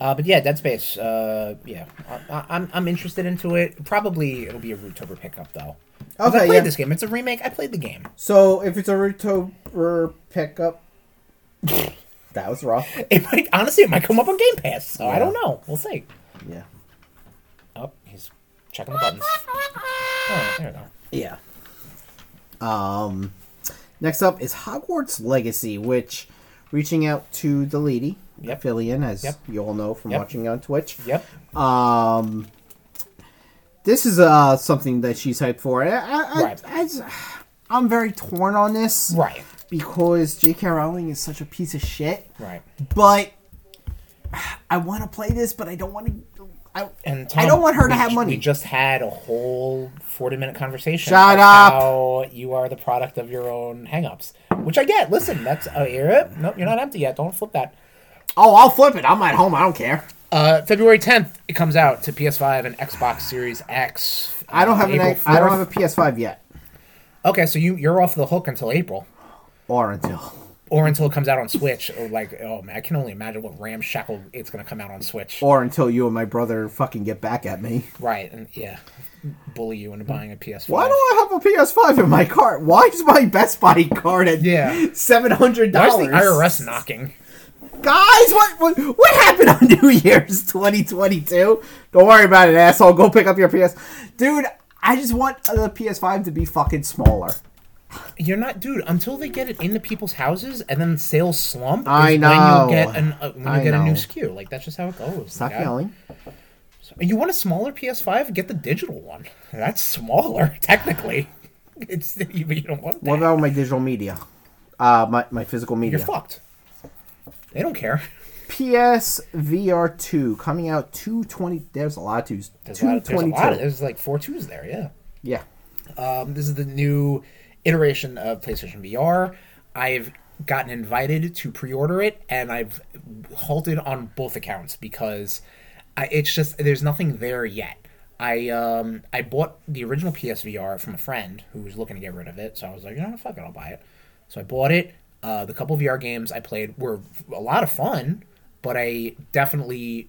[SPEAKER 1] Uh, but yeah, Dead Space. Uh, yeah, I, I, I'm I'm interested into it. Probably it'll be a Rootober pickup though. 'Cause I
[SPEAKER 2] Okay,
[SPEAKER 1] played
[SPEAKER 2] yeah.
[SPEAKER 1] this game. It's a remake. I played the game.
[SPEAKER 2] So if it's a Rootober pickup, that was rough.
[SPEAKER 1] It might honestly, it might come up on Game Pass. So I
[SPEAKER 2] Yeah.
[SPEAKER 1] don't know. We'll see.
[SPEAKER 2] Yeah.
[SPEAKER 1] Oh, he's checking the buttons. Oh, there we go.
[SPEAKER 2] Yeah. Um, next up is Hogwarts Legacy, which reaching out to the lady,
[SPEAKER 1] Yep.
[SPEAKER 2] Fillion, as
[SPEAKER 1] Yep.
[SPEAKER 2] you all know from
[SPEAKER 1] Yep.
[SPEAKER 2] watching on Twitch.
[SPEAKER 1] Yep.
[SPEAKER 2] Um, this is uh something that she's hyped for. I, I,
[SPEAKER 1] Right.
[SPEAKER 2] I, I, am very torn on this,
[SPEAKER 1] Right.
[SPEAKER 2] Because J.K. Rowling is such a piece of shit,
[SPEAKER 1] Right.
[SPEAKER 2] but I want to play this, but I don't want to. I,
[SPEAKER 1] And
[SPEAKER 2] I
[SPEAKER 1] Tom,
[SPEAKER 2] don't want her to
[SPEAKER 1] we-
[SPEAKER 2] have
[SPEAKER 1] We
[SPEAKER 2] money.
[SPEAKER 1] just had a whole forty-minute conversation. about
[SPEAKER 2] Shut up.
[SPEAKER 1] How you are the product of your own hang-ups, which I get. Listen, that's uh, you're, nope, you're not empty yet. Don't flip that.
[SPEAKER 2] oh, I'll flip it. I'm at home. I don't care.
[SPEAKER 1] Uh, February 10th, it comes out to PS5 and Xbox Series X.
[SPEAKER 2] I don't have an.
[SPEAKER 1] April
[SPEAKER 2] I I don't
[SPEAKER 1] 4th.
[SPEAKER 2] have a PS5 yet,
[SPEAKER 1] Okay, so you you're off the hook until April,
[SPEAKER 2] or until
[SPEAKER 1] or until it comes out on Switch. Or like, oh man, I can only imagine what ramshackle it's gonna come out on Switch.
[SPEAKER 2] or until you and my brother fucking get back at me.
[SPEAKER 1] right, and yeah, bully you into buying a PS5.
[SPEAKER 2] Why do I have a PS5 in my cart? Why is my Best Buy card at
[SPEAKER 1] Yeah.
[SPEAKER 2] seven hundred
[SPEAKER 1] Why is
[SPEAKER 2] dollars?
[SPEAKER 1] the IRS knocking?
[SPEAKER 2] Guys, what, what what happened on New Year's 2022? Don't worry about it, asshole. Go pick up your PS. Dude, I just want the PS5 to be fucking smaller.
[SPEAKER 1] You're not, dude. Until they get it into people's houses and then sales slump.
[SPEAKER 2] I
[SPEAKER 1] is
[SPEAKER 2] know.
[SPEAKER 1] When you get an uh, when you
[SPEAKER 2] I
[SPEAKER 1] get a new
[SPEAKER 2] know.
[SPEAKER 1] SKU, like that's just how it goes.
[SPEAKER 2] Stop
[SPEAKER 1] Yeah.
[SPEAKER 2] yelling.
[SPEAKER 1] You want a smaller PS5? Get the digital one. That's smaller, technically. It's you, you don't want that.
[SPEAKER 2] What about my digital media? Uh, my, my physical media.
[SPEAKER 1] You're fucked. They don't care.
[SPEAKER 2] PS VR two coming out two twenty. There's a lot of twos.
[SPEAKER 1] There's a lot
[SPEAKER 2] Two
[SPEAKER 1] of, there's a lot of,
[SPEAKER 2] twenty two.
[SPEAKER 1] there's like four twos there, yeah.
[SPEAKER 2] Yeah.
[SPEAKER 1] Um, this is the new iteration of PlayStation VR. I've gotten invited to pre-order it, and I've halted on both accounts because I, it's just there's nothing there yet. I um, I bought the original PSVR from a friend who was looking to get rid of it, so I was like, you know, fuck it, I'll buy it. So I bought it. Uh, the couple VR games I played were a lot of fun, but I definitely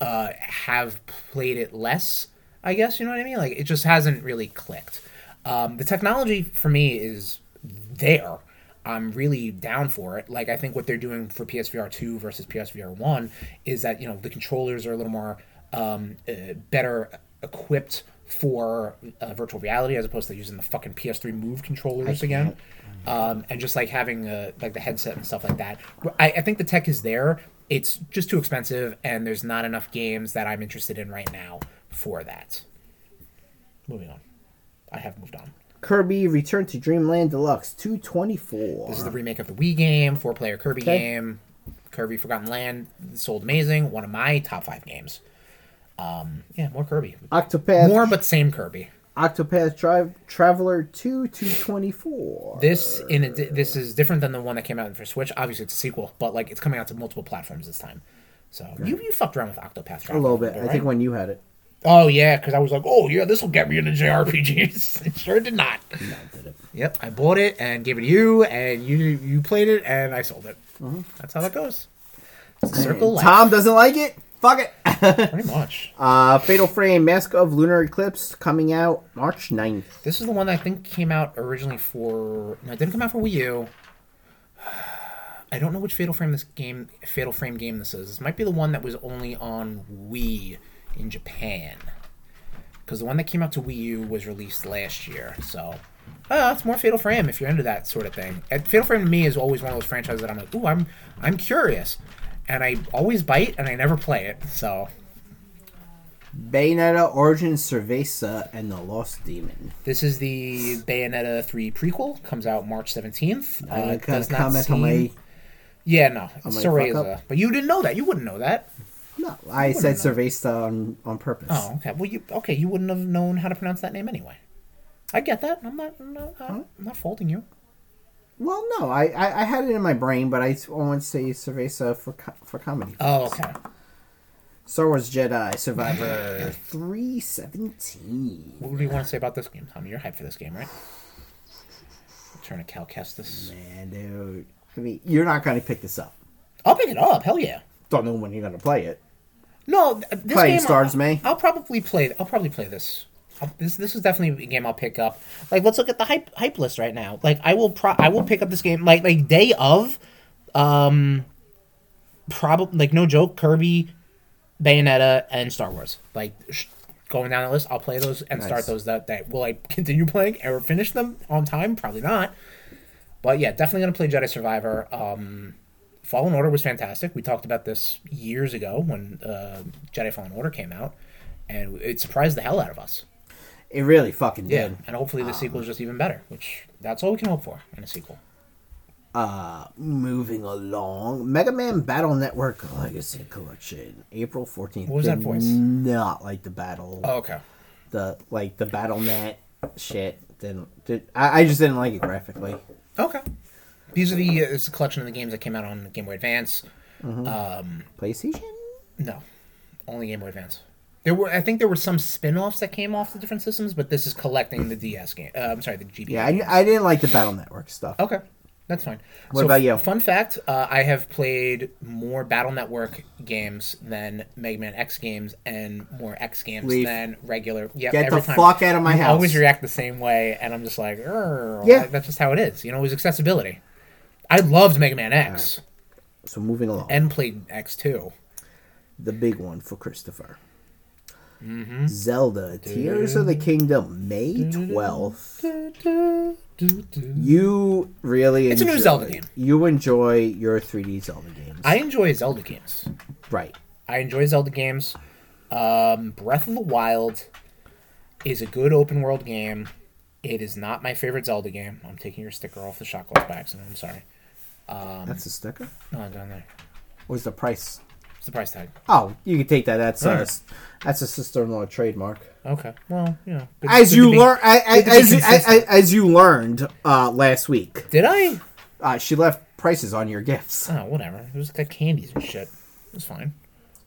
[SPEAKER 1] uh, have played it less. I guess you know what I mean. Like it just hasn't really clicked. Um, the technology for me is there. I'm really down for it. Like I think what they're doing for PSVR two versus PSVR one is that you know the controllers are a little more um, uh, better equipped for uh, virtual reality as opposed to using the fucking PS3 Move controllers again, um, and just like having uh like the headset and stuff like that. I, I think the tech is there. It's just too expensive, and there's not enough games that I'm interested in right now for that. Moving on, I have moved on.
[SPEAKER 2] Kirby Return to Dreamland Deluxe two twenty four.
[SPEAKER 1] This is the remake of the Wii game, four player Kirby
[SPEAKER 2] Okay.
[SPEAKER 1] game. Kirby Forgotten Land sold amazing. One of my top five games. Um, yeah, more Kirby.
[SPEAKER 2] Octopath
[SPEAKER 1] More, but same Kirby.
[SPEAKER 2] Octopath Drive Traveler two two twenty four.
[SPEAKER 1] This in a, di- this is different than the one that came out for Switch. Obviously, it's a sequel, but like it's coming out to multiple platforms this time. So you, you fucked around with Octopath Traveler
[SPEAKER 2] a little bit. I
[SPEAKER 1] right?
[SPEAKER 2] think when you had it.
[SPEAKER 1] Oh yeah, because I was like, oh yeah, this will get me into JRPGs. it sure did not. Yep, I bought it and gave it to you, and you you played it, and I sold it. That's how that goes. It's a circle of life.
[SPEAKER 2] Tom doesn't like it. Fuck it.
[SPEAKER 1] Pretty much.
[SPEAKER 2] uh, Fatal Frame Mask of Lunar Eclipse coming out March 9th.
[SPEAKER 1] This is the one that I think came out originally for. No, it didn't come out for Wii U. I don't know which Fatal Frame this game, Fatal Frame game this is. This might be the one that was only on Wii in Japan, because the one that came out to Wii U was released last year. So, oh, it's more Fatal Frame if you're into that sort of thing. And Fatal Frame to me is always one of those franchises that I'm like, ooh, I'm I'm curious, and I always bite and I never play it. So
[SPEAKER 2] Bayonetta Origin Cerveza and the Lost Demon.
[SPEAKER 1] This is the Bayonetta 3 prequel. Comes out March 17th.
[SPEAKER 2] I'm
[SPEAKER 1] Uh,
[SPEAKER 2] not
[SPEAKER 1] it
[SPEAKER 2] gonna
[SPEAKER 1] does not
[SPEAKER 2] comment
[SPEAKER 1] seem...
[SPEAKER 2] on my.
[SPEAKER 1] Yeah, no. It's
[SPEAKER 2] my
[SPEAKER 1] Cereza.
[SPEAKER 2] fuck-up.
[SPEAKER 1] But you didn't know that. You wouldn't know that.
[SPEAKER 2] No, I said Cerveza on, on purpose.
[SPEAKER 1] Oh, okay. Well, you okay. You wouldn't have known how to pronounce that name anyway. I get that. I'm not. I'm not, I'm not faulting you.
[SPEAKER 2] Well, no, I, I, I had it in my brain, but I s- I wanted to say Cerveza for co- for comedy.
[SPEAKER 1] Oh, okay.
[SPEAKER 2] Star Wars Jedi Survivor 317.
[SPEAKER 1] What do you want to say about this game, Tommy? You're hyped for this game, right? Turn to Cal Kestis.
[SPEAKER 2] Man, dude. uh, I mean, you're not going to pick this up.
[SPEAKER 1] I'll pick it up. Hell yeah.
[SPEAKER 2] Don't know when you're going to play it.
[SPEAKER 1] No, th- this
[SPEAKER 2] Playing
[SPEAKER 1] game
[SPEAKER 2] Stars
[SPEAKER 1] I'll,
[SPEAKER 2] May.
[SPEAKER 1] I'll probably play. I'll probably play this. I'll, this this is definitely a game I'll pick up. Like, let's look at the hype hype list right now. Like, I will pro- I will pick up this game like like day of, um, probably like no joke Kirby, Bayonetta, and Star Wars. Like, sh- going down the list, I'll play those and start
[SPEAKER 2] Nice.
[SPEAKER 1] those that day. Will I continue playing or finish them on time? Probably not. But yeah, definitely gonna play Jedi Survivor. Um, Fallen Order was fantastic. We talked about this years ago when uh, Jedi Fallen Order came out, and it surprised the hell out of us.
[SPEAKER 2] It really fucking did.
[SPEAKER 1] and hopefully the sequel is just even better, which that's all we can hope for in a sequel.
[SPEAKER 2] Uh, moving along, Mega Man Battle Network Legacy Collection, April fourteenth.
[SPEAKER 1] What was that voice? Oh.
[SPEAKER 2] Not like the battle,
[SPEAKER 1] okay.
[SPEAKER 2] the like the battle net shit. Didn't did, I, I just didn't like it graphically.
[SPEAKER 1] Okay. These are the uh, it's a collection of the games that came out on Game Boy Advance.
[SPEAKER 2] PlayStation.
[SPEAKER 1] No, only Game Boy Advance. There were I think there were some spin-offs that came off the different systems, but this is collecting the DS game. Uh, I'm sorry, the GBA.
[SPEAKER 2] Yeah, I, I didn't like the Battle Network stuff.
[SPEAKER 1] Okay, that's fine.
[SPEAKER 2] What about you?
[SPEAKER 1] Fun fact: uh, I have played more Battle Network games than Mega Man X games, and more X games
[SPEAKER 2] Leave.
[SPEAKER 1] than regular. Yeah,
[SPEAKER 2] Get
[SPEAKER 1] every
[SPEAKER 2] the
[SPEAKER 1] time.
[SPEAKER 2] fuck out of my
[SPEAKER 1] You
[SPEAKER 2] house.
[SPEAKER 1] Always react the same way, and I'm just like, "Grr."
[SPEAKER 2] Yeah.
[SPEAKER 1] that's just how it is. You know, it was accessibility. I loved Mega Man X
[SPEAKER 2] So moving along,
[SPEAKER 1] and played X too.
[SPEAKER 2] the big one for Christopher.
[SPEAKER 1] Mm-hmm.
[SPEAKER 2] Zelda Tears of the Kingdom, May twelfth. You really
[SPEAKER 1] It's a new
[SPEAKER 2] enjoy-
[SPEAKER 1] Zelda game.
[SPEAKER 2] You enjoy your 3D Zelda games,
[SPEAKER 1] I enjoy Zelda games.
[SPEAKER 2] right?
[SPEAKER 1] I enjoy Zelda games. Um, Breath of the Wild is a good open world game. It is not my favorite Zelda game. I'm taking your sticker off the shot glass by accident. I'm sorry.
[SPEAKER 2] That's a sticker.
[SPEAKER 1] No, down there.
[SPEAKER 2] Or is the price?
[SPEAKER 1] It's the price tag.
[SPEAKER 2] Oh, you can take that. That's
[SPEAKER 1] Yeah.
[SPEAKER 2] a, that's a sister-in-law trademark.
[SPEAKER 1] Okay. Well, you know. good- good
[SPEAKER 2] As
[SPEAKER 1] to
[SPEAKER 2] you
[SPEAKER 1] be-
[SPEAKER 2] learn,
[SPEAKER 1] good to be
[SPEAKER 2] as, you- I- I-
[SPEAKER 1] consistent.
[SPEAKER 2] as you learned uh, last week,
[SPEAKER 1] Did I?
[SPEAKER 2] uh, she left prices on your gifts.
[SPEAKER 1] Oh, whatever. It was like candies and shit. It was fine.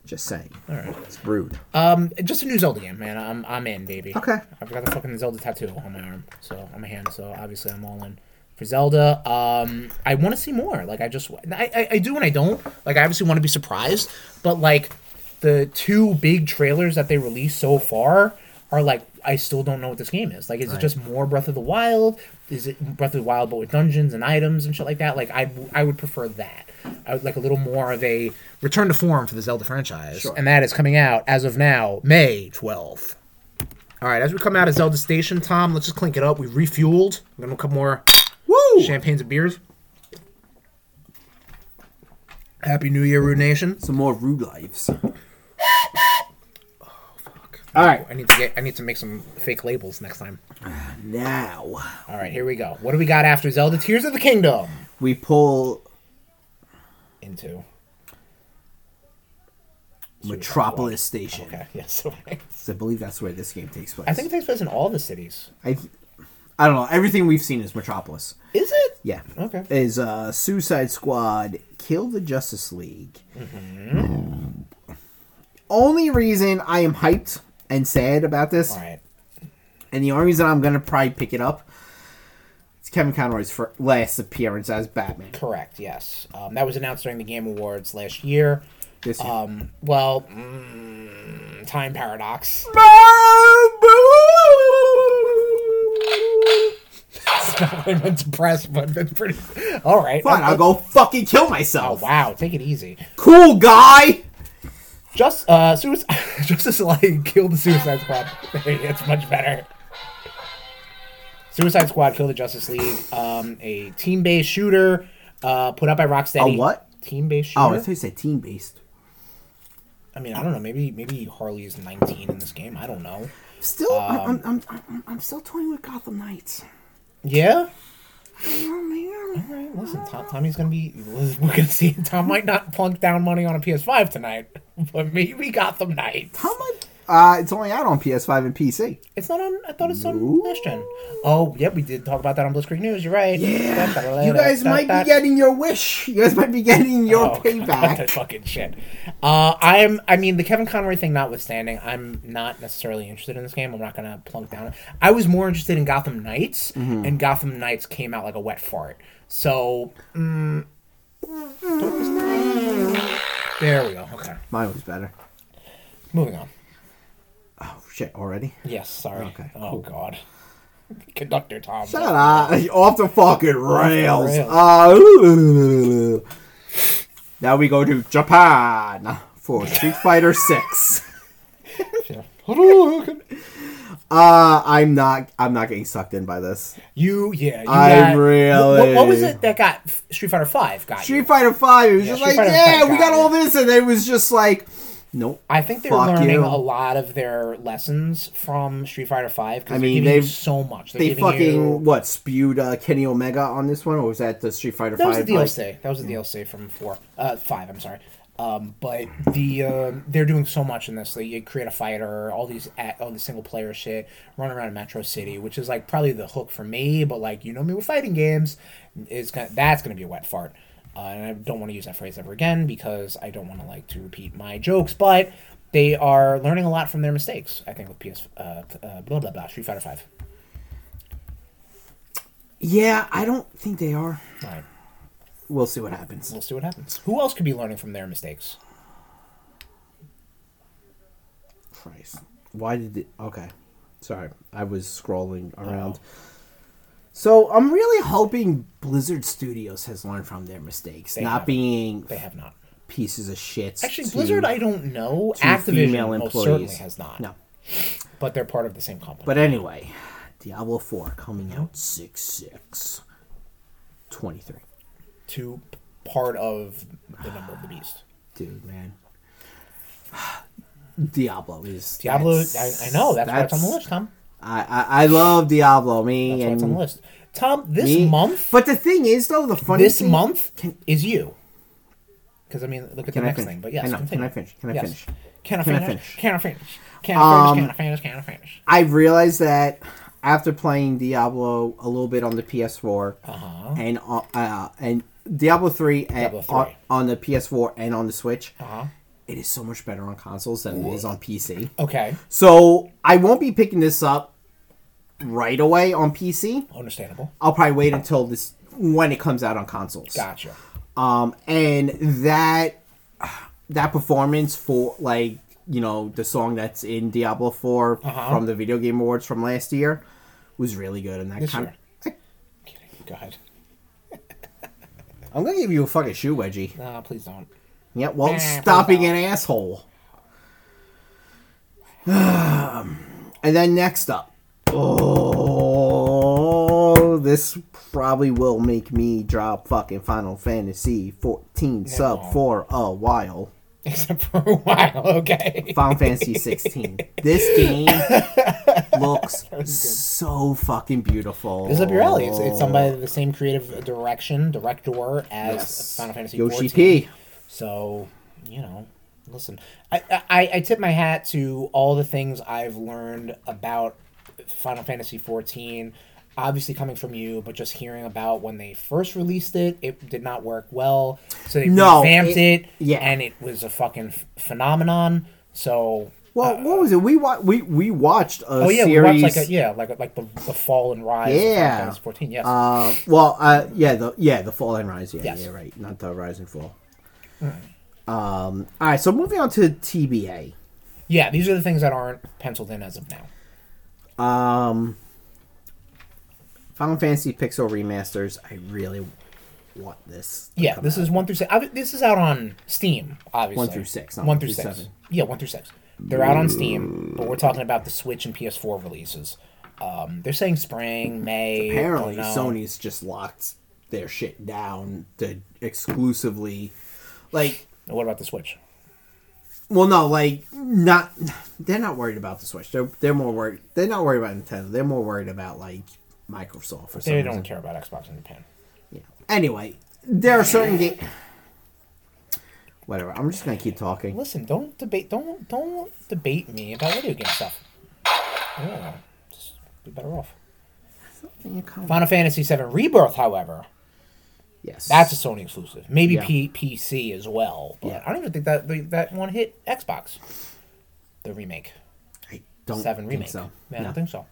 [SPEAKER 2] Just saying,
[SPEAKER 1] All right.
[SPEAKER 2] it's rude.
[SPEAKER 1] Um, just a new Zelda game, man. I'm I'm in, baby.
[SPEAKER 2] Okay.
[SPEAKER 1] I've got the fucking Zelda tattoo on my arm, so on my hand. So obviously, I'm all in for Zelda. Um, I want to see more. Like, I just I, I I do and I don't. Like, I obviously want to be surprised, but like the two big trailers that they released so far are like I still don't know what this game is. Like, is it just more Breath of the Wild? Is it Breath of the Wild but with dungeons and items and shit like that? Like, I I would prefer that. I would like a little more of a return to form for the Zelda franchise,
[SPEAKER 2] Sure.
[SPEAKER 1] and that is coming out as of now, May twelfth. All right, as we come out of Zelda Station, Tom, let's just clink it up. We refueled. We're gonna couple more
[SPEAKER 2] Woo!
[SPEAKER 1] champagnes and beers. Happy New Year, Rude Nation.
[SPEAKER 2] Some more rude lives. Oh, All right,
[SPEAKER 1] I need to get. I need to make some fake labels next time.
[SPEAKER 2] now
[SPEAKER 1] All right, here we go. What do we got after Zelda Tears of the Kingdom?
[SPEAKER 2] we pull
[SPEAKER 1] Into.
[SPEAKER 2] Metropolis Station.
[SPEAKER 1] Okay. Yes. Okay.
[SPEAKER 2] 'Cause I believe that's where this game takes place.
[SPEAKER 1] I think it takes place in all the cities.
[SPEAKER 2] I, I don't know. Everything we've seen is Metropolis.
[SPEAKER 1] Is it?
[SPEAKER 2] Yeah.
[SPEAKER 1] Okay.
[SPEAKER 2] Is uh, Suicide Squad kill the Justice League? Mm-hmm. Only reason I am hyped and sad about this,
[SPEAKER 1] All right.
[SPEAKER 2] and the only reason I'm gonna probably pick it up, it's Kevin Conroy's fir- last appearance as Batman.
[SPEAKER 1] Correct. Yes. Um, that was announced during the Game Awards last year.
[SPEAKER 2] This year.
[SPEAKER 1] Um, well, mm, time paradox. I've been depressed, but been pretty. All right. Oh,
[SPEAKER 2] Fine, I'll go fucking kill myself.
[SPEAKER 1] Wow, take it easy.
[SPEAKER 2] Cool guy.
[SPEAKER 1] Just uh, suicide. Justice League killed the Suicide Squad. Hey, it's much better. Suicide Squad killed the Justice League. Um, a team-based shooter, uh, put out by Rocksteady.
[SPEAKER 2] A what?
[SPEAKER 1] Team-based
[SPEAKER 2] Oh,
[SPEAKER 1] shooter.
[SPEAKER 2] I thought you said team based.
[SPEAKER 1] I mean, I don't know. Maybe maybe Harley is 19 in this game. I don't know.
[SPEAKER 2] Still, I'm, I'm, I'm, I'm, I'm still toying with Gotham Knights.
[SPEAKER 1] Yeah.
[SPEAKER 2] Oh
[SPEAKER 1] All
[SPEAKER 2] man.
[SPEAKER 1] right, Listen, Tom, Tommy's gonna be. We're gonna see. Tom might not plunk down money on a PS5 tonight, but maybe Gotham Knight.
[SPEAKER 2] How much? Uh, it's only out on PS5 and PC.
[SPEAKER 1] It's not on. I thought it's on last gen. Oh, yep, we did talk about that on Blitzkrieg News. You're right. Da-da-da-da-da-da.
[SPEAKER 2] You guys might be getting your wish. You guys might be getting your
[SPEAKER 1] Oh, God, that
[SPEAKER 2] payback.
[SPEAKER 1] fucking shit. Uh, I'm. I mean, the Kevin Conroy thing notwithstanding, I'm not necessarily interested in this game. I'm not gonna plunk down. I was more interested in Gotham Knights,
[SPEAKER 2] Mm-hmm.
[SPEAKER 1] and Gotham Knights came out like a wet fart. So. Mm, there we go. Okay,
[SPEAKER 2] Mine was better.
[SPEAKER 1] moving on.
[SPEAKER 2] Oh shit! Already?
[SPEAKER 1] Yes, sorry.
[SPEAKER 2] Okay,
[SPEAKER 1] oh God. Conductor Tom.
[SPEAKER 2] Shut up! Off the fucking rails.
[SPEAKER 1] rails.
[SPEAKER 2] Uh, now we go to Japan for Street Fighter Six.
[SPEAKER 1] up.
[SPEAKER 2] Uh, I'm not. I'm not getting sucked in by this.
[SPEAKER 1] You yeah. You
[SPEAKER 2] I
[SPEAKER 1] got-
[SPEAKER 2] really-
[SPEAKER 1] What, what, was it that got F- Street Fighter Five got you?
[SPEAKER 2] Street Fighter Five. It was just
[SPEAKER 1] Street
[SPEAKER 2] like,
[SPEAKER 1] Fighter
[SPEAKER 2] yeah,
[SPEAKER 1] five
[SPEAKER 2] we
[SPEAKER 1] got
[SPEAKER 2] got all
[SPEAKER 1] it.
[SPEAKER 2] this, and it was just like, nope.
[SPEAKER 1] I think they're
[SPEAKER 2] Fuck
[SPEAKER 1] learning
[SPEAKER 2] you.
[SPEAKER 1] a lot of their lessons from Street Fighter Five. Cause I
[SPEAKER 2] mean,
[SPEAKER 1] mean, they've
[SPEAKER 2] they've-
[SPEAKER 1] so much. They're
[SPEAKER 2] They
[SPEAKER 1] giving
[SPEAKER 2] fucking
[SPEAKER 1] you-
[SPEAKER 2] what spewed uh, Kenny Omega on this one, or was that the Street Fighter
[SPEAKER 1] that was
[SPEAKER 2] Five?
[SPEAKER 1] the DLC. that was the DLC from four, uh, five. I'm sorry. Um, but the um they're doing so much in this. Like you create a fighter, all these a- all the single player shit, run around in Metro City, which is like probably the hook for me. But like you know me with fighting games, it's gonna that's gonna be a wet fart. Uh, and I don't want to use that phrase ever again because I don't want to like to repeat my jokes. But they are learning a lot from their mistakes. I think with PS uh, uh, blah blah blah Street Fighter Five.
[SPEAKER 2] yeah, I don't think they are.
[SPEAKER 1] All right,
[SPEAKER 2] We'll see what happens.
[SPEAKER 1] we'll see what happens. Who else could be learning from their mistakes?
[SPEAKER 2] Christ. Why did it? Okay. Sorry. I was
[SPEAKER 1] Oh.
[SPEAKER 2] scrolling around. So I'm really hoping Blizzard Studios has learned from their mistakes, not
[SPEAKER 1] haven't.
[SPEAKER 2] being
[SPEAKER 1] They have not.
[SPEAKER 2] pieces of shit.
[SPEAKER 1] Actually,
[SPEAKER 2] to-
[SPEAKER 1] Blizzard, I don't know.
[SPEAKER 2] to female
[SPEAKER 1] Activision most
[SPEAKER 2] employees.
[SPEAKER 1] certainly has not.
[SPEAKER 2] No.
[SPEAKER 1] But they're part of the same company.
[SPEAKER 2] But anyway, Diablo 4 coming out 6 6 23.
[SPEAKER 1] to part of the number of the beast.
[SPEAKER 2] Dude, man. Diablo is.
[SPEAKER 1] Diablo, I,
[SPEAKER 2] that's-
[SPEAKER 1] I know. That's, why it's on the list, Tom.
[SPEAKER 2] I, I, I love Diablo, me.
[SPEAKER 1] That's why
[SPEAKER 2] and
[SPEAKER 1] it's on the list. Tom, this
[SPEAKER 2] me.
[SPEAKER 1] month,
[SPEAKER 2] But the thing is, though, the funny
[SPEAKER 1] this
[SPEAKER 2] thing-
[SPEAKER 1] month is you. Because I mean, look at
[SPEAKER 2] Can
[SPEAKER 1] the
[SPEAKER 2] I
[SPEAKER 1] next
[SPEAKER 2] finish?
[SPEAKER 1] thing. But yes,
[SPEAKER 2] I know.
[SPEAKER 1] continue.
[SPEAKER 2] Can I finish? Can I
[SPEAKER 1] Yes.
[SPEAKER 2] finish?
[SPEAKER 1] Can I
[SPEAKER 2] Can I
[SPEAKER 1] finish?
[SPEAKER 2] finish? Um,
[SPEAKER 1] Can I finish? Can I finish? Can I finish? Can I finish?
[SPEAKER 2] I realized that after playing Diablo a little bit on the PS4
[SPEAKER 1] Uh-huh.
[SPEAKER 2] and uh, uh, and Diablo three, at,
[SPEAKER 1] Diablo
[SPEAKER 2] On,
[SPEAKER 1] 3.
[SPEAKER 2] on the PS4 and on the Switch,
[SPEAKER 1] Uh-huh.
[SPEAKER 2] it is so much better on consoles than it is on PC.
[SPEAKER 1] Okay.
[SPEAKER 2] So I won't be picking this up right away on PC.
[SPEAKER 1] Understandable.
[SPEAKER 2] I'll probably wait until this when it comes out on consoles.
[SPEAKER 1] Gotcha.
[SPEAKER 2] Um, and that that performance for like you know the song that's in Diablo 4
[SPEAKER 1] Uh-huh.
[SPEAKER 2] from the video game awards from last year was really good. And that
[SPEAKER 1] This
[SPEAKER 2] kind
[SPEAKER 1] year. Kidding. Go ahead.
[SPEAKER 2] I'm gonna give you a fucking shoe wedgie.
[SPEAKER 1] No, please don't.
[SPEAKER 2] Yeah, well,
[SPEAKER 1] Nah,
[SPEAKER 2] stop being
[SPEAKER 1] please
[SPEAKER 2] an asshole. and then next up, oh, this probably will make me drop fucking Final Fantasy 14 sub
[SPEAKER 1] won't.
[SPEAKER 2] for a while.
[SPEAKER 1] Except for a while. Okay.
[SPEAKER 2] Final Fantasy 16. This game looks so fucking beautiful.
[SPEAKER 1] This is up your alley. It's, it's somebody with the same creative direction, director as
[SPEAKER 2] Yes.
[SPEAKER 1] Final Fantasy
[SPEAKER 2] Yoshi
[SPEAKER 1] 14.
[SPEAKER 2] P.
[SPEAKER 1] So, you know, listen, I, I, I tip my hat to all the things I've learned about Final Fantasy 14. Obviously, coming from you, but just hearing about when they first released it, it did not work well. So they
[SPEAKER 2] No,
[SPEAKER 1] revamped
[SPEAKER 2] it-
[SPEAKER 1] it,
[SPEAKER 2] yeah.
[SPEAKER 1] and it was a fucking ph- phenomenon. So,
[SPEAKER 2] Well, what was it? We wa- we we watched a
[SPEAKER 1] oh yeah,
[SPEAKER 2] series.
[SPEAKER 1] we watched like a, yeah, like like the, the fall and rise. of Final
[SPEAKER 2] Yeah.
[SPEAKER 1] Fantasy 14. Yes,
[SPEAKER 2] Uh, well, uh, yeah, the yeah, the fall and rise. Yeah,
[SPEAKER 1] Yes. Mm-hmm.
[SPEAKER 2] yeah, right. Not the rise and fall. Um, all right, so moving on to TBA.
[SPEAKER 1] yeah. These are the things that aren't penciled in as of now.
[SPEAKER 2] Um, Final Fantasy Pixel remasters. I really want this. to
[SPEAKER 1] Yeah,
[SPEAKER 2] come
[SPEAKER 1] this
[SPEAKER 2] out.
[SPEAKER 1] is one through six. Obvi- This is out on Steam, obviously.
[SPEAKER 2] through six, not
[SPEAKER 1] one
[SPEAKER 2] one
[SPEAKER 1] through
[SPEAKER 2] through
[SPEAKER 1] six.
[SPEAKER 2] seven.
[SPEAKER 1] Yeah, one through six. They're out on Steam, but we're talking about the Switch and PS4 releases. Um, they're saying spring, May.
[SPEAKER 2] apparently
[SPEAKER 1] don't know.
[SPEAKER 2] Sony's just locked their shit down to exclusively, like,
[SPEAKER 1] What about the Switch?
[SPEAKER 2] well, no, like not. They're not worried about the Switch. They're they're more worried. They're not worried about Nintendo. They're more worried about like Microsoft or something.
[SPEAKER 1] They don't care about Xbox in Japan.
[SPEAKER 2] Yeah. Anyway, there are certain games. Whatever. I'm just gonna keep talking.
[SPEAKER 1] Listen, don't debate. Don't don't debate me about video game stuff. Yeah, just be better off. Final Fantasy VII Rebirth, however,
[SPEAKER 2] Yes.
[SPEAKER 1] that's a Sony exclusive. Maybe
[SPEAKER 2] Yeah.
[SPEAKER 1] P- PC as well, but
[SPEAKER 2] Yeah.
[SPEAKER 1] I don't even think that that- that one hit Xbox. The remake.
[SPEAKER 2] I don't
[SPEAKER 1] seven
[SPEAKER 2] think
[SPEAKER 1] remake.
[SPEAKER 2] So.
[SPEAKER 1] Yeah, I
[SPEAKER 2] No.
[SPEAKER 1] don't think so.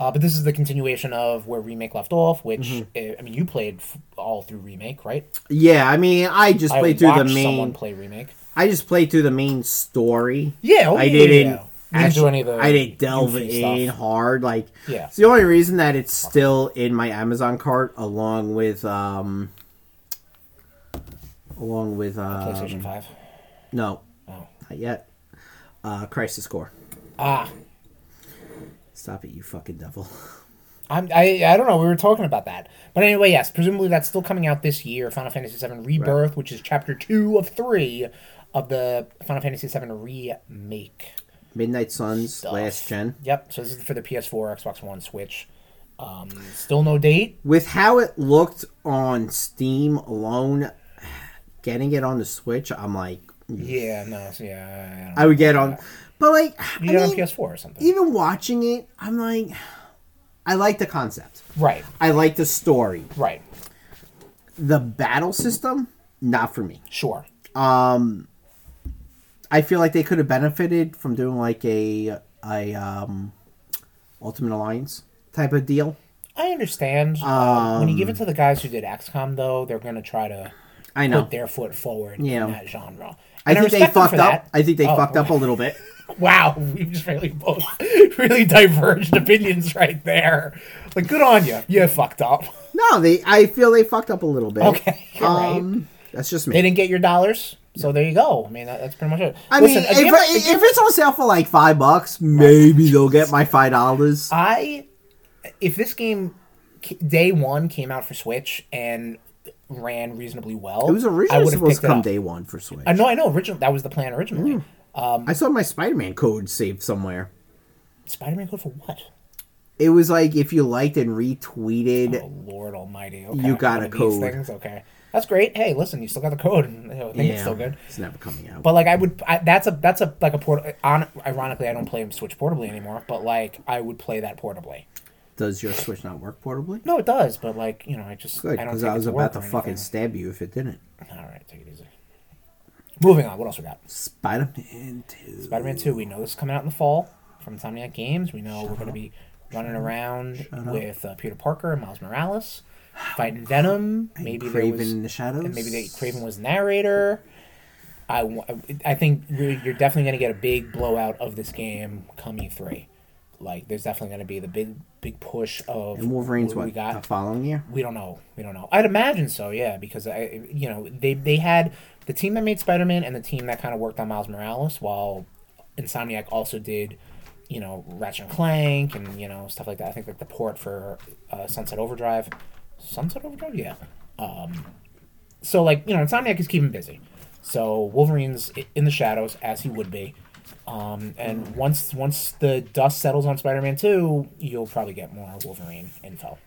[SPEAKER 1] Uh, but this is the continuation of where remake left off, which
[SPEAKER 2] Mm-hmm.
[SPEAKER 1] uh, I mean, you played f- all through remake, right?
[SPEAKER 2] Yeah. I mean, I just
[SPEAKER 1] I
[SPEAKER 2] played through the
[SPEAKER 1] watched someone
[SPEAKER 2] main.
[SPEAKER 1] play remake.
[SPEAKER 2] I just played through the main story.
[SPEAKER 1] Yeah, oh,
[SPEAKER 2] I
[SPEAKER 1] yeah, yeah,
[SPEAKER 2] didn't.
[SPEAKER 1] yeah. You didn't do
[SPEAKER 2] actu-
[SPEAKER 1] any of the
[SPEAKER 2] I didn't delve
[SPEAKER 1] goofy
[SPEAKER 2] in
[SPEAKER 1] stuff.
[SPEAKER 2] hard. Like,
[SPEAKER 1] Yeah.
[SPEAKER 2] it's the only reason that it's still in my Amazon cart, along with um, along with uh,
[SPEAKER 1] PlayStation Five.
[SPEAKER 2] no,
[SPEAKER 1] Oh.
[SPEAKER 2] not yet. Uh, Crisis Core.
[SPEAKER 1] Ah,
[SPEAKER 2] Stop it, you fucking devil.
[SPEAKER 1] I'm, I I don't know. We were talking about that, but anyway, yes. Presumably, that's still coming out this year. Final Fantasy VII Rebirth, which is chapter two of three of the Final Fantasy VII remake. Uh,
[SPEAKER 2] Midnight Suns, last gen.
[SPEAKER 1] Yep. So this is for the PS4, Xbox One, Switch. Um, still no date.
[SPEAKER 2] With how it looked on Steam alone, getting it on the Switch, I'm like,
[SPEAKER 1] Yeah. No. so Yeah. I
[SPEAKER 2] Mm. I
[SPEAKER 1] don't
[SPEAKER 2] would get on, but like,
[SPEAKER 1] you
[SPEAKER 2] I
[SPEAKER 1] get it
[SPEAKER 2] mean,
[SPEAKER 1] on PS4 or something.
[SPEAKER 2] even watching it, I'm like, I like the concept.
[SPEAKER 1] Right,
[SPEAKER 2] I like the story.
[SPEAKER 1] right,
[SPEAKER 2] The battle system, not for me.
[SPEAKER 1] sure.
[SPEAKER 2] I feel like they could have benefited from doing like a a um, Ultimate Alliance type of deal.
[SPEAKER 1] I understand. uh, when you give it to the guys who did XCOM, though, they're going to try to
[SPEAKER 2] I know.
[SPEAKER 1] put their foot forward
[SPEAKER 2] Yeah.
[SPEAKER 1] in that genre.
[SPEAKER 2] I
[SPEAKER 1] And
[SPEAKER 2] think they
[SPEAKER 1] respect them
[SPEAKER 2] fucked
[SPEAKER 1] for
[SPEAKER 2] up.
[SPEAKER 1] that.
[SPEAKER 2] I think they
[SPEAKER 1] Oh,
[SPEAKER 2] fucked up a little bit.
[SPEAKER 1] Wow, we just really both really diverged opinions right there. Like, good on you. You fucked up.
[SPEAKER 2] No, they. I feel they fucked up a little bit.
[SPEAKER 1] Okay, you're
[SPEAKER 2] um, that's just
[SPEAKER 1] They
[SPEAKER 2] me.
[SPEAKER 1] didn't get your dollars, so there you go. I mean, that, that's pretty much it.
[SPEAKER 2] I
[SPEAKER 1] Listen,
[SPEAKER 2] mean,
[SPEAKER 1] a
[SPEAKER 2] if,
[SPEAKER 1] giver- a
[SPEAKER 2] if
[SPEAKER 1] giver-
[SPEAKER 2] it's on sale for like five bucks, maybe they'll get my five dollars.
[SPEAKER 1] I if this game ca- day one came out for Switch and ran reasonably well,
[SPEAKER 2] It was
[SPEAKER 1] I
[SPEAKER 2] originally
[SPEAKER 1] would've
[SPEAKER 2] supposed
[SPEAKER 1] picked
[SPEAKER 2] to
[SPEAKER 1] it
[SPEAKER 2] come
[SPEAKER 1] up.
[SPEAKER 2] day Hmm. one for Switch.
[SPEAKER 1] I know, I know. Original that was the plan originally. Um,
[SPEAKER 2] I saw my Spider-Man code saved somewhere.
[SPEAKER 1] Spider-Man code for what?
[SPEAKER 2] It was like if you liked and retweeted.
[SPEAKER 1] Oh Lord Almighty! Okay.
[SPEAKER 2] You got
[SPEAKER 1] one
[SPEAKER 2] a
[SPEAKER 1] of these
[SPEAKER 2] code.
[SPEAKER 1] Things? Okay. that's great. Hey, listen, you still got the code. And, you know, I think it's still good.
[SPEAKER 2] It's never coming out.
[SPEAKER 1] But like I would, I, that's a that's a like a port. On ironically, I don't play Switch portably anymore. But like I would play that portably.
[SPEAKER 2] Does your Switch not work portably?
[SPEAKER 1] No, it does. But like you know, I just
[SPEAKER 2] Good,
[SPEAKER 1] I don't.
[SPEAKER 2] because
[SPEAKER 1] think
[SPEAKER 2] I was
[SPEAKER 1] it's
[SPEAKER 2] about
[SPEAKER 1] work
[SPEAKER 2] to
[SPEAKER 1] or
[SPEAKER 2] fucking
[SPEAKER 1] anything.
[SPEAKER 2] stab you if it didn't.
[SPEAKER 1] All right, take it easy. Moving on. What else we got?
[SPEAKER 2] Spider-Man 2.
[SPEAKER 1] Spider-Man Two. We know this is coming out in the fall from Insomniac Games. We know we're going to be running around with uh, Peter Parker and Miles Morales, fighting Venom. Maybe there
[SPEAKER 2] Craven
[SPEAKER 1] was,
[SPEAKER 2] in the Shadows.
[SPEAKER 1] and maybe they, Craven was narrator. I, wa- I think you're, you're definitely going to get a big blowout of this game come E3. Like, there's definitely going to be the big big push of
[SPEAKER 2] And Wolverine's
[SPEAKER 1] what
[SPEAKER 2] what,
[SPEAKER 1] we got.
[SPEAKER 2] the following year?
[SPEAKER 1] We don't know. We don't know. I'd imagine so, yeah, because I, you know, they they had the team that made Spider Man and the team that kind of worked on Miles Morales, while Insomniac also did, you know, Ratchet and Clank and you know stuff like that. I think like the port for uh, Sunset Overdrive, Sunset Overdrive, yeah. Um, so like you know, Insomniac is keeping busy. So Wolverine's i- in the shadows as he would be. Um, and once once the dust settles on Spider-Man 2, you'll probably get more Wolverine info.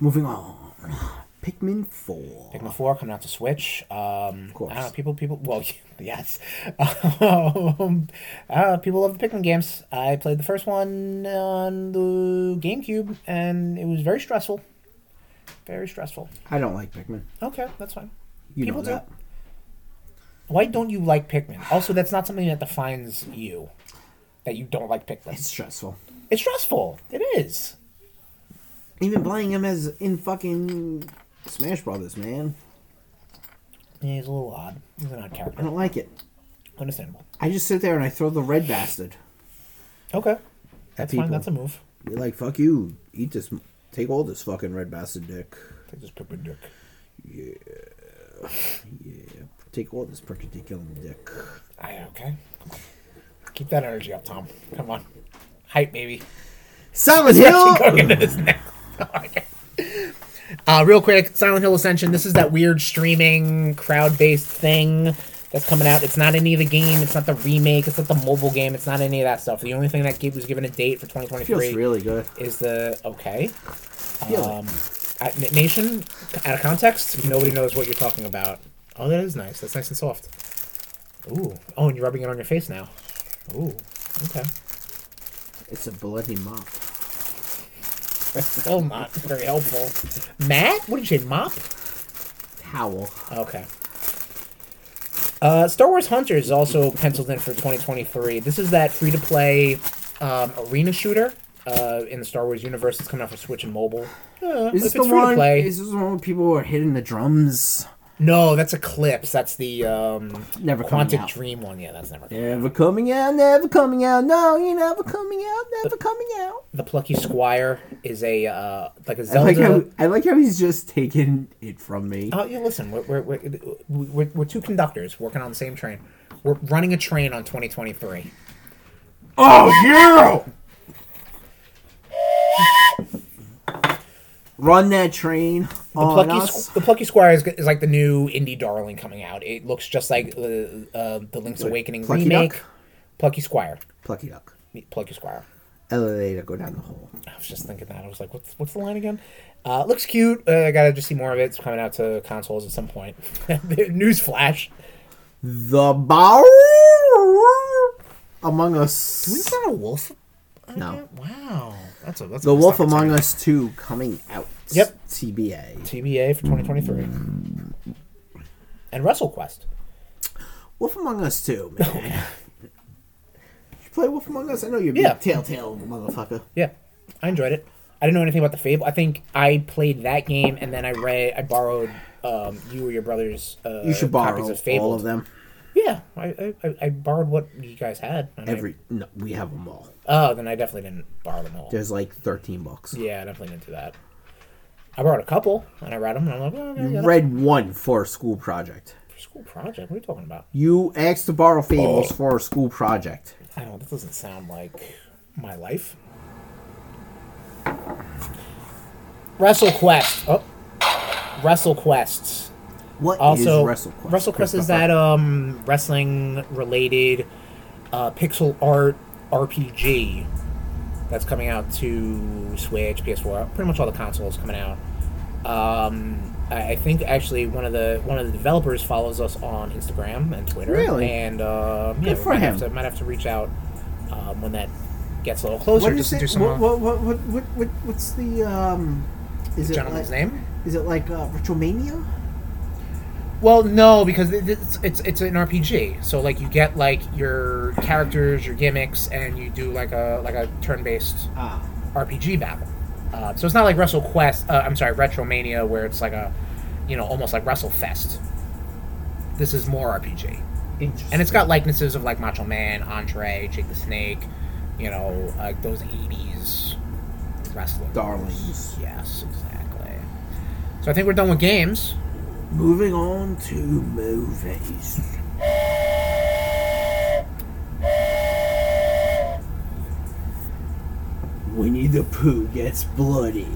[SPEAKER 2] Moving on. Pikmin 4.
[SPEAKER 1] Pikmin Four coming out to Switch. Um,
[SPEAKER 2] course.
[SPEAKER 1] I don't know. People, people. Well, yes. um, I don't know. People love the Pikmin games. I played the first one on the GameCube, and it was very stressful. Very stressful.
[SPEAKER 2] I don't like Pikmin.
[SPEAKER 1] Okay, that's fine.
[SPEAKER 2] You
[SPEAKER 1] people
[SPEAKER 2] know that.
[SPEAKER 1] do. Why don't you like Pikmin? Also, that's not something that defines you. That you don't like Pikmin.
[SPEAKER 2] It's
[SPEAKER 1] It's,
[SPEAKER 2] stressful.
[SPEAKER 1] stressful. It is.
[SPEAKER 2] Even playing him as in fucking Smash Brothers, man.
[SPEAKER 1] Yeah, he's a little odd. He's an odd
[SPEAKER 2] I
[SPEAKER 1] character.
[SPEAKER 2] don't like it.
[SPEAKER 1] Understandable.
[SPEAKER 2] I just sit there and I throw the red bastard.
[SPEAKER 1] Okay,
[SPEAKER 2] At
[SPEAKER 1] that's
[SPEAKER 2] people.
[SPEAKER 1] fine. That's a move.
[SPEAKER 2] Be like, fuck you. Eat this. Take all this fucking red bastard dick.
[SPEAKER 1] Take this Pikmin dick.
[SPEAKER 2] Yeah. Take all this perpendicular dick.
[SPEAKER 1] I, okay. Keep that energy up, Tom. Come on. Hype, baby.
[SPEAKER 2] Silent Hill!
[SPEAKER 1] Going into this next. uh, real quick Silent Hill Ascension. This is that weird streaming, crowd based thing that's coming out. It's not any of the game. It's not the remake. It's not the mobile game. It's not any of that stuff. The only thing that gave, was given a date for
[SPEAKER 2] Feels
[SPEAKER 1] 2023
[SPEAKER 2] really good.
[SPEAKER 1] is the. Okay.
[SPEAKER 2] Feel it.
[SPEAKER 1] Um, at- Na- Nation, out of context, nobody knows what you're talking about. Oh, that is nice. That's nice and soft. Ooh. Oh, and you're rubbing it on your face now. Ooh. Okay.
[SPEAKER 2] It's a bloody mop.
[SPEAKER 1] Still not Oh, very helpful. Matt? What did you say? Mop?
[SPEAKER 2] Towel.
[SPEAKER 1] Okay. Uh, Star Wars Hunters is also penciled in for 2023. This is that free to play um, arena shooter uh, in the Star Wars universe. It's coming out for Switch and mobile. Uh,
[SPEAKER 2] Is
[SPEAKER 1] if
[SPEAKER 2] this the
[SPEAKER 1] it's free to
[SPEAKER 2] one?
[SPEAKER 1] play-
[SPEAKER 2] Is this the one where people are hitting the drums?
[SPEAKER 1] No, that's Eclipse. That's the um,
[SPEAKER 2] Never coming
[SPEAKER 1] Quantic
[SPEAKER 2] out.
[SPEAKER 1] Dream one. Yeah, that's never.
[SPEAKER 2] Never coming out, never coming out. No, you're never coming out, never coming out.
[SPEAKER 1] The Plucky Squire is a uh, like a
[SPEAKER 2] I like
[SPEAKER 1] Zelda.
[SPEAKER 2] how I like how he's just taking it from me.
[SPEAKER 1] Oh yeah, listen, we're we're, we're, we're we're two conductors working on the same train. We're running a train on 2023.
[SPEAKER 2] Oh yeah! Run that train on
[SPEAKER 1] Plucky,
[SPEAKER 2] us.
[SPEAKER 1] Squ- the Plucky Squire is, is like the new indie darling coming out. It looks just like uh, uh, the Link's Awakening
[SPEAKER 2] Plucky
[SPEAKER 1] remake.
[SPEAKER 2] Duck?
[SPEAKER 1] Plucky Squire,
[SPEAKER 2] Plucky duck.
[SPEAKER 1] Plucky Squire.
[SPEAKER 2] Elevator, go down the hole.
[SPEAKER 1] I was just thinking that. I was like, what's what's the line again? Uh, looks cute. Uh, I gotta just see more of it. It's coming out to consoles at some point. Newsflash.
[SPEAKER 2] The bar among us.
[SPEAKER 1] that a wolf?
[SPEAKER 2] No.
[SPEAKER 1] Wow, that's a that's
[SPEAKER 2] The Wolf Among Us 2 coming out.
[SPEAKER 1] Yep.
[SPEAKER 2] TBA.
[SPEAKER 1] TBA for 2023, and WrestleQuest.
[SPEAKER 2] Wolf Among Us 2, man. Did you play Wolf Among Us? I know you're
[SPEAKER 1] Yeah.
[SPEAKER 2] yeah. Telltale motherfucker.
[SPEAKER 1] Yeah, I enjoyed it. I didn't know anything about the Fable. I think I played that game, and then I read, I borrowed um, you or your brother's. Uh,
[SPEAKER 2] You should borrow all of them.
[SPEAKER 1] Yeah, I, I- I I borrowed what you guys had. and I-
[SPEAKER 2] Every no, we have them all.
[SPEAKER 1] oh, then I definitely didn't borrow them all.
[SPEAKER 2] There's like 13 bucks.
[SPEAKER 1] Yeah, I definitely didn't do that. I borrowed a couple, and I read them, and I'm like, well, I got
[SPEAKER 2] Read one for a school project.
[SPEAKER 1] a school project. What are you talking about?
[SPEAKER 2] You asked to borrow
[SPEAKER 1] Oh.
[SPEAKER 2] Fables for a school project.
[SPEAKER 1] I don't. This doesn't sound like my life. WrestleQuest. Oh, WrestleQuests.
[SPEAKER 2] What is
[SPEAKER 1] also
[SPEAKER 2] WrestleQuest?
[SPEAKER 1] WrestleQuest is
[SPEAKER 2] Christopher?
[SPEAKER 1] that um wrestling related uh, pixel art RPG that's coming out to Switch, PS4, pretty much all the consoles coming out. Um, I I think actually one of the one of the developers follows us on Instagram and Twitter.
[SPEAKER 2] Really?
[SPEAKER 1] And uh, yeah,
[SPEAKER 2] Good
[SPEAKER 1] we
[SPEAKER 2] for
[SPEAKER 1] might Have
[SPEAKER 2] him.
[SPEAKER 1] to, might have to reach out um, when that gets a little closer.
[SPEAKER 2] What
[SPEAKER 1] just to
[SPEAKER 2] is
[SPEAKER 1] do
[SPEAKER 2] it?
[SPEAKER 1] some
[SPEAKER 2] What,
[SPEAKER 1] uh,
[SPEAKER 2] what, what, what, what, what, what's the um? Is it like,
[SPEAKER 1] gentleman's name?
[SPEAKER 2] Is it like uh, Virtual Mania?
[SPEAKER 1] Well, no, because it- it's it's it's an RPG. So like you get like your characters, your gimmicks, and you do like a like a turn-based
[SPEAKER 2] Ah,
[SPEAKER 1] RPG battle. Uh, so it's not like Wrestle Quest. Uh, I'm sorry, Retromania, where it's like a, you know, almost like Wrestle Fest. This is more RPG,
[SPEAKER 2] interesting.
[SPEAKER 1] and it's got likenesses of like Macho Man, Andre, Jake the Snake, you know, like those '80s wrestlers.
[SPEAKER 2] Darlings.
[SPEAKER 1] Yes, exactly. So I think we're done with games.
[SPEAKER 2] moving on to movies. Winnie the Pooh gets bloody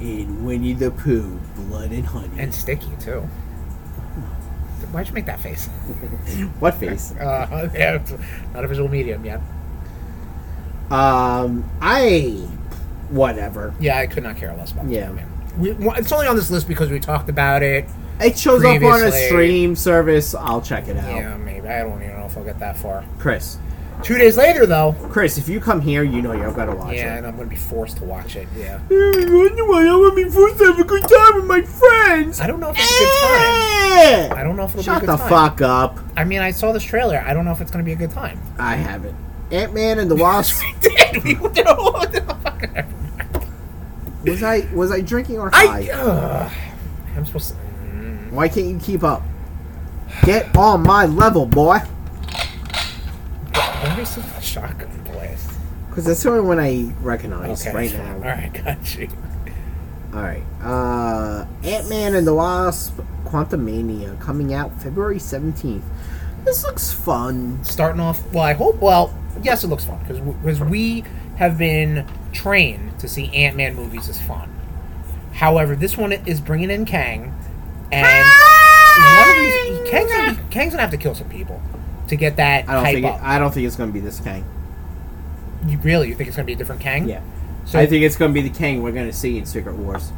[SPEAKER 2] in Winnie the Pooh, Blood and Honey.
[SPEAKER 1] And sticky too. Why'd you make that face?
[SPEAKER 2] what face?
[SPEAKER 1] Uh, yeah, it's not a visual medium yet.
[SPEAKER 2] Um, I, whatever.
[SPEAKER 1] Yeah, I could not care less about.
[SPEAKER 2] Yeah.
[SPEAKER 1] Spider-Man. we, well, it's only on this list because we talked about it.
[SPEAKER 2] It shows up on a
[SPEAKER 1] Previously-
[SPEAKER 2] stream service. I'll check it out.
[SPEAKER 1] Yeah, maybe I don't even know if I'll get that far.
[SPEAKER 2] Chris,
[SPEAKER 1] Two days later, though.
[SPEAKER 2] Chris, if you come here, you know you're gonna watch
[SPEAKER 1] yeah,
[SPEAKER 2] it.
[SPEAKER 1] and I'm gonna be forced to watch it. Yeah,
[SPEAKER 2] I wonder why I would be forced to have a good time with my friends.
[SPEAKER 1] I don't know if it's a good time. I don't know if it'll
[SPEAKER 2] Shut
[SPEAKER 1] be a good
[SPEAKER 2] the
[SPEAKER 1] time.
[SPEAKER 2] fuck up.
[SPEAKER 1] I mean, I saw this trailer. I don't know if it's gonna be a good time.
[SPEAKER 2] I haven't. Ant Man and the Wasp.
[SPEAKER 1] We did. We did a whole-
[SPEAKER 2] was I was I drinking or high?
[SPEAKER 1] I. Uh, I'm supposed to. Mm.
[SPEAKER 2] Why can't you keep up? Get on my level, boy.
[SPEAKER 1] Why are you so shotgun blast?
[SPEAKER 2] Because that's the only one I recognize
[SPEAKER 1] Okay.
[SPEAKER 2] right now.
[SPEAKER 1] All right, got you.
[SPEAKER 2] All right. Uh, Ant Man and the Wasp: Quantumania coming out February seventeenth. This looks fun.
[SPEAKER 1] starting off well i hope well yes it looks fun because we have been trained to see ant-man movies as fun however this one is bringing in kang and one of these kang's gonna, be- kang's gonna have to kill some people to get that
[SPEAKER 2] I don't
[SPEAKER 1] hype
[SPEAKER 2] think it,
[SPEAKER 1] up
[SPEAKER 2] I don't think it's gonna be this Kang.
[SPEAKER 1] you really you think it's gonna be a different kang
[SPEAKER 2] Yeah,
[SPEAKER 1] so
[SPEAKER 2] I think it's gonna be the Kang we're gonna see in Secret Wars.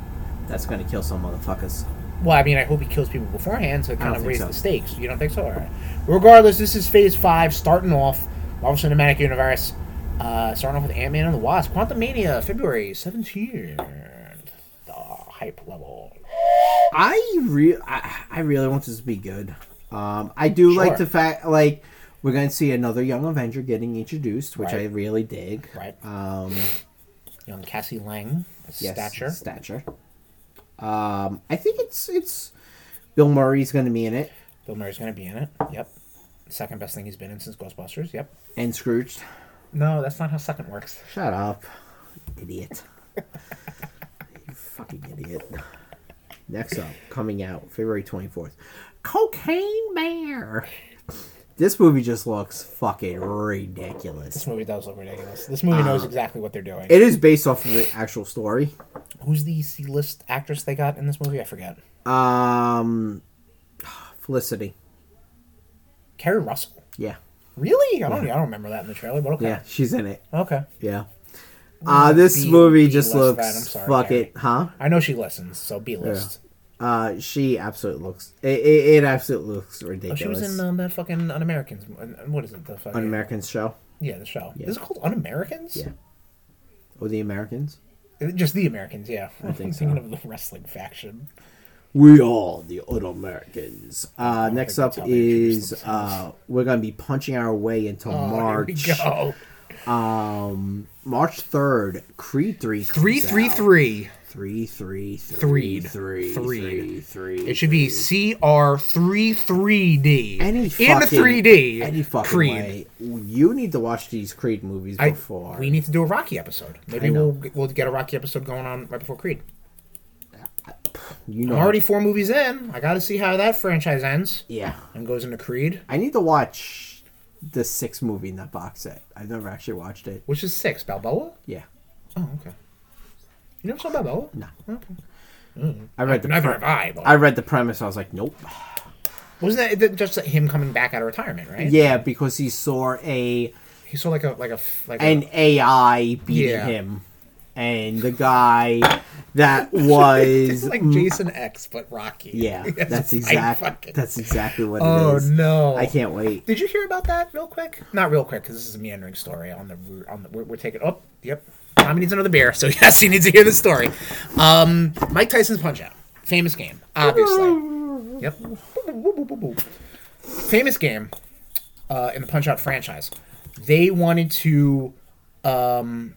[SPEAKER 2] That's gonna kill some motherfuckers.
[SPEAKER 1] well i mean i hope he kills people beforehand so it kind
[SPEAKER 2] don't
[SPEAKER 1] of
[SPEAKER 2] think
[SPEAKER 1] raises
[SPEAKER 2] so.
[SPEAKER 1] the stakes you don't think so all right regardless this is phase five starting off marvel cinematic universe uh, starting off with Ant-Man and the Wasp, Quantum Mania, February 17th. The hype level.
[SPEAKER 2] I re I, I really want this to be good. Um, I do like
[SPEAKER 1] Sure.
[SPEAKER 2] the fact like we're going to see another young Avenger getting introduced, which I
[SPEAKER 1] Right.
[SPEAKER 2] really dig.
[SPEAKER 1] Right.
[SPEAKER 2] Um,
[SPEAKER 1] Young Cassie Lang,
[SPEAKER 2] yes,
[SPEAKER 1] stature.
[SPEAKER 2] stature. Um, I think it's it's Bill Murray's going to be in it
[SPEAKER 1] Bill Murray's going to be in it. Yep. Second best thing he's been in since Ghostbusters. Yep.
[SPEAKER 2] and Scrooge.
[SPEAKER 1] No, that's not how second works.
[SPEAKER 2] Shut up, idiot. you fucking idiot. Next up, coming out February 24th Cocaine Bear. This movie just looks fucking ridiculous.
[SPEAKER 1] This movie does look ridiculous. This movie knows exactly what they're doing.
[SPEAKER 2] Ah. It is based off of the actual story.
[SPEAKER 1] Who's the C-list actress they got in this movie? I forget.
[SPEAKER 2] Um, Felicity.
[SPEAKER 1] Carrie Russell.
[SPEAKER 2] Yeah,
[SPEAKER 1] Really? I don't. I don't remember that in the trailer. But okay.
[SPEAKER 2] yeah, she's in it.
[SPEAKER 1] Okay.
[SPEAKER 2] Yeah. Uh, this
[SPEAKER 1] B-
[SPEAKER 2] movie
[SPEAKER 1] B
[SPEAKER 2] just
[SPEAKER 1] list
[SPEAKER 2] looks
[SPEAKER 1] that, I'm sorry,
[SPEAKER 2] fuck
[SPEAKER 1] Gary.
[SPEAKER 2] it, huh?
[SPEAKER 1] I know she listens, so B-list.
[SPEAKER 2] Uh, she absolutely looks. It, it, it absolutely looks
[SPEAKER 1] Oh,
[SPEAKER 2] ridiculous.
[SPEAKER 1] she was in um, that fucking Un-Americans. uh, What is it? The fucking
[SPEAKER 2] on Americans show.
[SPEAKER 1] yeah, the show. Is it called Un-Americans?
[SPEAKER 2] Yeah. Oh, the Americans.
[SPEAKER 1] Just the Americans. Yeah. I
[SPEAKER 2] think
[SPEAKER 1] am thinking of the wrestling faction.
[SPEAKER 2] We are the other Americans. Uh, next
[SPEAKER 1] Oh, think
[SPEAKER 2] up
[SPEAKER 1] that's how they introduce
[SPEAKER 2] is uh, we're gonna be punching our way into March.
[SPEAKER 1] Oh, here we go.
[SPEAKER 2] Um, March third, Creed three.
[SPEAKER 1] Three,
[SPEAKER 2] comes
[SPEAKER 1] three,
[SPEAKER 2] out.
[SPEAKER 1] three.
[SPEAKER 2] Three, three, three,
[SPEAKER 1] Threed.
[SPEAKER 2] three, three,
[SPEAKER 1] Threed.
[SPEAKER 2] three.
[SPEAKER 1] It should be CR three three D.
[SPEAKER 2] any
[SPEAKER 1] in
[SPEAKER 2] fucking-
[SPEAKER 1] three D.
[SPEAKER 2] Any fucking way. You need to watch these Creed movies
[SPEAKER 1] I-
[SPEAKER 2] before.
[SPEAKER 1] we need to do a Rocky episode. Maybe
[SPEAKER 2] I know.
[SPEAKER 1] we'll we'll get a Rocky episode going on right before Creed.
[SPEAKER 2] you know,
[SPEAKER 1] I'm already four movies in. I got to see how that franchise ends
[SPEAKER 2] yeah.
[SPEAKER 1] and goes into Creed,
[SPEAKER 2] I need to watch the sixth movie in that box set. I've never actually watched it.
[SPEAKER 1] which is six. Balboa.
[SPEAKER 2] Yeah,
[SPEAKER 1] Oh, okay. You never saw Balboa?
[SPEAKER 2] no.
[SPEAKER 1] Okay.
[SPEAKER 2] I read the
[SPEAKER 1] Never
[SPEAKER 2] pre-
[SPEAKER 1] have I. But
[SPEAKER 2] I read the premise. I was like, nope.
[SPEAKER 1] wasn't that just him coming back out of retirement? Right.
[SPEAKER 2] Yeah, because he saw a
[SPEAKER 1] He saw like a like a f- like a-
[SPEAKER 2] an AI beating
[SPEAKER 1] Yeah.
[SPEAKER 2] him. and the guy that was mm,
[SPEAKER 1] It's like Jason X, but Rocky.
[SPEAKER 2] yeah,
[SPEAKER 1] It's like
[SPEAKER 2] that's exactly
[SPEAKER 1] fucking-
[SPEAKER 2] that's exactly what
[SPEAKER 1] Oh
[SPEAKER 2] it is.
[SPEAKER 1] no!
[SPEAKER 2] I can't wait.
[SPEAKER 1] Did you hear about that real quick? Not real quick because this is a meandering story on the route- on the we're, we're taking. Oh, yep. Tommy needs another beer, so yes, he needs to hear the story. Um, Mike Tyson's Punch Out, famous game, obviously. Yep. Famous game uh, in the Punch Out franchise. They wanted to um,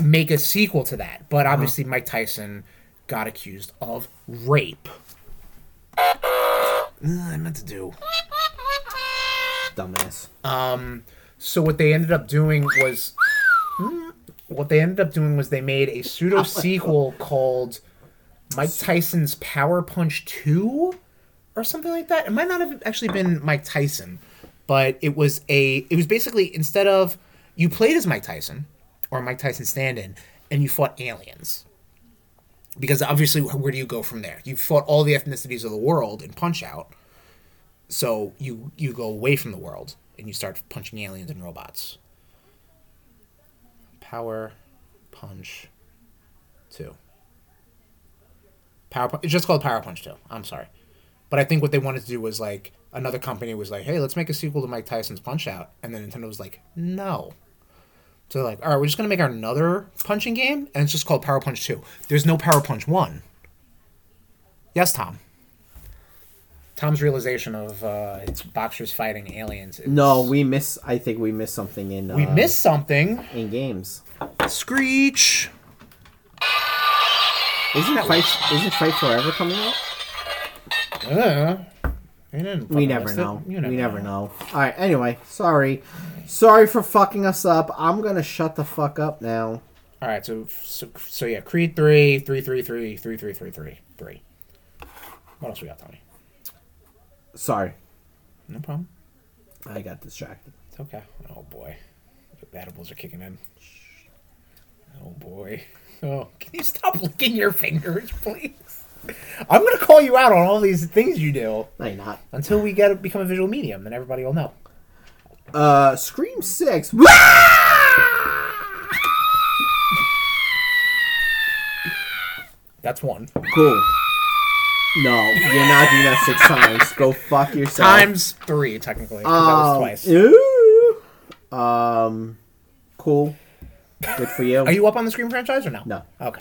[SPEAKER 1] make a sequel to that, but obviously Mike Tyson got accused of rape. Ugh, I meant to do.
[SPEAKER 2] Dumbass.
[SPEAKER 1] So what they ended up doing was Hmm? what they ended up doing was they made a pseudo sequel called Mike Tyson's Power Punch 2 or something like that. It might not have actually been Mike Tyson, but it was a it was basically instead of you played as Mike Tyson or Mike Tyson stand-in and you fought aliens. Because obviously where do you go from there? You fought all the ethnicities of the world in Punch Out. So you you go away from the world and you start punching aliens and robots. Power punch two. Power punch. It's just called Power Punch two. I'm sorry, but I think what they wanted to do was like another company was like, hey, let's make a sequel to Mike Tyson's Punch Out, and then Nintendo was like, no. So they're like, all right, we're just gonna make another punching game, and it's just called Power Punch two. There's no Power Punch one. Yes, Tom. Tom's realization of uh, it's boxers fighting aliens. is-
[SPEAKER 2] No, we miss. I think we missed something in.
[SPEAKER 1] we
[SPEAKER 2] uh,
[SPEAKER 1] missed something.
[SPEAKER 2] in games.
[SPEAKER 1] Screech.
[SPEAKER 2] Isn't fight? Isn't fight forever coming out?
[SPEAKER 1] Uh, they didn't
[SPEAKER 2] We
[SPEAKER 1] fucking
[SPEAKER 2] never
[SPEAKER 1] list it.
[SPEAKER 2] know.
[SPEAKER 1] You
[SPEAKER 2] we never know. All right. Anyway, sorry, sorry for fucking us up. I'm gonna shut the fuck up now.
[SPEAKER 1] All right, so so, so yeah, Creed 3, 3, 3, 3, 3, 3, 3, 3, 3. What else we got, Tommy?
[SPEAKER 2] Sorry,
[SPEAKER 1] No problem.
[SPEAKER 2] I got distracted.
[SPEAKER 1] It's okay. Oh boy, the edibles are kicking in. Oh boy. Oh, can you stop licking your fingers, please? I'm gonna call you out on all these things you do
[SPEAKER 2] No, you're not.
[SPEAKER 1] until we get become a visual medium, then everybody will know.
[SPEAKER 2] Uh, Scream Six.
[SPEAKER 1] That's one.
[SPEAKER 2] cool. No, you're not doing that six times. Go fuck yourself.
[SPEAKER 1] Times three, technically. 'cause that was
[SPEAKER 2] Um,
[SPEAKER 1] twice.
[SPEAKER 2] Ooh. Um. Cool. Good for you.
[SPEAKER 1] Are you up on the Scream franchise or no?
[SPEAKER 2] No.
[SPEAKER 1] Okay.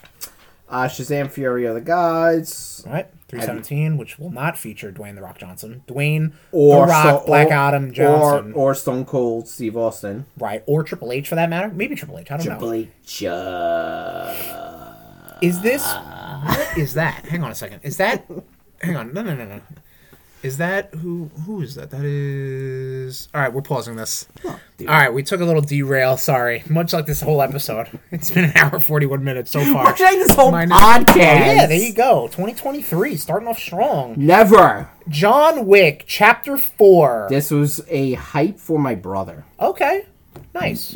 [SPEAKER 2] Uh, Shazam! Fury of the Gods.
[SPEAKER 1] All right. 317, which will not feature Dwayne The Rock Johnson. Dwayne
[SPEAKER 2] Or
[SPEAKER 1] The Rock,
[SPEAKER 2] so-
[SPEAKER 1] Black
[SPEAKER 2] or-
[SPEAKER 1] Adam Johnson.
[SPEAKER 2] Or, or Stone Cold Steve Austin.
[SPEAKER 1] right. Or Triple H for that matter. Maybe Triple H. I don't know.
[SPEAKER 2] H. uh,
[SPEAKER 1] Is this. What is that? Hang on a second. Is that. hang on. No, no, no, no. Is that who? Who is that? That is. All right, we're pausing this.
[SPEAKER 2] Oh,
[SPEAKER 1] All right, we took a little derail. Sorry, much like this whole episode. It's been an hour forty-one minutes so far.
[SPEAKER 2] Much like this whole
[SPEAKER 1] Minus-
[SPEAKER 2] podcast.
[SPEAKER 1] Yeah, there you go. Twenty twenty-three, starting off strong.
[SPEAKER 2] Never.
[SPEAKER 1] John Wick, Chapter 4.
[SPEAKER 2] This was a hype for my brother.
[SPEAKER 1] Okay, nice.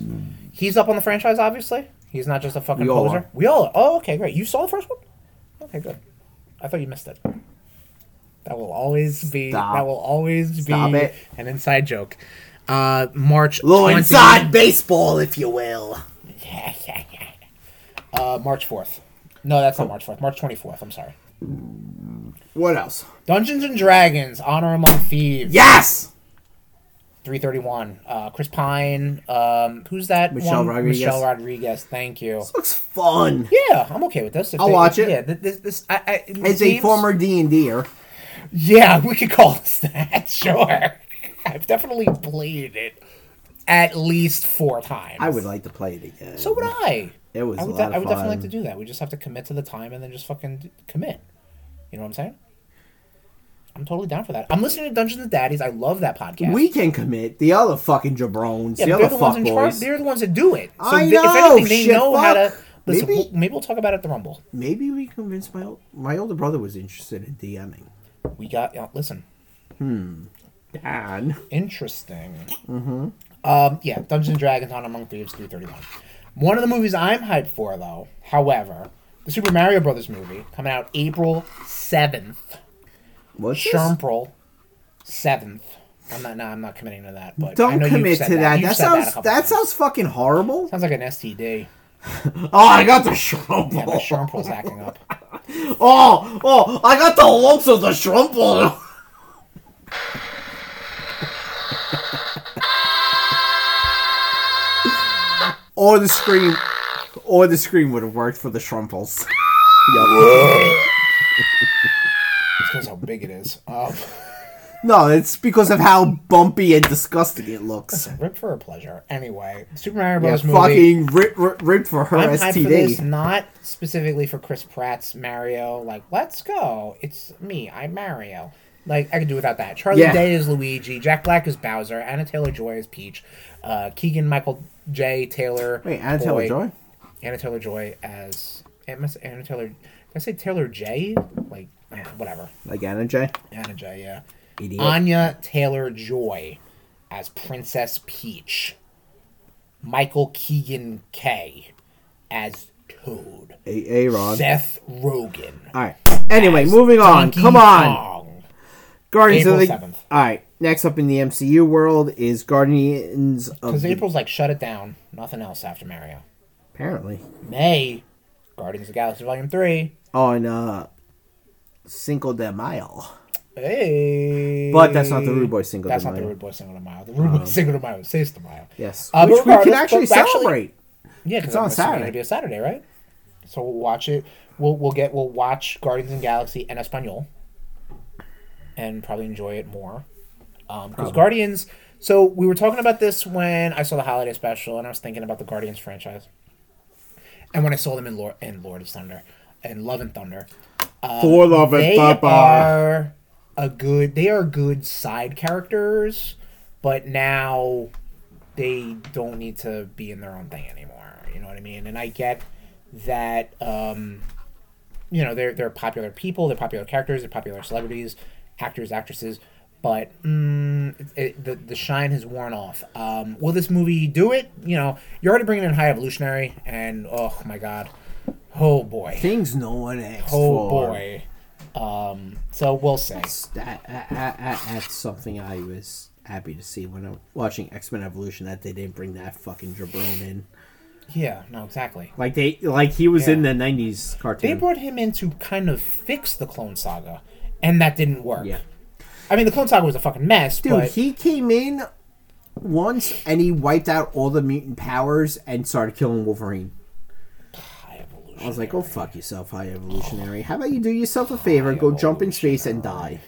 [SPEAKER 1] He's up on the franchise, obviously. He's not just a fucking
[SPEAKER 2] We all
[SPEAKER 1] poser.
[SPEAKER 2] are.
[SPEAKER 1] We all are. Oh, okay, great. You saw the first one? Okay, good. I thought you missed it. That will always be.
[SPEAKER 2] Stop.
[SPEAKER 1] That will always
[SPEAKER 2] Stop
[SPEAKER 1] be
[SPEAKER 2] it.
[SPEAKER 1] an inside joke. Uh, March.
[SPEAKER 2] Little
[SPEAKER 1] 20
[SPEAKER 2] inside baseball, if you will.
[SPEAKER 1] Yeah, yeah, yeah. Uh, March fourth. No, that's not March fourth. March twenty fourth. I'm sorry.
[SPEAKER 2] What else?
[SPEAKER 1] Dungeons and Dragons: Honor Among Thieves.
[SPEAKER 2] Yes.
[SPEAKER 1] 331. Uh, Chris Pine. Um, who's that?
[SPEAKER 2] Michelle
[SPEAKER 1] one?
[SPEAKER 2] Rodriguez.
[SPEAKER 1] Michelle Rodriguez. Thank you.
[SPEAKER 2] Looks fun.
[SPEAKER 1] Yeah, I'm okay with this. If
[SPEAKER 2] I'll watch it.
[SPEAKER 1] Yeah, th- this, this, I, I,
[SPEAKER 2] As a
[SPEAKER 1] games-
[SPEAKER 2] former D and Der,
[SPEAKER 1] Yeah, we could call this that. Sure, I've definitely played it at least four times.
[SPEAKER 2] I would like to play it again.
[SPEAKER 1] So would I.
[SPEAKER 2] It was
[SPEAKER 1] I
[SPEAKER 2] a
[SPEAKER 1] would,
[SPEAKER 2] lot
[SPEAKER 1] de-
[SPEAKER 2] of
[SPEAKER 1] I would definitely like to
[SPEAKER 2] fun.
[SPEAKER 1] do that. We just have to commit to the time and then just fucking d- commit. You know what I'm saying? I'm totally down for that. I'm listening to Dungeons and Daddies. I love that podcast.
[SPEAKER 2] We can commit the other fucking jabrones,
[SPEAKER 1] yeah,
[SPEAKER 2] the
[SPEAKER 1] but they're
[SPEAKER 2] other
[SPEAKER 1] the ones in charge.
[SPEAKER 2] fuckboys.
[SPEAKER 1] They're the ones that do it. So
[SPEAKER 2] I
[SPEAKER 1] they- if
[SPEAKER 2] know,
[SPEAKER 1] anything, they
[SPEAKER 2] shit,
[SPEAKER 1] know how to.
[SPEAKER 2] fuck.
[SPEAKER 1] Listen,
[SPEAKER 2] Maybe-
[SPEAKER 1] we'll, maybe we'll talk about it at the Rumble.
[SPEAKER 2] Maybe we convinced my old, my older brother was interested in DMing.
[SPEAKER 1] We got. Uh, listen,
[SPEAKER 2] Dan.
[SPEAKER 1] Interesting. Um, yeah, Dungeons and Dragons on Among Thieves 331. One of the movies I'm hyped for, though, however, the Super Mario Brothers movie coming out April 7th.
[SPEAKER 2] What's this?
[SPEAKER 1] Shermpril 7th. I'm not, no, I'm not committing to that. But I
[SPEAKER 2] Don't
[SPEAKER 1] know you've
[SPEAKER 2] commit
[SPEAKER 1] said
[SPEAKER 2] to that.
[SPEAKER 1] You've
[SPEAKER 2] That
[SPEAKER 1] said
[SPEAKER 2] sounds
[SPEAKER 1] a couple
[SPEAKER 2] that
[SPEAKER 1] times.
[SPEAKER 2] sounds fucking horrible.
[SPEAKER 1] Sounds like an STD.
[SPEAKER 2] Oh, I got the shrumple.
[SPEAKER 1] Yeah, my Sharmple's acting up.
[SPEAKER 2] Oh, oh, I got the lumps of the shrumple. or the scream, or the scream would have worked for the shrumples.
[SPEAKER 1] because how big it is. Um,
[SPEAKER 2] No, it's because of how bumpy and disgusting it looks.
[SPEAKER 1] rip for a pleasure. Anyway, Super Mario
[SPEAKER 2] Yeah,
[SPEAKER 1] Bros. movie.
[SPEAKER 2] fucking ripped rip, rip for her
[SPEAKER 1] I'm hyped for this,
[SPEAKER 2] STD.
[SPEAKER 1] not specifically for Chris Pratt's Mario. Like, let's go. It's me. I'm Mario. Like, I could do without that. Charlie
[SPEAKER 2] Yeah.
[SPEAKER 1] Day is Luigi. Jack Black is Bowser. Anna Taylor Joy is Peach. Uh, Keegan Michael J. Taylor.
[SPEAKER 2] Wait, Anna Taylor
[SPEAKER 1] Boyd-
[SPEAKER 2] Joy?
[SPEAKER 1] Anna Taylor Joy as Anna Anna Taylor. Did I say Taylor J? Like, eh, whatever.
[SPEAKER 2] Like Anna J?
[SPEAKER 1] Anna J. Yeah.
[SPEAKER 2] Idiot.
[SPEAKER 1] Anya Taylor Joy as Princess Peach. Michael Keegan K as Toad.
[SPEAKER 2] A- A-Rod.
[SPEAKER 1] Seth Rogen.
[SPEAKER 2] All right. Anyway,
[SPEAKER 1] as
[SPEAKER 2] moving on.
[SPEAKER 1] Donkey
[SPEAKER 2] Come on.
[SPEAKER 1] Kong.
[SPEAKER 2] Guardians
[SPEAKER 1] April
[SPEAKER 2] of the
[SPEAKER 1] 7th.
[SPEAKER 2] All right. Next up in the MCU world is Guardians of
[SPEAKER 1] Because
[SPEAKER 2] the
[SPEAKER 1] April's like, shut it down. Nothing else after Mario.
[SPEAKER 2] apparently
[SPEAKER 1] May, Guardians of the Galaxy Volume 3.
[SPEAKER 2] on uh Cinco de Mayo.
[SPEAKER 1] Hey.
[SPEAKER 2] But that's not the Rude Boy Cinco de
[SPEAKER 1] That's not the
[SPEAKER 2] Mayo.
[SPEAKER 1] Rude Boy Single to Mile. The Rude Boy Single to Mile saves the mile.
[SPEAKER 2] Yes,
[SPEAKER 1] Uh, but
[SPEAKER 2] which we can
[SPEAKER 1] regardless,
[SPEAKER 2] actually
[SPEAKER 1] but actually-
[SPEAKER 2] celebrate.
[SPEAKER 1] Yeah, because
[SPEAKER 2] on
[SPEAKER 1] it's going to
[SPEAKER 2] Saturday.
[SPEAKER 1] be a Saturday, right? So we'll watch it. We'll we'll get we'll watch Guardians and Galaxy and Espanol, and probably enjoy it more. Because Guardians. So we were talking about this when I saw the holiday special, and I was thinking about the Guardians franchise, and when I saw them in Lord in Lord of Thunder and Love and Thunder,
[SPEAKER 2] For love
[SPEAKER 1] uh, they are a good. They are good side characters, but now they don't need to be in their own thing anymore. You know what I mean? And I get that. Um, you know, they're they're popular people, they're popular characters, they're popular celebrities, actors, actresses. But mm, it, it, the the shine has worn off. Um, will this movie do it? You know, you're already bringing in High Evolutionary, and oh my god, oh boy.
[SPEAKER 2] things no one asked
[SPEAKER 1] Oh
[SPEAKER 2] for.
[SPEAKER 1] boy. Um, so we'll see.
[SPEAKER 2] That, that- that- that's something I was happy to see when I'm watching X Men Evolution that they didn't bring that fucking jabron in.
[SPEAKER 1] Yeah, no, exactly.
[SPEAKER 2] Like they, like he was
[SPEAKER 1] Yeah.
[SPEAKER 2] in the '90s
[SPEAKER 1] They
[SPEAKER 2] cartoon.
[SPEAKER 1] brought him in to kind of fix the Clone Saga, and that didn't work.
[SPEAKER 2] yeah.
[SPEAKER 1] I mean, the Clone Saga was a fucking mess,
[SPEAKER 2] Dude,
[SPEAKER 1] but
[SPEAKER 2] he came in once and he wiped out all the mutant powers and started killing Wolverine.
[SPEAKER 1] High Evolution.
[SPEAKER 2] I was like, "Go fuck yourself, high evolutionary. How about you do yourself a favor, go jump in space and die."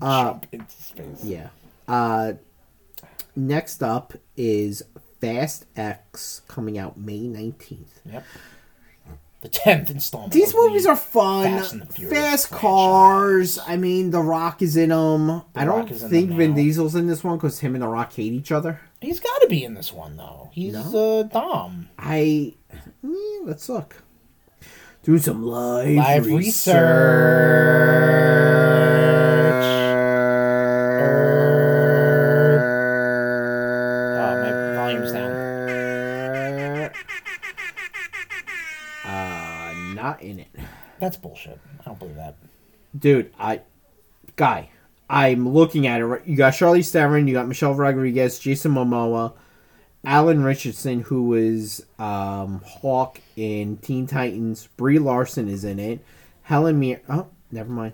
[SPEAKER 1] jump into space.
[SPEAKER 2] uh, Yeah. Uh, next up is Fast X coming out May nineteenth.
[SPEAKER 1] Yep. The tenth installment.
[SPEAKER 2] These
[SPEAKER 1] of the
[SPEAKER 2] movies are fun.
[SPEAKER 1] Fast and the Furious
[SPEAKER 2] Fast
[SPEAKER 1] franchise.
[SPEAKER 2] cars. I mean, The Rock is in them.
[SPEAKER 1] Rock
[SPEAKER 2] I don't
[SPEAKER 1] is in
[SPEAKER 2] think
[SPEAKER 1] them
[SPEAKER 2] Vin
[SPEAKER 1] now.
[SPEAKER 2] Diesel's in this one because him and The Rock hate each other.
[SPEAKER 1] He's got to be in this one though. He's uh, Dom.
[SPEAKER 2] I eh, let's look. Do some live,
[SPEAKER 1] Live research. Oh, my volume's down.
[SPEAKER 2] Uh, not in it,
[SPEAKER 1] That's bullshit. I don't believe that.
[SPEAKER 2] dude. I guy. I'm looking at it. right- You got Charlize Theron. You got Michelle Rodriguez, Jason Momoa, Alan Richardson, who was um, Hawk in Teen Titans. Brie Larson is in it. Helen Mir. Oh, never mind.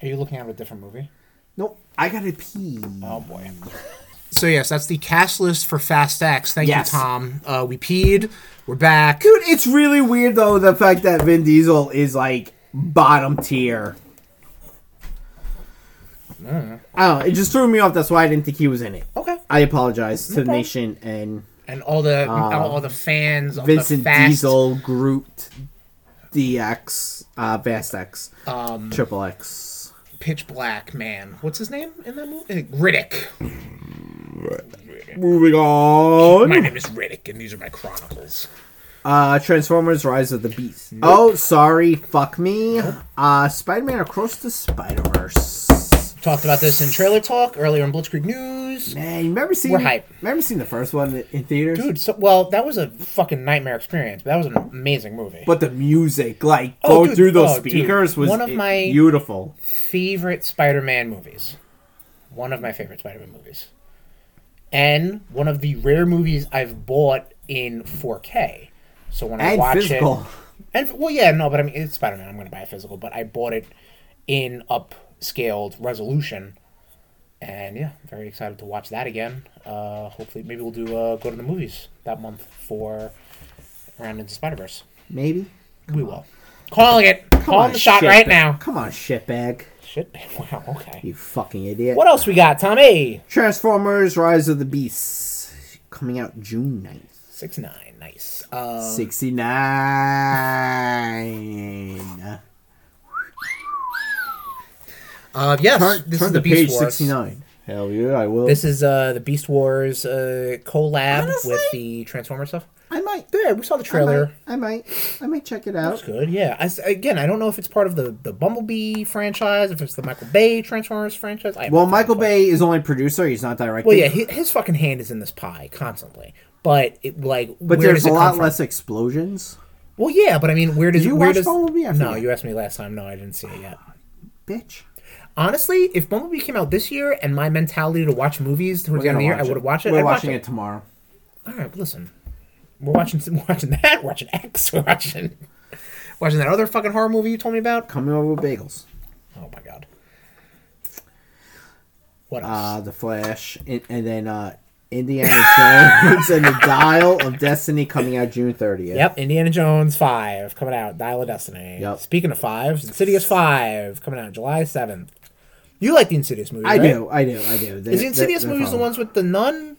[SPEAKER 1] Are you looking at a different movie?
[SPEAKER 2] Nope. I gotta pee.
[SPEAKER 1] Oh boy. So yes, that's the cast list for Fast X. Thank
[SPEAKER 2] you, Yes.
[SPEAKER 1] Tom. Uh, we peed. We're back.
[SPEAKER 2] Dude, it's really weird though the fact that Vin Diesel is like bottom tier.
[SPEAKER 1] Mm.
[SPEAKER 2] I don't know. It just threw me off. That's why I didn't think he was in it.
[SPEAKER 1] Okay.
[SPEAKER 2] I apologize to the
[SPEAKER 1] problem.
[SPEAKER 2] nation and
[SPEAKER 1] And all the all, all the fans of
[SPEAKER 2] Uh, Vincent
[SPEAKER 1] the Fast
[SPEAKER 2] Diesel, Groot, DX, uh, Vast X,
[SPEAKER 1] Um,
[SPEAKER 2] Triple X.
[SPEAKER 1] Pitch Black man. What's his name in that movie? Uh, Riddick.
[SPEAKER 2] Moving
[SPEAKER 1] My
[SPEAKER 2] on.
[SPEAKER 1] name is Riddick, and these are my chronicles.
[SPEAKER 2] Uh, Transformers: Rise of the Beast. Oh, sorry. Fuck me. Uh, Spider-Man: Across the Spider-Verse.
[SPEAKER 1] Talked about this in trailer talk earlier in Blitzkrieg News.
[SPEAKER 2] Man, you remember seeing?
[SPEAKER 1] We're hype.
[SPEAKER 2] Remember seeing the first one in theaters?
[SPEAKER 1] Dude, so well, that was a fucking nightmare experience, but that was an amazing movie.
[SPEAKER 2] But the music, like
[SPEAKER 1] Oh,
[SPEAKER 2] going
[SPEAKER 1] dude,
[SPEAKER 2] through those
[SPEAKER 1] oh, dude.
[SPEAKER 2] speakers, was
[SPEAKER 1] One of
[SPEAKER 2] i-
[SPEAKER 1] my-
[SPEAKER 2] beautiful.
[SPEAKER 1] favorite Spider-Man movies. One of my favorite Spider-Man movies. And one of the rare movies I've bought in 4K. So when I
[SPEAKER 2] And
[SPEAKER 1] watch
[SPEAKER 2] physical.
[SPEAKER 1] it, and well, yeah, no, but I mean it's Spider Man. I'm going to buy a physical, but I bought it in upscaled resolution, and yeah, I'm very excited to watch that again. Uh, hopefully, maybe we'll do uh, go to the movies that month for around into Spider Verse.
[SPEAKER 2] Maybe.
[SPEAKER 1] We will. Calling it. Calling the shot right
[SPEAKER 2] shitbag.
[SPEAKER 1] now.
[SPEAKER 2] Come on, shitbag.
[SPEAKER 1] Shit. Wow. Okay.
[SPEAKER 2] You fucking idiot.
[SPEAKER 1] What else we got, Tommy?
[SPEAKER 2] Transformers Rise of the Beasts. Coming out June 9th.
[SPEAKER 1] Six nine. Nice. Uh,
[SPEAKER 2] 69.
[SPEAKER 1] uh yes.
[SPEAKER 2] Turn,
[SPEAKER 1] this
[SPEAKER 2] turn
[SPEAKER 1] is
[SPEAKER 2] to
[SPEAKER 1] the Beast
[SPEAKER 2] page
[SPEAKER 1] Wars.
[SPEAKER 2] 69. Hell yeah, I will.
[SPEAKER 1] This is uh the Beast Wars uh collab
[SPEAKER 2] Honestly?
[SPEAKER 1] with the Transformer stuff.
[SPEAKER 2] I might.
[SPEAKER 1] Yeah, we saw the
[SPEAKER 2] I might,
[SPEAKER 1] trailer.
[SPEAKER 2] I might. I might check it
[SPEAKER 1] It's
[SPEAKER 2] out.
[SPEAKER 1] good. Yeah. I s again, I don't know if it's part of the the Bumblebee franchise, if it's the Michael Bay Transformers franchise. I have
[SPEAKER 2] Well,
[SPEAKER 1] no
[SPEAKER 2] Michael
[SPEAKER 1] fucking clue.
[SPEAKER 2] Bay is only producer. He's not directing.
[SPEAKER 1] Well, yeah, his, his fucking hand is in this pie constantly. But it like,
[SPEAKER 2] but
[SPEAKER 1] where
[SPEAKER 2] there's
[SPEAKER 1] does it
[SPEAKER 2] a
[SPEAKER 1] come
[SPEAKER 2] lot
[SPEAKER 1] from?
[SPEAKER 2] less explosions.
[SPEAKER 1] Well, yeah, but I mean, where does
[SPEAKER 2] Did you
[SPEAKER 1] where
[SPEAKER 2] watch
[SPEAKER 1] does,
[SPEAKER 2] Bumblebee? I
[SPEAKER 1] No,
[SPEAKER 2] forget.
[SPEAKER 1] you asked me last time. No, I didn't see it yet.
[SPEAKER 2] Bitch.
[SPEAKER 1] Honestly, if Bumblebee came out this year and my mentality to watch movies towards the end of the year, I would have watched it.
[SPEAKER 2] We're
[SPEAKER 1] I'd watch
[SPEAKER 2] watching it. tomorrow.
[SPEAKER 1] All right, listen, we're watching we're watching that. We're watching X. We're watching watching that other fucking horror movie you told me about.
[SPEAKER 2] Coming over with bagels.
[SPEAKER 1] Oh my god. What else?
[SPEAKER 2] Uh, the Flash, and, and then uh, Indiana Jones and the Dial of Destiny coming out June 30th.
[SPEAKER 1] Yep, Indiana Jones five coming out. Dial of Destiny.
[SPEAKER 2] Yep.
[SPEAKER 1] Speaking of five, Insidious five coming out July seventh. You like the Insidious movie?
[SPEAKER 2] I
[SPEAKER 1] right?
[SPEAKER 2] do, I do, I do. They-
[SPEAKER 1] Is the
[SPEAKER 2] they-
[SPEAKER 1] Insidious
[SPEAKER 2] they're
[SPEAKER 1] movies the
[SPEAKER 2] fun.
[SPEAKER 1] ones with the nun?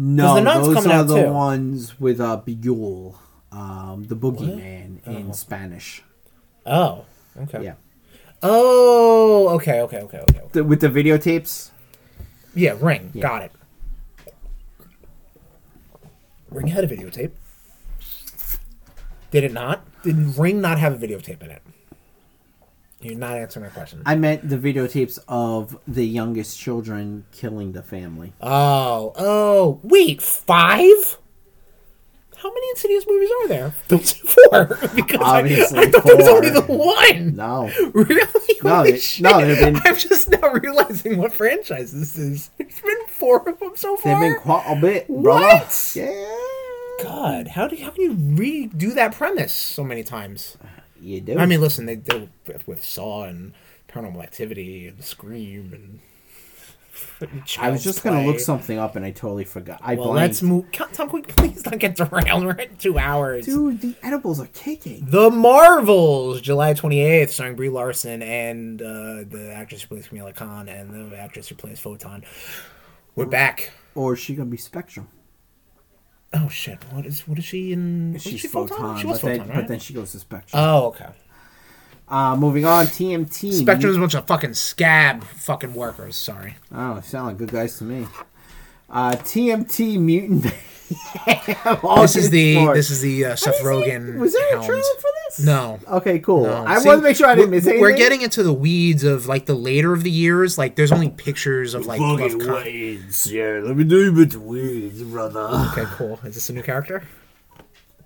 [SPEAKER 2] No,
[SPEAKER 1] the Nun's
[SPEAKER 2] those
[SPEAKER 1] coming
[SPEAKER 2] are
[SPEAKER 1] out
[SPEAKER 2] the
[SPEAKER 1] too.
[SPEAKER 2] ones with uh, Bejewel, um, the boogeyman in Spanish.
[SPEAKER 1] Oh, okay.
[SPEAKER 2] Yeah,
[SPEAKER 1] Oh, okay, okay, okay, okay.
[SPEAKER 2] the, with the videotapes.
[SPEAKER 1] Yeah, Ring. Got it. Ring had a videotape. Did it not? Did Ring not have a videotape in it? You're not answering my question.
[SPEAKER 2] I meant the videotapes of the youngest children killing the family.
[SPEAKER 1] oh, oh, wait, five? How many Insidious movies are there? Those are four. Because I-
[SPEAKER 2] Obviously
[SPEAKER 1] I, thought there was
[SPEAKER 2] four.
[SPEAKER 1] only the one.
[SPEAKER 2] No,
[SPEAKER 1] Really?
[SPEAKER 2] No,
[SPEAKER 1] Holy
[SPEAKER 2] it-
[SPEAKER 1] shit.
[SPEAKER 2] no, they've been-
[SPEAKER 1] I'm just now realizing what franchise this is. There's been four of them so
[SPEAKER 2] they've
[SPEAKER 1] far.
[SPEAKER 2] been quite a bit, brother.
[SPEAKER 1] What?
[SPEAKER 2] Yeah,
[SPEAKER 1] God, how do how can you redo that premise so many times?
[SPEAKER 2] you do.
[SPEAKER 1] I mean, listen, they did with, with Saw and Paranormal Activity and Scream and.
[SPEAKER 2] I was
[SPEAKER 1] Child's
[SPEAKER 2] just gonna look
[SPEAKER 1] Play.
[SPEAKER 2] something up and I totally forgot. I
[SPEAKER 1] Well,
[SPEAKER 2] blanked.
[SPEAKER 1] let's move. Come- Tom, quick, please don't get derailed. We're at two hours.
[SPEAKER 2] Dude, the edibles are kicking.
[SPEAKER 1] The Marvels, July 28th, starring Brie Larson and uh, the actress who plays Camila Khan and the actress who plays Photon. We're back.
[SPEAKER 2] Or is she gonna be Spectrum?
[SPEAKER 1] Oh shit! What is what is she in? was
[SPEAKER 2] She's
[SPEAKER 1] she
[SPEAKER 2] Photon,
[SPEAKER 1] She
[SPEAKER 2] but,
[SPEAKER 1] was Photon,
[SPEAKER 2] then,
[SPEAKER 1] right?
[SPEAKER 2] but then she goes to Spectrum.
[SPEAKER 1] oh okay.
[SPEAKER 2] Uh, moving on, TMT.
[SPEAKER 1] Spectrum's a bunch of fucking scab fucking workers. Sorry.
[SPEAKER 2] Oh, they sound like good guys to me. Uh, TMT Mutant. this Oh,
[SPEAKER 1] This is the this is the uh, Seth Rogen.
[SPEAKER 2] Was there a
[SPEAKER 1] hound.
[SPEAKER 2] trailer for this?
[SPEAKER 1] No.
[SPEAKER 2] Okay, cool.
[SPEAKER 1] No.
[SPEAKER 2] I
[SPEAKER 1] See,
[SPEAKER 2] want to make sure I didn't
[SPEAKER 1] we're-
[SPEAKER 2] miss anything.
[SPEAKER 1] We're getting into the weeds of like the later of the years. Like there's only pictures of like glove con-
[SPEAKER 2] weeds. Yeah, let me do you bit weeds, brother.
[SPEAKER 1] Okay, cool. Is this a new character?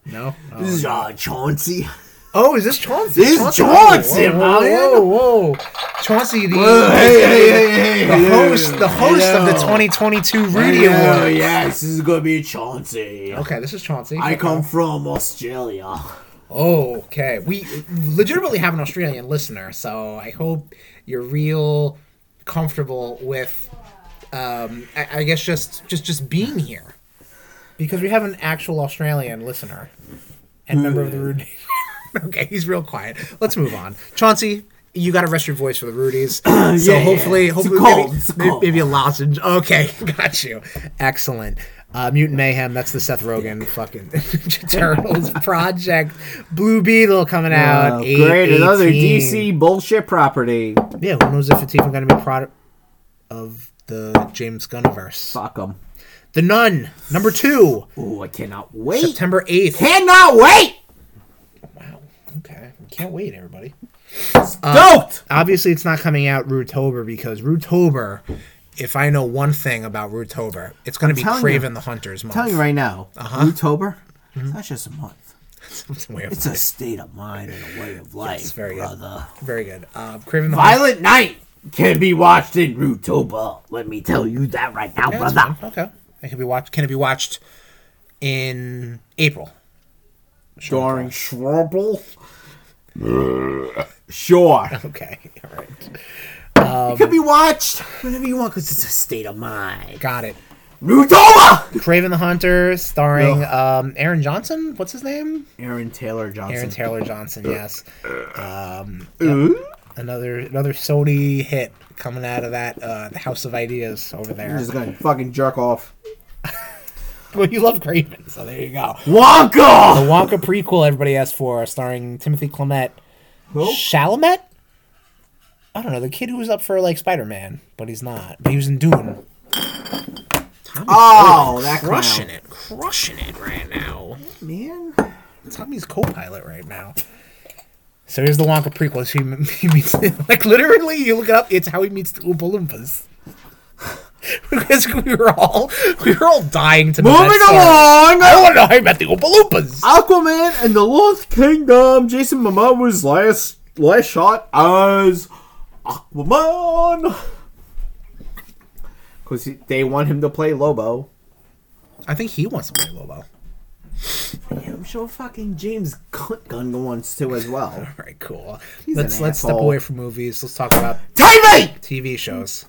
[SPEAKER 1] No. Oh,
[SPEAKER 2] This is uh, Chauncey.
[SPEAKER 1] Oh, is this Chauncey?
[SPEAKER 2] This is Chauncey,
[SPEAKER 1] whoa, whoa,
[SPEAKER 2] man.
[SPEAKER 1] Whoa, whoa. Chauncey, the,
[SPEAKER 2] hey,
[SPEAKER 1] the host, the host of the 2022 Rudy
[SPEAKER 2] Hello,
[SPEAKER 1] Awards.
[SPEAKER 2] yes, this is gonna be Chauncey.
[SPEAKER 1] Okay, this is Chauncey.
[SPEAKER 2] I come from Australia.
[SPEAKER 1] Okay, we legitimately have an Australian listener, so I hope you're real comfortable with, um, I, I guess just just just being here, because we have an actual Australian listener and member of the
[SPEAKER 2] Hmm.
[SPEAKER 1] Rudy. okay, he's real quiet. Let's move on. Chauncey, you got to rest your voice for the Rudies. so
[SPEAKER 2] yeah, yeah.
[SPEAKER 1] hopefully,
[SPEAKER 2] It's a
[SPEAKER 1] hopefully,
[SPEAKER 2] cold,
[SPEAKER 1] maybe,
[SPEAKER 2] it's a
[SPEAKER 1] maybe-
[SPEAKER 2] cold.
[SPEAKER 1] maybe a lozenge. Okay, got you. Excellent. Uh, Mutant Mayhem, that's the Seth Rogen fucking Ninja Turtles project. Blue Beetle coming out.
[SPEAKER 2] Oh,
[SPEAKER 1] eight
[SPEAKER 2] great, another
[SPEAKER 1] 18.
[SPEAKER 2] DC bullshit property.
[SPEAKER 1] Yeah, who knows if it's even going to be product of the James Gunniverse.
[SPEAKER 2] Fuck them.
[SPEAKER 1] The Nun, number two,
[SPEAKER 2] Oh, I cannot wait.
[SPEAKER 1] September 8th.
[SPEAKER 2] Cannot wait.
[SPEAKER 1] Wow. Okay. We can't wait, everybody. Uh,
[SPEAKER 2] Don't.
[SPEAKER 1] obviously it's not coming out Rootober because Rootober, if I know one thing about Rootober, it's going to be
[SPEAKER 2] telling
[SPEAKER 1] Craven
[SPEAKER 2] you.
[SPEAKER 1] the Hunter's month.
[SPEAKER 2] Tell you right now, uh October. It's not just a month.
[SPEAKER 1] It's way of-
[SPEAKER 2] Mm-hmm. It's a state of mind and a way of life,
[SPEAKER 1] very good.
[SPEAKER 2] brother.
[SPEAKER 1] very good. Uh, Craven the Hunter.
[SPEAKER 2] Violent Night can be watched in Rutoba. Let me tell you that right now,
[SPEAKER 1] That's
[SPEAKER 2] brother.
[SPEAKER 1] fine. Okay, it can be watched. Can it be watched in April?
[SPEAKER 2] starring Schwarble. sure,
[SPEAKER 1] Okay, all right.
[SPEAKER 2] it could be watched whenever you want because it's a state of mind.
[SPEAKER 1] Got it.
[SPEAKER 2] Nudova.
[SPEAKER 1] Craven the Hunter, starring um, Aaron Johnson. What's his name?
[SPEAKER 2] Aaron Taylor Johnson.
[SPEAKER 1] Aaron Taylor Johnson. Yes. Um, another another Sony hit coming out of that uh, House of Ideas over
[SPEAKER 2] I'm
[SPEAKER 1] there.
[SPEAKER 2] just gonna fucking jerk off.
[SPEAKER 1] Well, you love Craven, so there you go. The
[SPEAKER 2] Wonka.
[SPEAKER 1] Wonka prequel everybody asked for, starring Timothy Clement.
[SPEAKER 2] Oh.
[SPEAKER 1] Chalamet? I don't know, the kid who was up for like Spider Man, but he's not. But he was in Dune.
[SPEAKER 2] Oh, that
[SPEAKER 1] crushing
[SPEAKER 2] clown.
[SPEAKER 1] it, crushing it right now.
[SPEAKER 2] man.
[SPEAKER 1] Tommy's co-pilot right now. So here's the Wonka prequel. She he meets like literally, you look it up. It's how he meets the Oompa Loompas. because we were all we were all dying to know that
[SPEAKER 2] Moving
[SPEAKER 1] story. I
[SPEAKER 2] along.
[SPEAKER 1] want to know how he met the Oompa Loompas.
[SPEAKER 2] Aquaman and the Lost Kingdom. Jason Momoa's last last shot as Aquaman. Because they want him to play Lobo.
[SPEAKER 1] I think he wants to play Lobo. All
[SPEAKER 2] Yeah, I'm sure fucking James Gun- Gunn wants to as well.
[SPEAKER 1] right, cool.
[SPEAKER 2] an
[SPEAKER 1] let's let's step
[SPEAKER 2] asshole.
[SPEAKER 1] away from movies. Let's talk about
[SPEAKER 2] TV!
[SPEAKER 1] TV shows.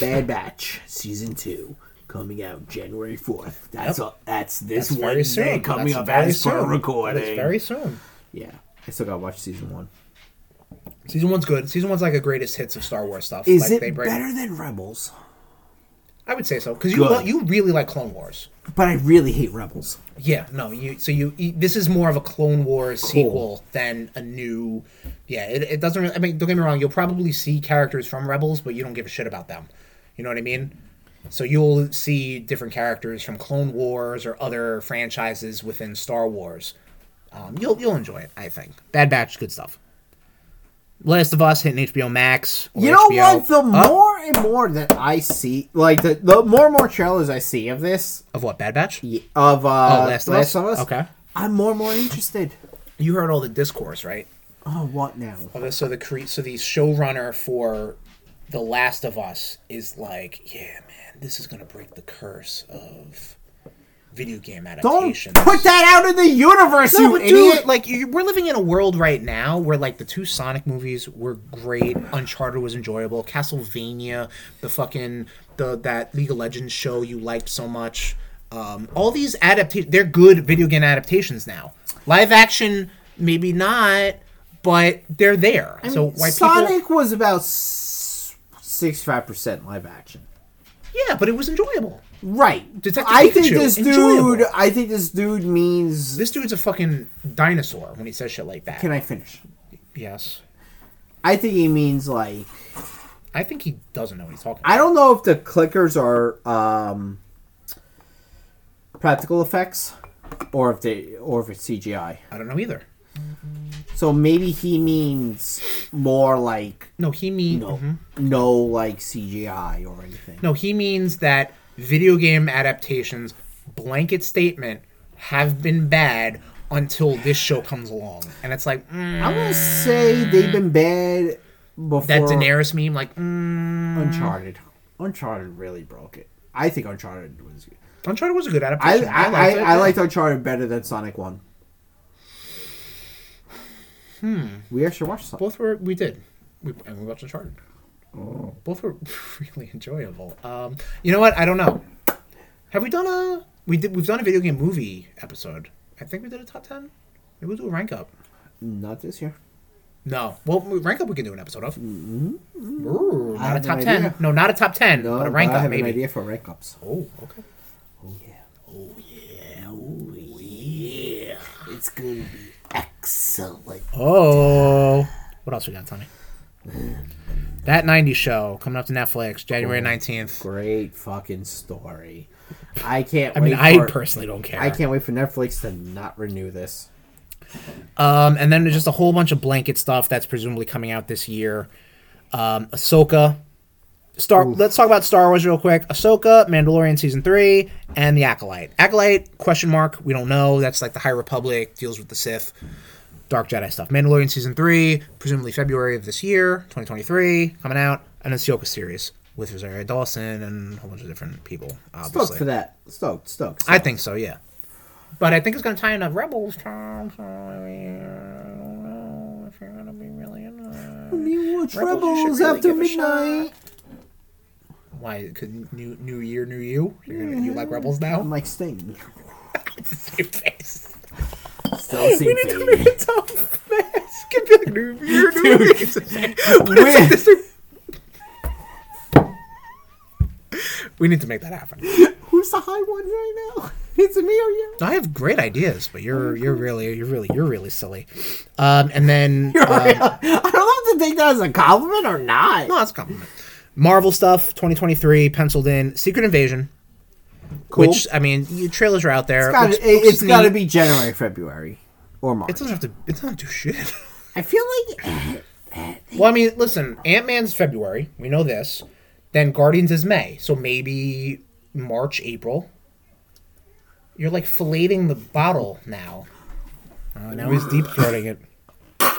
[SPEAKER 2] Bad Batch Season 2 coming out January 4th. That's a, that's this
[SPEAKER 1] That's
[SPEAKER 2] one
[SPEAKER 1] very soon.
[SPEAKER 2] coming
[SPEAKER 1] That's
[SPEAKER 2] up
[SPEAKER 1] very
[SPEAKER 2] as per
[SPEAKER 1] soon.
[SPEAKER 2] recording.
[SPEAKER 1] That's very soon.
[SPEAKER 2] yeah, I still gotta watch Season 1.
[SPEAKER 1] Season one's good. Season one's like a greatest hits of Star Wars stuff.
[SPEAKER 2] Is
[SPEAKER 1] like
[SPEAKER 2] it
[SPEAKER 1] bring-
[SPEAKER 2] better than Rebels?
[SPEAKER 1] I would say so because you
[SPEAKER 2] Good.
[SPEAKER 1] lo- you really like Clone Wars.
[SPEAKER 2] But I really hate Rebels.
[SPEAKER 1] Yeah, no, you. So you, you this is more of a Clone Wars sequel than a new. Yeah, it, it doesn't. Really, I mean, don't get me wrong. You'll probably see characters from Rebels, but you don't give a shit about them. You know what I mean? So you'll see different characters from Clone Wars or other franchises within Star Wars. Um, you'll you'll enjoy it, I think. Bad Batch, good stuff. Last of Us hitting HBO Max. or
[SPEAKER 2] You know
[SPEAKER 1] HBO.
[SPEAKER 2] what? The more and more that I see, like the, the more and more trailers I see of this,
[SPEAKER 1] Of what? Bad Batch?
[SPEAKER 2] y- of uh,
[SPEAKER 1] Oh, Last
[SPEAKER 2] Last,
[SPEAKER 1] of Us?
[SPEAKER 2] of Us,
[SPEAKER 1] Okay.
[SPEAKER 2] I'm more and more interested.
[SPEAKER 1] You heard all the discourse, right?
[SPEAKER 2] Oh, what now?
[SPEAKER 1] Well, so the cre- so the showrunner for The Last of Us is like, yeah, man, this is gonna break the curse of video game
[SPEAKER 2] Don't
[SPEAKER 1] adaptations.
[SPEAKER 2] put that out in the universe,
[SPEAKER 1] No,
[SPEAKER 2] you
[SPEAKER 1] but
[SPEAKER 2] idiot!
[SPEAKER 1] dude, like you, we're living in a world right now where like the two Sonic movies were great, Uncharted was enjoyable, Castlevania, the fucking the that League of Legends show you liked so much. Um, all these adaptations, they're good video game adaptations now. Live action, maybe not, but they're there. so why people?
[SPEAKER 2] Sonic was about sixty-five percent live action.
[SPEAKER 1] Yeah, but it was enjoyable.
[SPEAKER 2] Right.
[SPEAKER 1] Detective
[SPEAKER 2] I think
[SPEAKER 1] Pikachu,
[SPEAKER 2] this dude.
[SPEAKER 1] enjoyable.
[SPEAKER 2] I think this dude means.
[SPEAKER 1] This dude's a fucking dinosaur when he says shit like that.
[SPEAKER 2] Can I finish?
[SPEAKER 1] yes,
[SPEAKER 2] I think he means like.
[SPEAKER 1] I think he doesn't know what he's talking. about.
[SPEAKER 2] I don't know if the clickers are um, practical effects or if they or if it's CGI.
[SPEAKER 1] I don't know either.
[SPEAKER 2] So maybe he means more like
[SPEAKER 1] No, he mean
[SPEAKER 2] no, no like CGI or anything.
[SPEAKER 1] No, he means that video game adaptations, blanket statement, have been bad until this show comes along. And it's like, mm,
[SPEAKER 2] I'm gonna say they've been bad before.
[SPEAKER 1] that Daenerys meme, like, mm.
[SPEAKER 2] Uncharted. Uncharted really broke it. I think Uncharted was. Good.
[SPEAKER 1] Uncharted was a good
[SPEAKER 2] I
[SPEAKER 1] adaptation.
[SPEAKER 2] I, I,
[SPEAKER 1] liked it.
[SPEAKER 2] I liked Uncharted better than Sonic One. Hmm. We actually watched Sonic.
[SPEAKER 1] Both were, we did. We, and we watched Uncharted. Both were really enjoyable. Um, you know what? I don't know. Have we done a, we did, we've done a video game movie episode. I think we did a top 10. Maybe we'll do a rank up.
[SPEAKER 2] Not this year.
[SPEAKER 1] No. Well, we- rank up we can do an episode of. Ooh, not a
[SPEAKER 2] Mm-hmm. have
[SPEAKER 1] top
[SPEAKER 2] an
[SPEAKER 1] ten.
[SPEAKER 2] idea.
[SPEAKER 1] No, not a top ten, but a rank
[SPEAKER 2] I
[SPEAKER 1] up
[SPEAKER 2] have
[SPEAKER 1] maybe.
[SPEAKER 2] an idea for rank ups.
[SPEAKER 1] Oh, okay.
[SPEAKER 2] It's gonna be excellent.
[SPEAKER 1] Oh, what else we got, Tony? That '90s show coming up to Netflix, January nineteenth.
[SPEAKER 2] Oh, Great fucking story. I can't.
[SPEAKER 1] I mean,
[SPEAKER 2] wait
[SPEAKER 1] I
[SPEAKER 2] for-
[SPEAKER 1] personally don't care.
[SPEAKER 2] I can't wait for Netflix to not renew this.
[SPEAKER 1] Um, and then there's just a whole bunch of blanket stuff that's presumably coming out this year. Um, Ahsoka. Star. Let's talk about Star Wars real quick. Ahsoka, Mandalorian season three, and the Acolyte. Acolyte question mark. We don't know. That's like the High Republic deals with the Sith, Dark Jedi stuff. Mandalorian season three, presumably February of this year, 2023, coming out, and then Ahsoka series with Rosario Dawson and a whole bunch of different people.
[SPEAKER 2] Stoked
[SPEAKER 1] Obviously,
[SPEAKER 2] for that. Stoked. Stoked.
[SPEAKER 1] I think so. Yeah. But I think it's going to tie into Rebels, Tom. So I mean, I don't know if you're going to be really into it.
[SPEAKER 2] You
[SPEAKER 1] Rebels,
[SPEAKER 2] watch
[SPEAKER 1] you should
[SPEAKER 2] Rebels
[SPEAKER 1] really
[SPEAKER 2] after
[SPEAKER 1] give a shot.
[SPEAKER 2] midnight.
[SPEAKER 1] Why? Because new, new year, new you? You're gonna, you like Rebels
[SPEAKER 2] I'm
[SPEAKER 1] now?
[SPEAKER 2] like Sting.
[SPEAKER 1] It's the same face.
[SPEAKER 2] Still the
[SPEAKER 1] We
[SPEAKER 2] same
[SPEAKER 1] need to
[SPEAKER 2] thing.
[SPEAKER 1] make a Tom mask. Can be like new year, new you. It's the same- but it's like
[SPEAKER 2] Wait.
[SPEAKER 1] this are- We need to make that happen.
[SPEAKER 2] Who's the high one right now? It's me or you?
[SPEAKER 1] I have great ideas, but you're you're really you're really you're really silly. Um, and then uh,
[SPEAKER 2] I don't have to take that as a compliment or not.
[SPEAKER 1] no, that's a compliment. Marvel stuff 2023 penciled in Secret Invasion,
[SPEAKER 2] Cool.
[SPEAKER 1] which I mean, your trailers are out there.
[SPEAKER 2] Gotta-
[SPEAKER 1] Looks-
[SPEAKER 2] it,
[SPEAKER 1] looks
[SPEAKER 2] has got to
[SPEAKER 1] neat.
[SPEAKER 2] be January, February, or March.
[SPEAKER 1] It doesn't have to. It doesn't do shit.
[SPEAKER 2] I feel like
[SPEAKER 1] well, I mean, listen, Ant Man's February. We know this. Then Guardians is May, so maybe March, April. You're like filleting the bottle now. Uh, now he's deep throating it.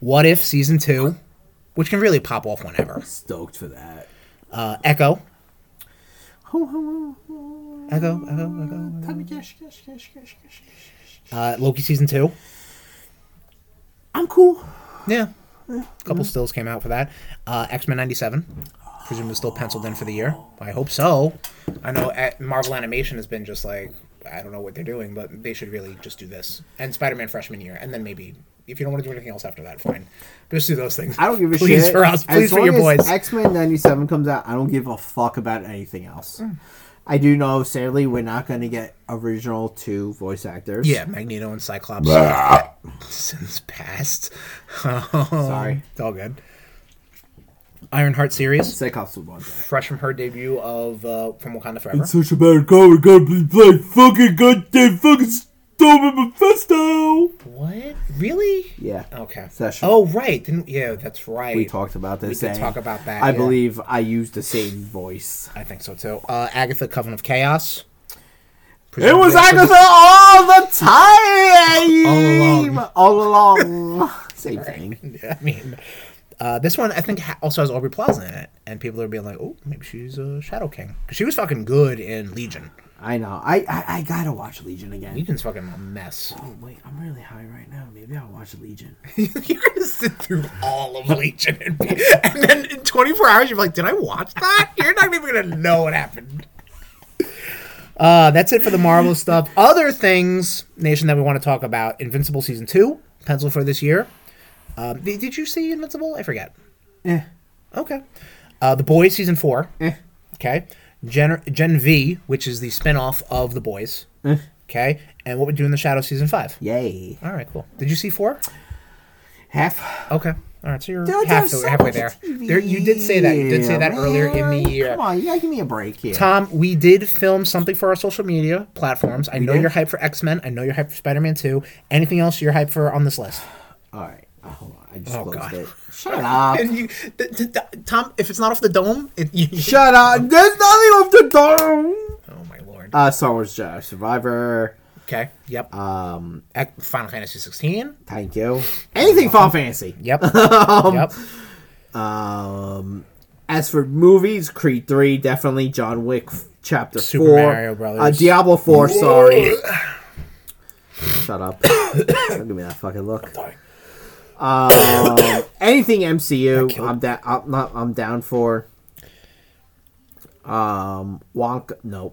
[SPEAKER 1] What if season two, which can really pop off whenever.
[SPEAKER 2] stoked for that.
[SPEAKER 1] Uh, Echo,
[SPEAKER 2] Ho, ho, ho, ho.
[SPEAKER 1] Echo, Echo, Echo.
[SPEAKER 2] Tummy cash, cash, cash, cash, cash, cash, cash.
[SPEAKER 1] Uh, Loki season two.
[SPEAKER 2] I'm cool.
[SPEAKER 1] Yeah. A couple stills came out for that. Uh, X Men 97. Presumably still penciled in for the year. I hope so. I know at Marvel Animation has been just like, I don't know what they're doing, but they should really just do this. And Spider Man freshman year. And then maybe, if you don't want to do anything else after that, fine. But just do those things.
[SPEAKER 2] I don't give a shit.
[SPEAKER 1] Please for us. Please for your boys.
[SPEAKER 2] X Men '97 comes out, I don't give a fuck about anything else.
[SPEAKER 1] Mm.
[SPEAKER 2] I do know, sadly, we're not going to get original two voice actors.
[SPEAKER 1] yeah, Magneto and Cyclops. Since past. Sorry. It's all good. Ironheart series.
[SPEAKER 2] Cyclops would want that.
[SPEAKER 1] Fresh from her debut of uh, From Wakanda Forever.
[SPEAKER 2] Such a bad comic. Gotta be playing fucking goddamn fucking Storm Mephisto.
[SPEAKER 1] What? Really?
[SPEAKER 2] Yeah.
[SPEAKER 1] Okay.
[SPEAKER 2] Session.
[SPEAKER 1] Oh right, didn't yeah, that's right.
[SPEAKER 2] We talked about this.
[SPEAKER 1] did
[SPEAKER 2] and
[SPEAKER 1] talk about that,
[SPEAKER 2] I
[SPEAKER 1] yeah.
[SPEAKER 2] believe I used the same voice.
[SPEAKER 1] I think so too. Uh, Agatha Coven of Chaos.
[SPEAKER 2] It was Agatha all the time. All along. same thing.
[SPEAKER 1] Yeah, I mean, uh, this one I think ha- also has Aubrey Plaza in it, and people are being like, "Oh, maybe she's a Shadow King." 'Cause she was fucking good in Legion.
[SPEAKER 2] I know. I, I I gotta watch Legion again.
[SPEAKER 1] Legion's fucking a mess.
[SPEAKER 2] Oh, wait, I'm really high right now. Maybe I'll watch Legion.
[SPEAKER 1] you're gonna sit through all of Legion, and, be, and then in 24 hours you're like, "Did I watch that?" You're not even gonna know what happened. Uh, that's it for the Marvel stuff. Other things, Nation, that we want to talk about: Invincible season two, pencil for this year. Um, did, did you see Invincible? I forget.
[SPEAKER 2] Eh.
[SPEAKER 1] Okay. Uh, the Boys season four. Okay. Gen Gen V, which is the spinoff of The Boys. Okay. And what we do in the Shadow season five.
[SPEAKER 2] Yay.
[SPEAKER 1] All right, cool. Did you see four?
[SPEAKER 2] Half.
[SPEAKER 1] Okay. All right. So you're
[SPEAKER 2] Dude,
[SPEAKER 1] half
[SPEAKER 2] there's
[SPEAKER 1] to,
[SPEAKER 2] so
[SPEAKER 1] halfway
[SPEAKER 2] much
[SPEAKER 1] there.
[SPEAKER 2] TV.
[SPEAKER 1] there. You did say that. You did say that earlier in
[SPEAKER 2] Man,
[SPEAKER 1] the year.
[SPEAKER 2] Come on, you gotta give me a break here.
[SPEAKER 1] Tom, we did film something for our social media platforms. I know
[SPEAKER 2] did?
[SPEAKER 1] you're hyped for X Men. I know you're hyped for Spider Man 2. Anything else you're hyped for on this list?
[SPEAKER 2] all right. Oh, hold on. I just closed
[SPEAKER 1] God.
[SPEAKER 2] it. Shut up.
[SPEAKER 1] And you, th- th- th- Tom, if it's not off the dome, it, you,
[SPEAKER 2] Shut up. There's nothing off the dome.
[SPEAKER 1] Oh my lord.
[SPEAKER 2] Uh, Star Wars Jedi Survivor.
[SPEAKER 1] okay. Yep.
[SPEAKER 2] Um,
[SPEAKER 1] Ac- Final Fantasy 16.
[SPEAKER 2] thank you. Anything Final Fantasy.
[SPEAKER 1] Yep. yep.
[SPEAKER 2] Um, as for movies, Creed three definitely. John Wick f- chapter
[SPEAKER 1] Super
[SPEAKER 2] four.
[SPEAKER 1] Mario Brothers.
[SPEAKER 2] Uh, Diablo four. Sorry. Shut up! Don't give me that fucking look. Um, anything MCU, I'm da- I'm not. I'm down for. Um, Wonka. Nope.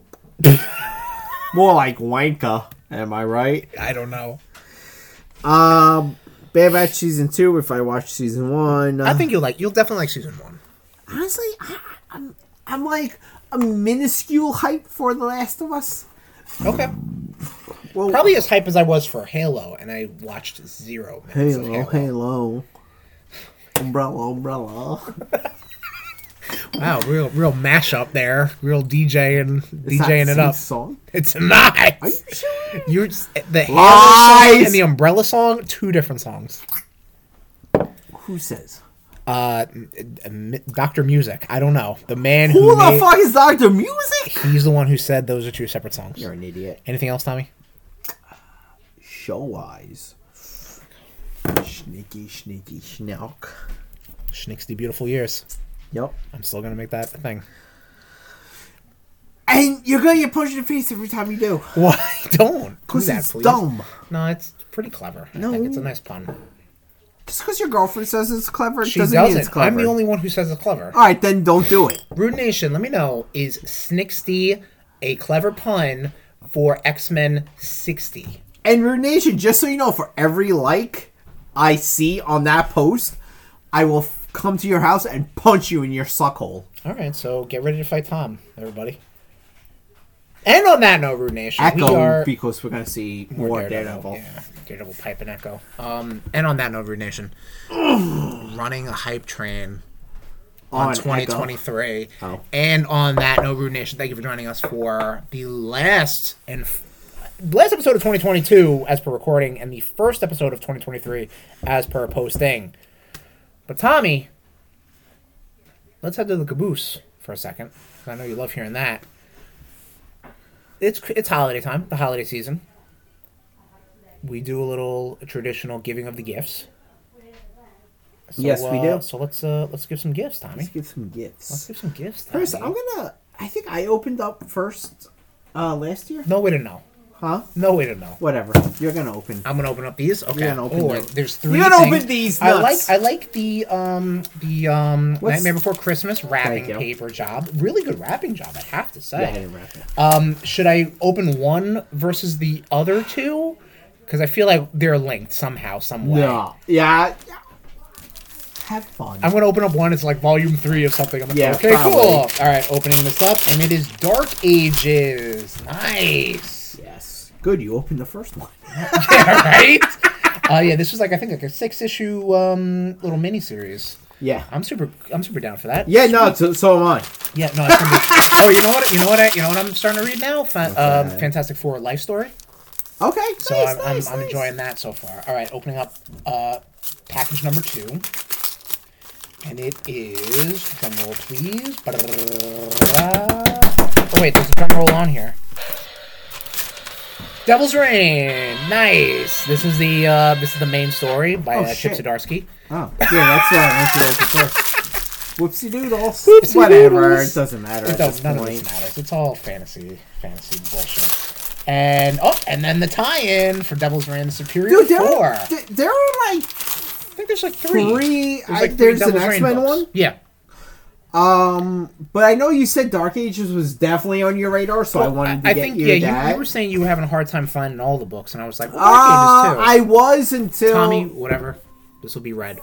[SPEAKER 2] More like Wanka. Am I right?
[SPEAKER 1] I don't know.
[SPEAKER 2] Um, Bad Batch season two. If I watch season one, uh,
[SPEAKER 1] I think you'll like. You'll definitely like season one.
[SPEAKER 2] honestly, I, I'm I'm like a minuscule hype for The Last of Us.
[SPEAKER 1] Okay.
[SPEAKER 2] Well,
[SPEAKER 1] Probably as hype as I was for Halo, and I watched zero minutes of
[SPEAKER 2] Halo, Halo, umbrella, umbrella.
[SPEAKER 1] Wow, real real mashup there. Real DJ and
[SPEAKER 2] Is that
[SPEAKER 1] DJing it
[SPEAKER 2] some
[SPEAKER 1] up.
[SPEAKER 2] Song?
[SPEAKER 1] It's not.
[SPEAKER 2] Are you sure?
[SPEAKER 1] You're s- the Halo song
[SPEAKER 2] Lies!
[SPEAKER 1] and the Umbrella song, two different songs.
[SPEAKER 2] Who says?
[SPEAKER 1] Uh, Doctor Music. I don't know. The man who,
[SPEAKER 2] Who the
[SPEAKER 1] made-
[SPEAKER 2] fuck is Doctor Music?
[SPEAKER 1] he's the one who said those are two separate songs.
[SPEAKER 2] You're an idiot.
[SPEAKER 1] Anything else, Tommy?
[SPEAKER 2] Show eyes. Sneaky, sneaky, schnock.
[SPEAKER 1] Schnicksy beautiful years.
[SPEAKER 2] Yep.
[SPEAKER 1] I'm still gonna make that a thing.
[SPEAKER 2] and you're gonna get punched in the face every time you do.
[SPEAKER 1] Why don't? Do
[SPEAKER 2] Because
[SPEAKER 1] that,
[SPEAKER 2] it's
[SPEAKER 1] please.
[SPEAKER 2] dumb.
[SPEAKER 1] No, it's pretty clever. I
[SPEAKER 2] No.
[SPEAKER 1] think it's a nice pun.
[SPEAKER 2] Just because your girlfriend says it's clever
[SPEAKER 1] She
[SPEAKER 2] doesn't,
[SPEAKER 1] doesn't.
[SPEAKER 2] mean it's clever.
[SPEAKER 1] I'm the only one who says it's clever.
[SPEAKER 2] All right, then don't do it.
[SPEAKER 1] Rude Nation, let me know. Is Snixty a clever pun for X Men 60?
[SPEAKER 2] And Rude Nation, just so you know, for every like I see on that post, I will f- come to your house and punch you in your suck hole.
[SPEAKER 1] All right, so get ready to fight Tom, everybody. And on that note, Rude Nation, we
[SPEAKER 2] Echo,
[SPEAKER 1] are
[SPEAKER 2] because we're gonna see more Daredevil.
[SPEAKER 1] Yeah, Daredevil pipe and echo. Um, and on that note, Rude Nation, running a hype train on,
[SPEAKER 2] On Echo.
[SPEAKER 1] 2023.
[SPEAKER 2] Oh.
[SPEAKER 1] And on that note, Rude Nation, thank you for joining us for the last and f- last episode of 2022 as per recording, and the first episode of 2023 as per posting. But Tommy, let's head to the caboose for a second. 'cause I know you love hearing that. It's it's holiday time, the holiday season. We do a little traditional giving of the gifts. So,
[SPEAKER 2] Yes, we
[SPEAKER 1] uh,
[SPEAKER 2] do.
[SPEAKER 1] So let's uh, let's give some gifts, Tommy.
[SPEAKER 2] Let's get some
[SPEAKER 1] Let's
[SPEAKER 2] gifts.
[SPEAKER 1] give some gifts. Tommy.
[SPEAKER 2] First, I'm gonna. I think I opened up first uh last year,
[SPEAKER 1] No way to know.
[SPEAKER 2] huh?
[SPEAKER 1] No way to know.
[SPEAKER 2] Whatever. You're gonna open.
[SPEAKER 1] I'm gonna open up these. Okay.
[SPEAKER 2] gonna open
[SPEAKER 1] oh,
[SPEAKER 2] your-
[SPEAKER 1] there's three.
[SPEAKER 2] You're gonna
[SPEAKER 1] things.
[SPEAKER 2] open these
[SPEAKER 1] I like
[SPEAKER 2] nuts.
[SPEAKER 1] I like the um the um
[SPEAKER 2] What's-
[SPEAKER 1] Nightmare Before Christmas wrapping
[SPEAKER 2] Thank you.
[SPEAKER 1] paper job. Really good wrapping job, I have to
[SPEAKER 2] Yeah, I
[SPEAKER 1] say.
[SPEAKER 2] didn't wrap it.
[SPEAKER 1] um, should I open one versus the other two? Because I feel like they're linked somehow, some way.
[SPEAKER 2] No. Yeah. yeah. Have fun.
[SPEAKER 1] I'm gonna open up one. It's like volume three of something. I'm like,
[SPEAKER 2] Yeah,
[SPEAKER 1] okay,
[SPEAKER 2] probably.
[SPEAKER 1] cool. All right, opening this up, and it is Dark Ages. Nice.
[SPEAKER 2] yes. Good. You opened the first one.
[SPEAKER 1] Yeah, right? uh, yeah, this was like I think like a six issue um, little mini series.
[SPEAKER 2] Yeah.
[SPEAKER 1] I'm super. I'm super down for that.
[SPEAKER 2] Yeah. No. So, so am I.
[SPEAKER 1] Yeah. No. It's gonna be, oh, you know what? You know what? I, you know what? I'm starting to read now. Fa- um, Fantastic Four life story.
[SPEAKER 2] Okay.
[SPEAKER 1] So
[SPEAKER 2] nice,
[SPEAKER 1] I'm,
[SPEAKER 2] nice,
[SPEAKER 1] I'm, I'm
[SPEAKER 2] nice.
[SPEAKER 1] enjoying that so far. All right, opening up uh, package number two, and it is drum roll, please. Oh wait, there's a drum roll on here. Devil's Rain, nice. This is the uh, this is the main story by
[SPEAKER 2] Oh,
[SPEAKER 1] uh, Chip
[SPEAKER 2] shit.
[SPEAKER 1] Zdarsky.
[SPEAKER 2] Oh, yeah, that's what I went to open first. Whoopsie doodles.
[SPEAKER 1] Whoopsie
[SPEAKER 2] Whatever,
[SPEAKER 1] doodles.
[SPEAKER 2] it doesn't matter
[SPEAKER 1] It
[SPEAKER 2] at
[SPEAKER 1] does
[SPEAKER 2] this
[SPEAKER 1] none of
[SPEAKER 2] point.
[SPEAKER 1] this matters. It's all fantasy, fantasy bullshit. And oh, and then the tie-in for Devil's Rain: The Superior
[SPEAKER 2] Dude, there
[SPEAKER 1] Four.
[SPEAKER 2] are, th- there are
[SPEAKER 1] I
[SPEAKER 2] like
[SPEAKER 1] think there's like three.
[SPEAKER 2] three. I-
[SPEAKER 1] There's, like, three
[SPEAKER 2] there's an
[SPEAKER 1] Devil's Rain
[SPEAKER 2] X Men
[SPEAKER 1] books.
[SPEAKER 2] one,
[SPEAKER 1] Yeah.
[SPEAKER 2] but I know you said Dark Ages was definitely on your radar, so I wanted to
[SPEAKER 1] I
[SPEAKER 2] get
[SPEAKER 1] think
[SPEAKER 2] you
[SPEAKER 1] yeah,
[SPEAKER 2] that.
[SPEAKER 1] you, you were saying you were having a hard time finding all the books, and I was like, well,
[SPEAKER 2] Uh,
[SPEAKER 1] Dark Ages
[SPEAKER 2] I was until
[SPEAKER 1] too. Tommy, whatever. This will be red.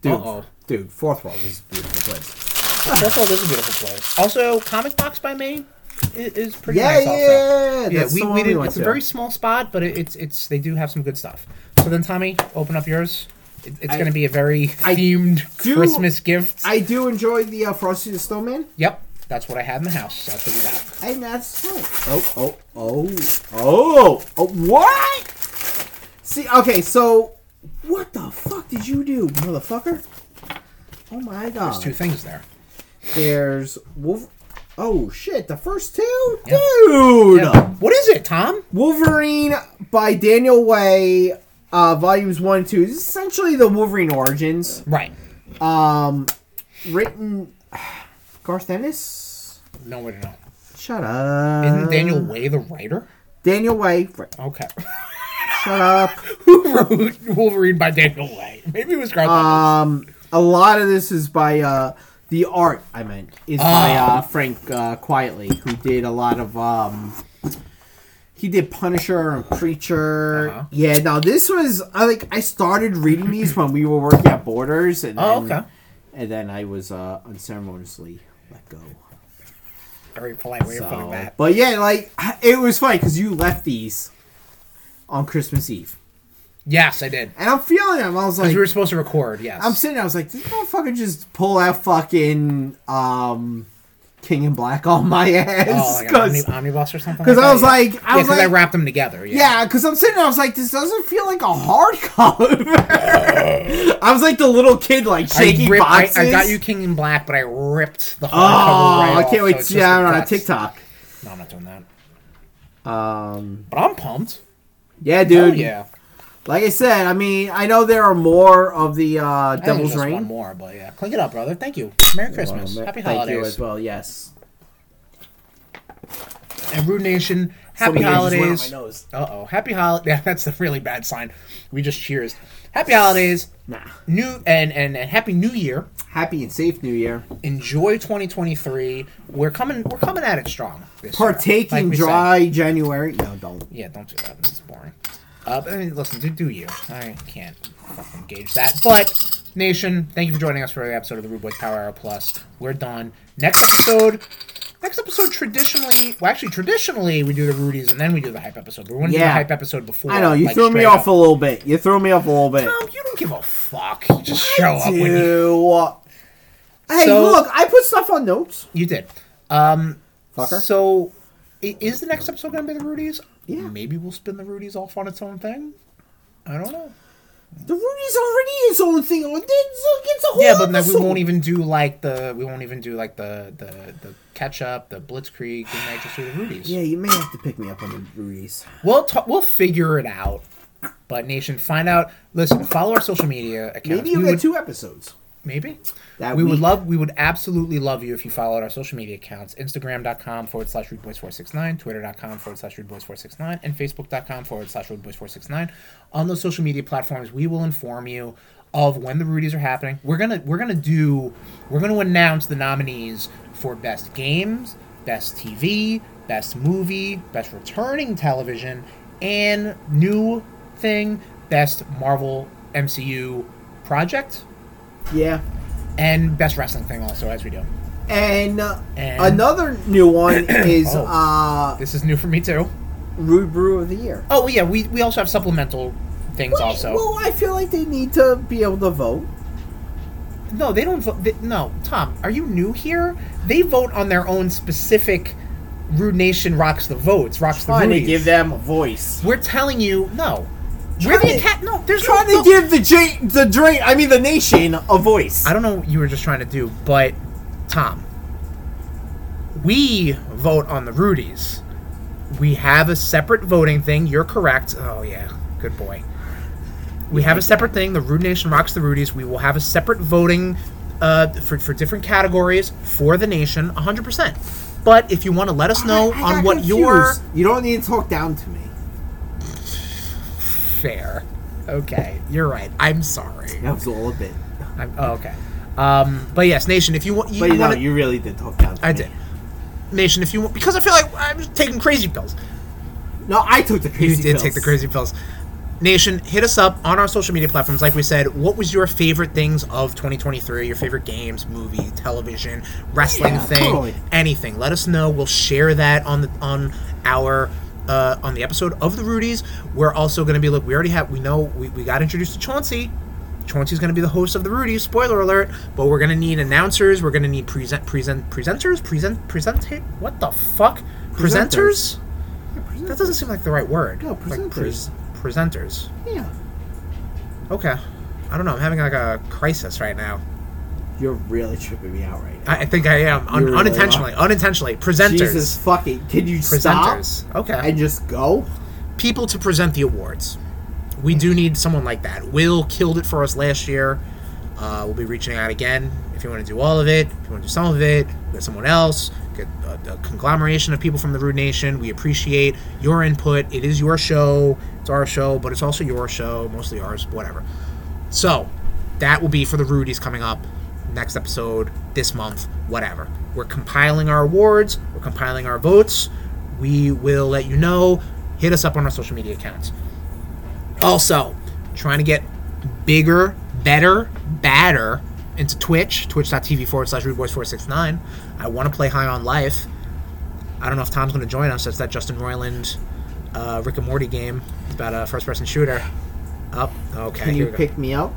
[SPEAKER 2] dude,
[SPEAKER 1] Uh-oh.
[SPEAKER 2] dude, Fourth World is a beautiful place.
[SPEAKER 1] First of all, this is a beautiful place. Also, Comic Box by Maine i- is pretty
[SPEAKER 2] Yeah,
[SPEAKER 1] nice.
[SPEAKER 2] yeah,
[SPEAKER 1] also.
[SPEAKER 2] yeah, that's
[SPEAKER 1] we,
[SPEAKER 2] the
[SPEAKER 1] we
[SPEAKER 2] one we
[SPEAKER 1] didn't-
[SPEAKER 2] went
[SPEAKER 1] It's a
[SPEAKER 2] to.
[SPEAKER 1] very small spot, but it, it's it's they do have some good stuff. So then, Tommy, open up yours. It, it's
[SPEAKER 2] I-
[SPEAKER 1] going to be a very
[SPEAKER 2] I
[SPEAKER 1] themed
[SPEAKER 2] do-
[SPEAKER 1] Christmas gift.
[SPEAKER 2] I do enjoy the uh, Frosty the Snowman,
[SPEAKER 1] yep, that's what I had in the house. That's what you got.
[SPEAKER 2] and that's it. Oh, oh, oh, oh, oh, what? See, okay, so what the fuck did you do, motherfucker? Oh my god.
[SPEAKER 1] Two things there.
[SPEAKER 2] There's Wolf. Oh shit! The first two,
[SPEAKER 1] Yeah.
[SPEAKER 2] dude.
[SPEAKER 1] Yeah. What is it, Tom?
[SPEAKER 2] Wolverine by Daniel Way, uh, volumes one and two. This is essentially the Wolverine origins.
[SPEAKER 1] Right.
[SPEAKER 2] Um, written Garth Ennis.
[SPEAKER 1] No way to know.
[SPEAKER 2] Shut up.
[SPEAKER 1] Isn't Daniel Way the writer?
[SPEAKER 2] Daniel Way. right,
[SPEAKER 1] Okay.
[SPEAKER 2] Shut up.
[SPEAKER 1] Who wrote Wolverine by Daniel Way? Maybe it was Garth Ennis.
[SPEAKER 2] Um, a lot of this is by uh, the art. I meant is by
[SPEAKER 1] Ah.
[SPEAKER 2] uh, Frank uh, Quietly, who did a lot of. Um, he did Punisher and Preacher.
[SPEAKER 1] Uh-huh.
[SPEAKER 2] Yeah, now this was I like I started reading these when we were working at Borders, and
[SPEAKER 1] Oh,
[SPEAKER 2] then,
[SPEAKER 1] okay.
[SPEAKER 2] and then I was uh, unceremoniously let go.
[SPEAKER 1] Very polite way of putting
[SPEAKER 2] So,
[SPEAKER 1] that.
[SPEAKER 2] but yeah, like it was funny because you left these on Christmas Eve,
[SPEAKER 1] Yes, I did.
[SPEAKER 2] and I'm feeling them. I was like,
[SPEAKER 1] Because we were supposed to record, yes.
[SPEAKER 2] I'm sitting there, I was like, this motherfucker just pull out fucking um, King in Black on my
[SPEAKER 1] oh,
[SPEAKER 2] ass.
[SPEAKER 1] like an
[SPEAKER 2] Because,
[SPEAKER 1] omni- omnibus or something?
[SPEAKER 2] 'cause
[SPEAKER 1] like
[SPEAKER 2] I
[SPEAKER 1] that,
[SPEAKER 2] was
[SPEAKER 1] yeah.
[SPEAKER 2] like- I
[SPEAKER 1] Yeah,
[SPEAKER 2] was
[SPEAKER 1] 'cause I
[SPEAKER 2] like-
[SPEAKER 1] wrapped them together. Yeah.
[SPEAKER 2] yeah, because I'm sitting there, I was like, this doesn't feel like a hardcover. I was like the little kid, like
[SPEAKER 1] Oh. I,
[SPEAKER 2] shaking
[SPEAKER 1] ripped, I,
[SPEAKER 2] boxes.
[SPEAKER 1] I got you King in Black, but I ripped the
[SPEAKER 2] Oh,
[SPEAKER 1] hardcover right
[SPEAKER 2] I can't
[SPEAKER 1] off, so
[SPEAKER 2] wait to
[SPEAKER 1] it's
[SPEAKER 2] see
[SPEAKER 1] just
[SPEAKER 2] that
[SPEAKER 1] the
[SPEAKER 2] on a
[SPEAKER 1] guts.
[SPEAKER 2] TikTok.
[SPEAKER 1] No, I'm not doing that.
[SPEAKER 2] Um,
[SPEAKER 1] But I'm pumped.
[SPEAKER 2] yeah,
[SPEAKER 1] Hell
[SPEAKER 2] dude.
[SPEAKER 1] yeah.
[SPEAKER 2] Like I said, I mean, I know there are more of the uh,
[SPEAKER 1] I think
[SPEAKER 2] Devil's
[SPEAKER 1] there's one
[SPEAKER 2] Reign.
[SPEAKER 1] more, but yeah. Clink it up, brother. Thank you. Merry Christmas.
[SPEAKER 2] Well,
[SPEAKER 1] Happy
[SPEAKER 2] Thank you
[SPEAKER 1] holidays.
[SPEAKER 2] as well. Yes.
[SPEAKER 1] Rude Nation. Happy
[SPEAKER 2] Somebody just went up my
[SPEAKER 1] holidays.
[SPEAKER 2] nose.
[SPEAKER 1] Uh oh. Happy holiday. Yeah, that's a really bad sign. We just cheers. Happy holidays.
[SPEAKER 2] Nah.
[SPEAKER 1] New and, and and happy New Year.
[SPEAKER 2] Happy and safe New Year.
[SPEAKER 1] Enjoy 2023. We're coming. We're coming at it strong. This year, like
[SPEAKER 2] Partaking
[SPEAKER 1] we said.
[SPEAKER 2] dry January. No, don't.
[SPEAKER 1] Yeah, don't do that. It's boring. Uh, but, I mean, listen, do, do you? I can't fucking gauge that. But nation, thank you for joining us for another episode of the Rude Boys Power Hour Plus. We're done. Next episode. Next episode, traditionally, well, actually, traditionally, we do the Rudies and then we do the hype episode. But we're going to do the
[SPEAKER 2] Yeah.
[SPEAKER 1] hype episode before.
[SPEAKER 2] I know you
[SPEAKER 1] like,
[SPEAKER 2] threw me
[SPEAKER 1] straight
[SPEAKER 2] off
[SPEAKER 1] up.
[SPEAKER 2] a little bit. You threw me off a little bit.
[SPEAKER 1] Um, you don't give a fuck. You just show up when you
[SPEAKER 2] Ew. Hey,
[SPEAKER 1] So-
[SPEAKER 2] look, I put stuff on notes.
[SPEAKER 1] You did. Um,
[SPEAKER 2] Fucker.
[SPEAKER 1] So, i- is the next episode going to be the Rudies?
[SPEAKER 2] Yeah.
[SPEAKER 1] Maybe we'll spin the Rudies off on its own thing. I don't know.
[SPEAKER 2] The Rudy's already his own thing. On it's, it's a whole
[SPEAKER 1] yeah, but then we
[SPEAKER 2] episode.
[SPEAKER 1] won't even do like the we won't even do like the the the catch up, the Blitzkrieg, the Nitro through the Rudies.
[SPEAKER 2] Yeah, you may have to pick me up on the Rudy's.
[SPEAKER 1] We'll ta- we'll figure it out. But nation, find out. Listen, follow our social media accounts.
[SPEAKER 2] Maybe you'll
[SPEAKER 1] We
[SPEAKER 2] get
[SPEAKER 1] would-
[SPEAKER 2] two episodes.
[SPEAKER 1] Maybe.
[SPEAKER 2] That
[SPEAKER 1] we would
[SPEAKER 2] week.
[SPEAKER 1] love we would absolutely love you if you followed our social media accounts Instagram.com forward slash rootboys469, Twitter.com forward slash rootboys469, and Facebook.com forward slash rootboys469. On those social media platforms, we will inform you of when the Rudies are happening. We're gonna we're gonna do we're gonna announce the nominees for best games, best TV, best movie, best returning television, and new thing, best Marvel MCU project
[SPEAKER 2] Yeah.
[SPEAKER 1] and best wrestling thing also as we do.
[SPEAKER 2] And, uh,
[SPEAKER 1] And-
[SPEAKER 2] another new one is
[SPEAKER 1] Oh.
[SPEAKER 2] uh,
[SPEAKER 1] This is new for me too.
[SPEAKER 2] Rude Brew of the Year.
[SPEAKER 1] Oh yeah, we we also have supplemental things also.
[SPEAKER 2] Well, I feel like they need to be able to vote.
[SPEAKER 1] no, they don't vote. They, no, Tom, are you new here? They vote on their own specific. Rude Nation rocks the votes. Rocks the
[SPEAKER 2] Trying to
[SPEAKER 1] Rudies.
[SPEAKER 2] give them a voice.
[SPEAKER 1] We're telling you no. We're
[SPEAKER 2] Trying
[SPEAKER 1] the
[SPEAKER 2] to-
[SPEAKER 1] cat. No, there's
[SPEAKER 2] Trying
[SPEAKER 1] no,
[SPEAKER 2] to
[SPEAKER 1] no-
[SPEAKER 2] give the J- the drain, I mean the nation, a voice.
[SPEAKER 1] I don't know what you were just trying to do, but Tom, we vote on the Rudies. We have a separate voting thing. You're correct. Oh yeah, good boy. We have a separate thing. The Rude Nation rocks the Rudies. We will have a separate voting uh, for for different categories for the nation, 100. percent But if you want to let us know
[SPEAKER 2] I
[SPEAKER 1] on
[SPEAKER 2] got
[SPEAKER 1] what your
[SPEAKER 2] confused. You don't need to talk down to me.
[SPEAKER 1] fair, okay, you're right. I'm sorry.
[SPEAKER 2] That was all a bit.
[SPEAKER 1] I'm, oh, okay. Um, but yes, nation. If you want, you,
[SPEAKER 2] But you know,
[SPEAKER 1] want
[SPEAKER 2] you really did talk down to
[SPEAKER 1] I
[SPEAKER 2] me.
[SPEAKER 1] did. Nation, if you want, because I feel like I was taking crazy pills.
[SPEAKER 2] No, I took the
[SPEAKER 1] You
[SPEAKER 2] crazy
[SPEAKER 1] did take the
[SPEAKER 2] pills.
[SPEAKER 1] crazy pills. Nation, hit us up on our social media platforms. Like we said, what was your favorite things of 2023? Your favorite games, movie, television, wrestling
[SPEAKER 2] Yeah,
[SPEAKER 1] thing,
[SPEAKER 2] totally.
[SPEAKER 1] anything. Let us know. We'll share that on the on our uh, on the episode of the Rudies. We're also going to be look. We already have. We know we, we got introduced to Chauncey. Chauncey's going to be the host of the Rudies. Spoiler alert! But we're going to need announcers. We're going to need present present presenters. Present present. What the fuck? presenters?
[SPEAKER 2] Presenters.
[SPEAKER 1] That doesn't seem like the right word.
[SPEAKER 2] No,
[SPEAKER 1] Like pres- presenters.
[SPEAKER 2] Yeah.
[SPEAKER 1] Okay. I don't know. I'm having like a crisis right now.
[SPEAKER 2] You're really tripping me out right now.
[SPEAKER 1] I, I think I am Un-
[SPEAKER 2] You really
[SPEAKER 1] unintentionally. Unintentionally. Presenters.
[SPEAKER 2] Jesus fucking, can you stop
[SPEAKER 1] presenters. Okay.
[SPEAKER 2] and just go?
[SPEAKER 1] People to present the awards. We do need someone like that. Will killed it for us last year. Uh, we'll be reaching out again. If you want to do all of it, if you want to do some of it, get someone else, get a, a conglomeration of people from the Rude Nation. We appreciate your input. It is your show. It's our show, but it's also your show, mostly ours, whatever. So that will be for the Rudies coming up next episode, this month, whatever. We're compiling our awards, we're compiling our votes. We will let you know. Hit us up on our social media accounts. Also, trying to get bigger, better, badder into Twitch, twitch.tv forward slash rudeboys469. I want to play High on Life. I don't know if Tom's going to join us. That's that Justin Roiland uh, Rick and Morty game. It's about a first person shooter. Up. Okay.
[SPEAKER 2] Can
[SPEAKER 1] here
[SPEAKER 2] you
[SPEAKER 1] we go.
[SPEAKER 2] pick me up?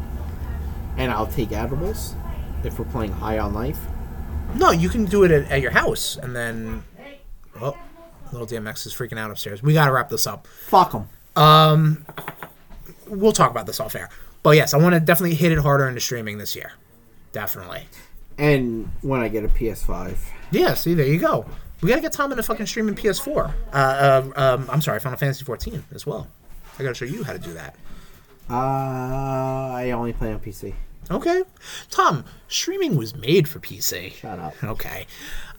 [SPEAKER 2] And I'll take edibles if we're playing High on Life.
[SPEAKER 1] No, you can do it at, at your house, and then. Oh, little DMX is freaking out upstairs. We got to wrap this up.
[SPEAKER 2] Fuck them.
[SPEAKER 1] We'll talk about this off air. But yes, I want to definitely hit it harder into streaming this year. Definitely.
[SPEAKER 2] And when I get a PS5,
[SPEAKER 1] Yeah. See, there you go. We got to get Tom into fucking streaming PS4. Uh, uh, um, I'm sorry, Final Fantasy 14 as well. I got to show you how to do that.
[SPEAKER 2] uh, I only play on PC.
[SPEAKER 1] Okay. Tom, streaming was made for PC.
[SPEAKER 2] Shut up.
[SPEAKER 1] Okay.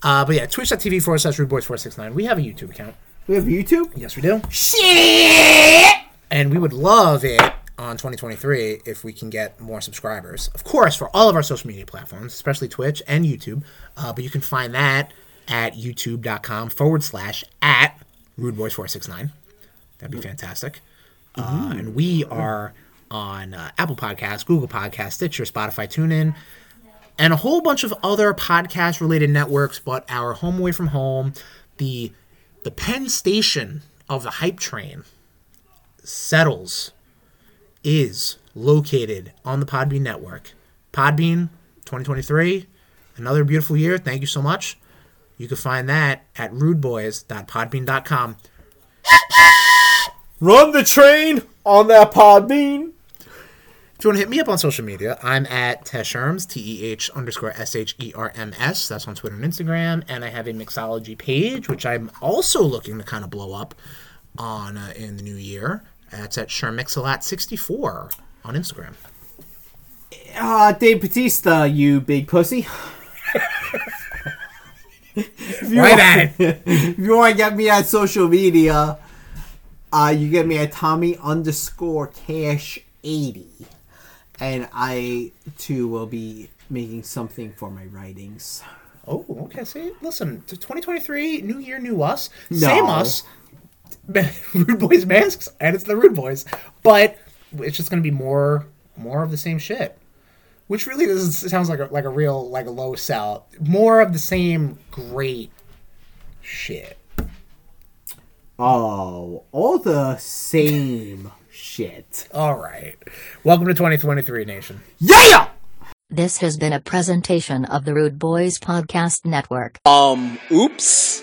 [SPEAKER 1] Uh, but yeah, twitch.tv forward slash rudeboys469. We have a YouTube account.
[SPEAKER 2] We have YouTube.
[SPEAKER 1] Yes, we do.
[SPEAKER 2] Shit.
[SPEAKER 1] And we would love it on 2023 if we can get more subscribers. Of course, for all of our social media platforms, especially Twitch and YouTube. Uh, but you can find that at youtube.com forward slash at rudeboys469. That'd be fantastic. Uh, and we are on uh, Apple Podcasts, Google Podcasts, Stitcher, Spotify, TuneIn, and a whole bunch of other podcast related networks. But our home away from home, the the Penn Station of the hype train settles is located on the Podbean network. Podbean 2023, another beautiful year. Thank you so much. You can find that at rudeboys.podbean.com.
[SPEAKER 2] Run the train on that pod bean.
[SPEAKER 1] If you want to hit me up on social media, I'm at Tesherms, T E H underscore S H E R M S. That's on Twitter and Instagram. And I have a mixology page, which I'm also looking to kind of blow up on uh, in the new year. That's at Shermixalat64 on Instagram.
[SPEAKER 2] Uh, Dave Batista, you big pussy. if you
[SPEAKER 1] Right
[SPEAKER 2] want-
[SPEAKER 1] at it.
[SPEAKER 2] If you want to get me on social media, uh, you get me at Tommy underscore Cash eighty, and I too will be making something for my writings.
[SPEAKER 1] Oh, okay. See, listen, t- 2023, new year, new us.
[SPEAKER 2] No.
[SPEAKER 1] Same us. Rude Boys masks, and it's the Rude Boys. But it's just going to be more more of the same shit. Which really doesn't sounds like a, like a real like a low sell. More of the same great shit.
[SPEAKER 2] Oh, all the same shit.
[SPEAKER 1] All right. Welcome to 2023 Nation.
[SPEAKER 2] Yeah.
[SPEAKER 3] This has been a presentation of the Rude Boys Podcast Network.
[SPEAKER 4] Um, oops.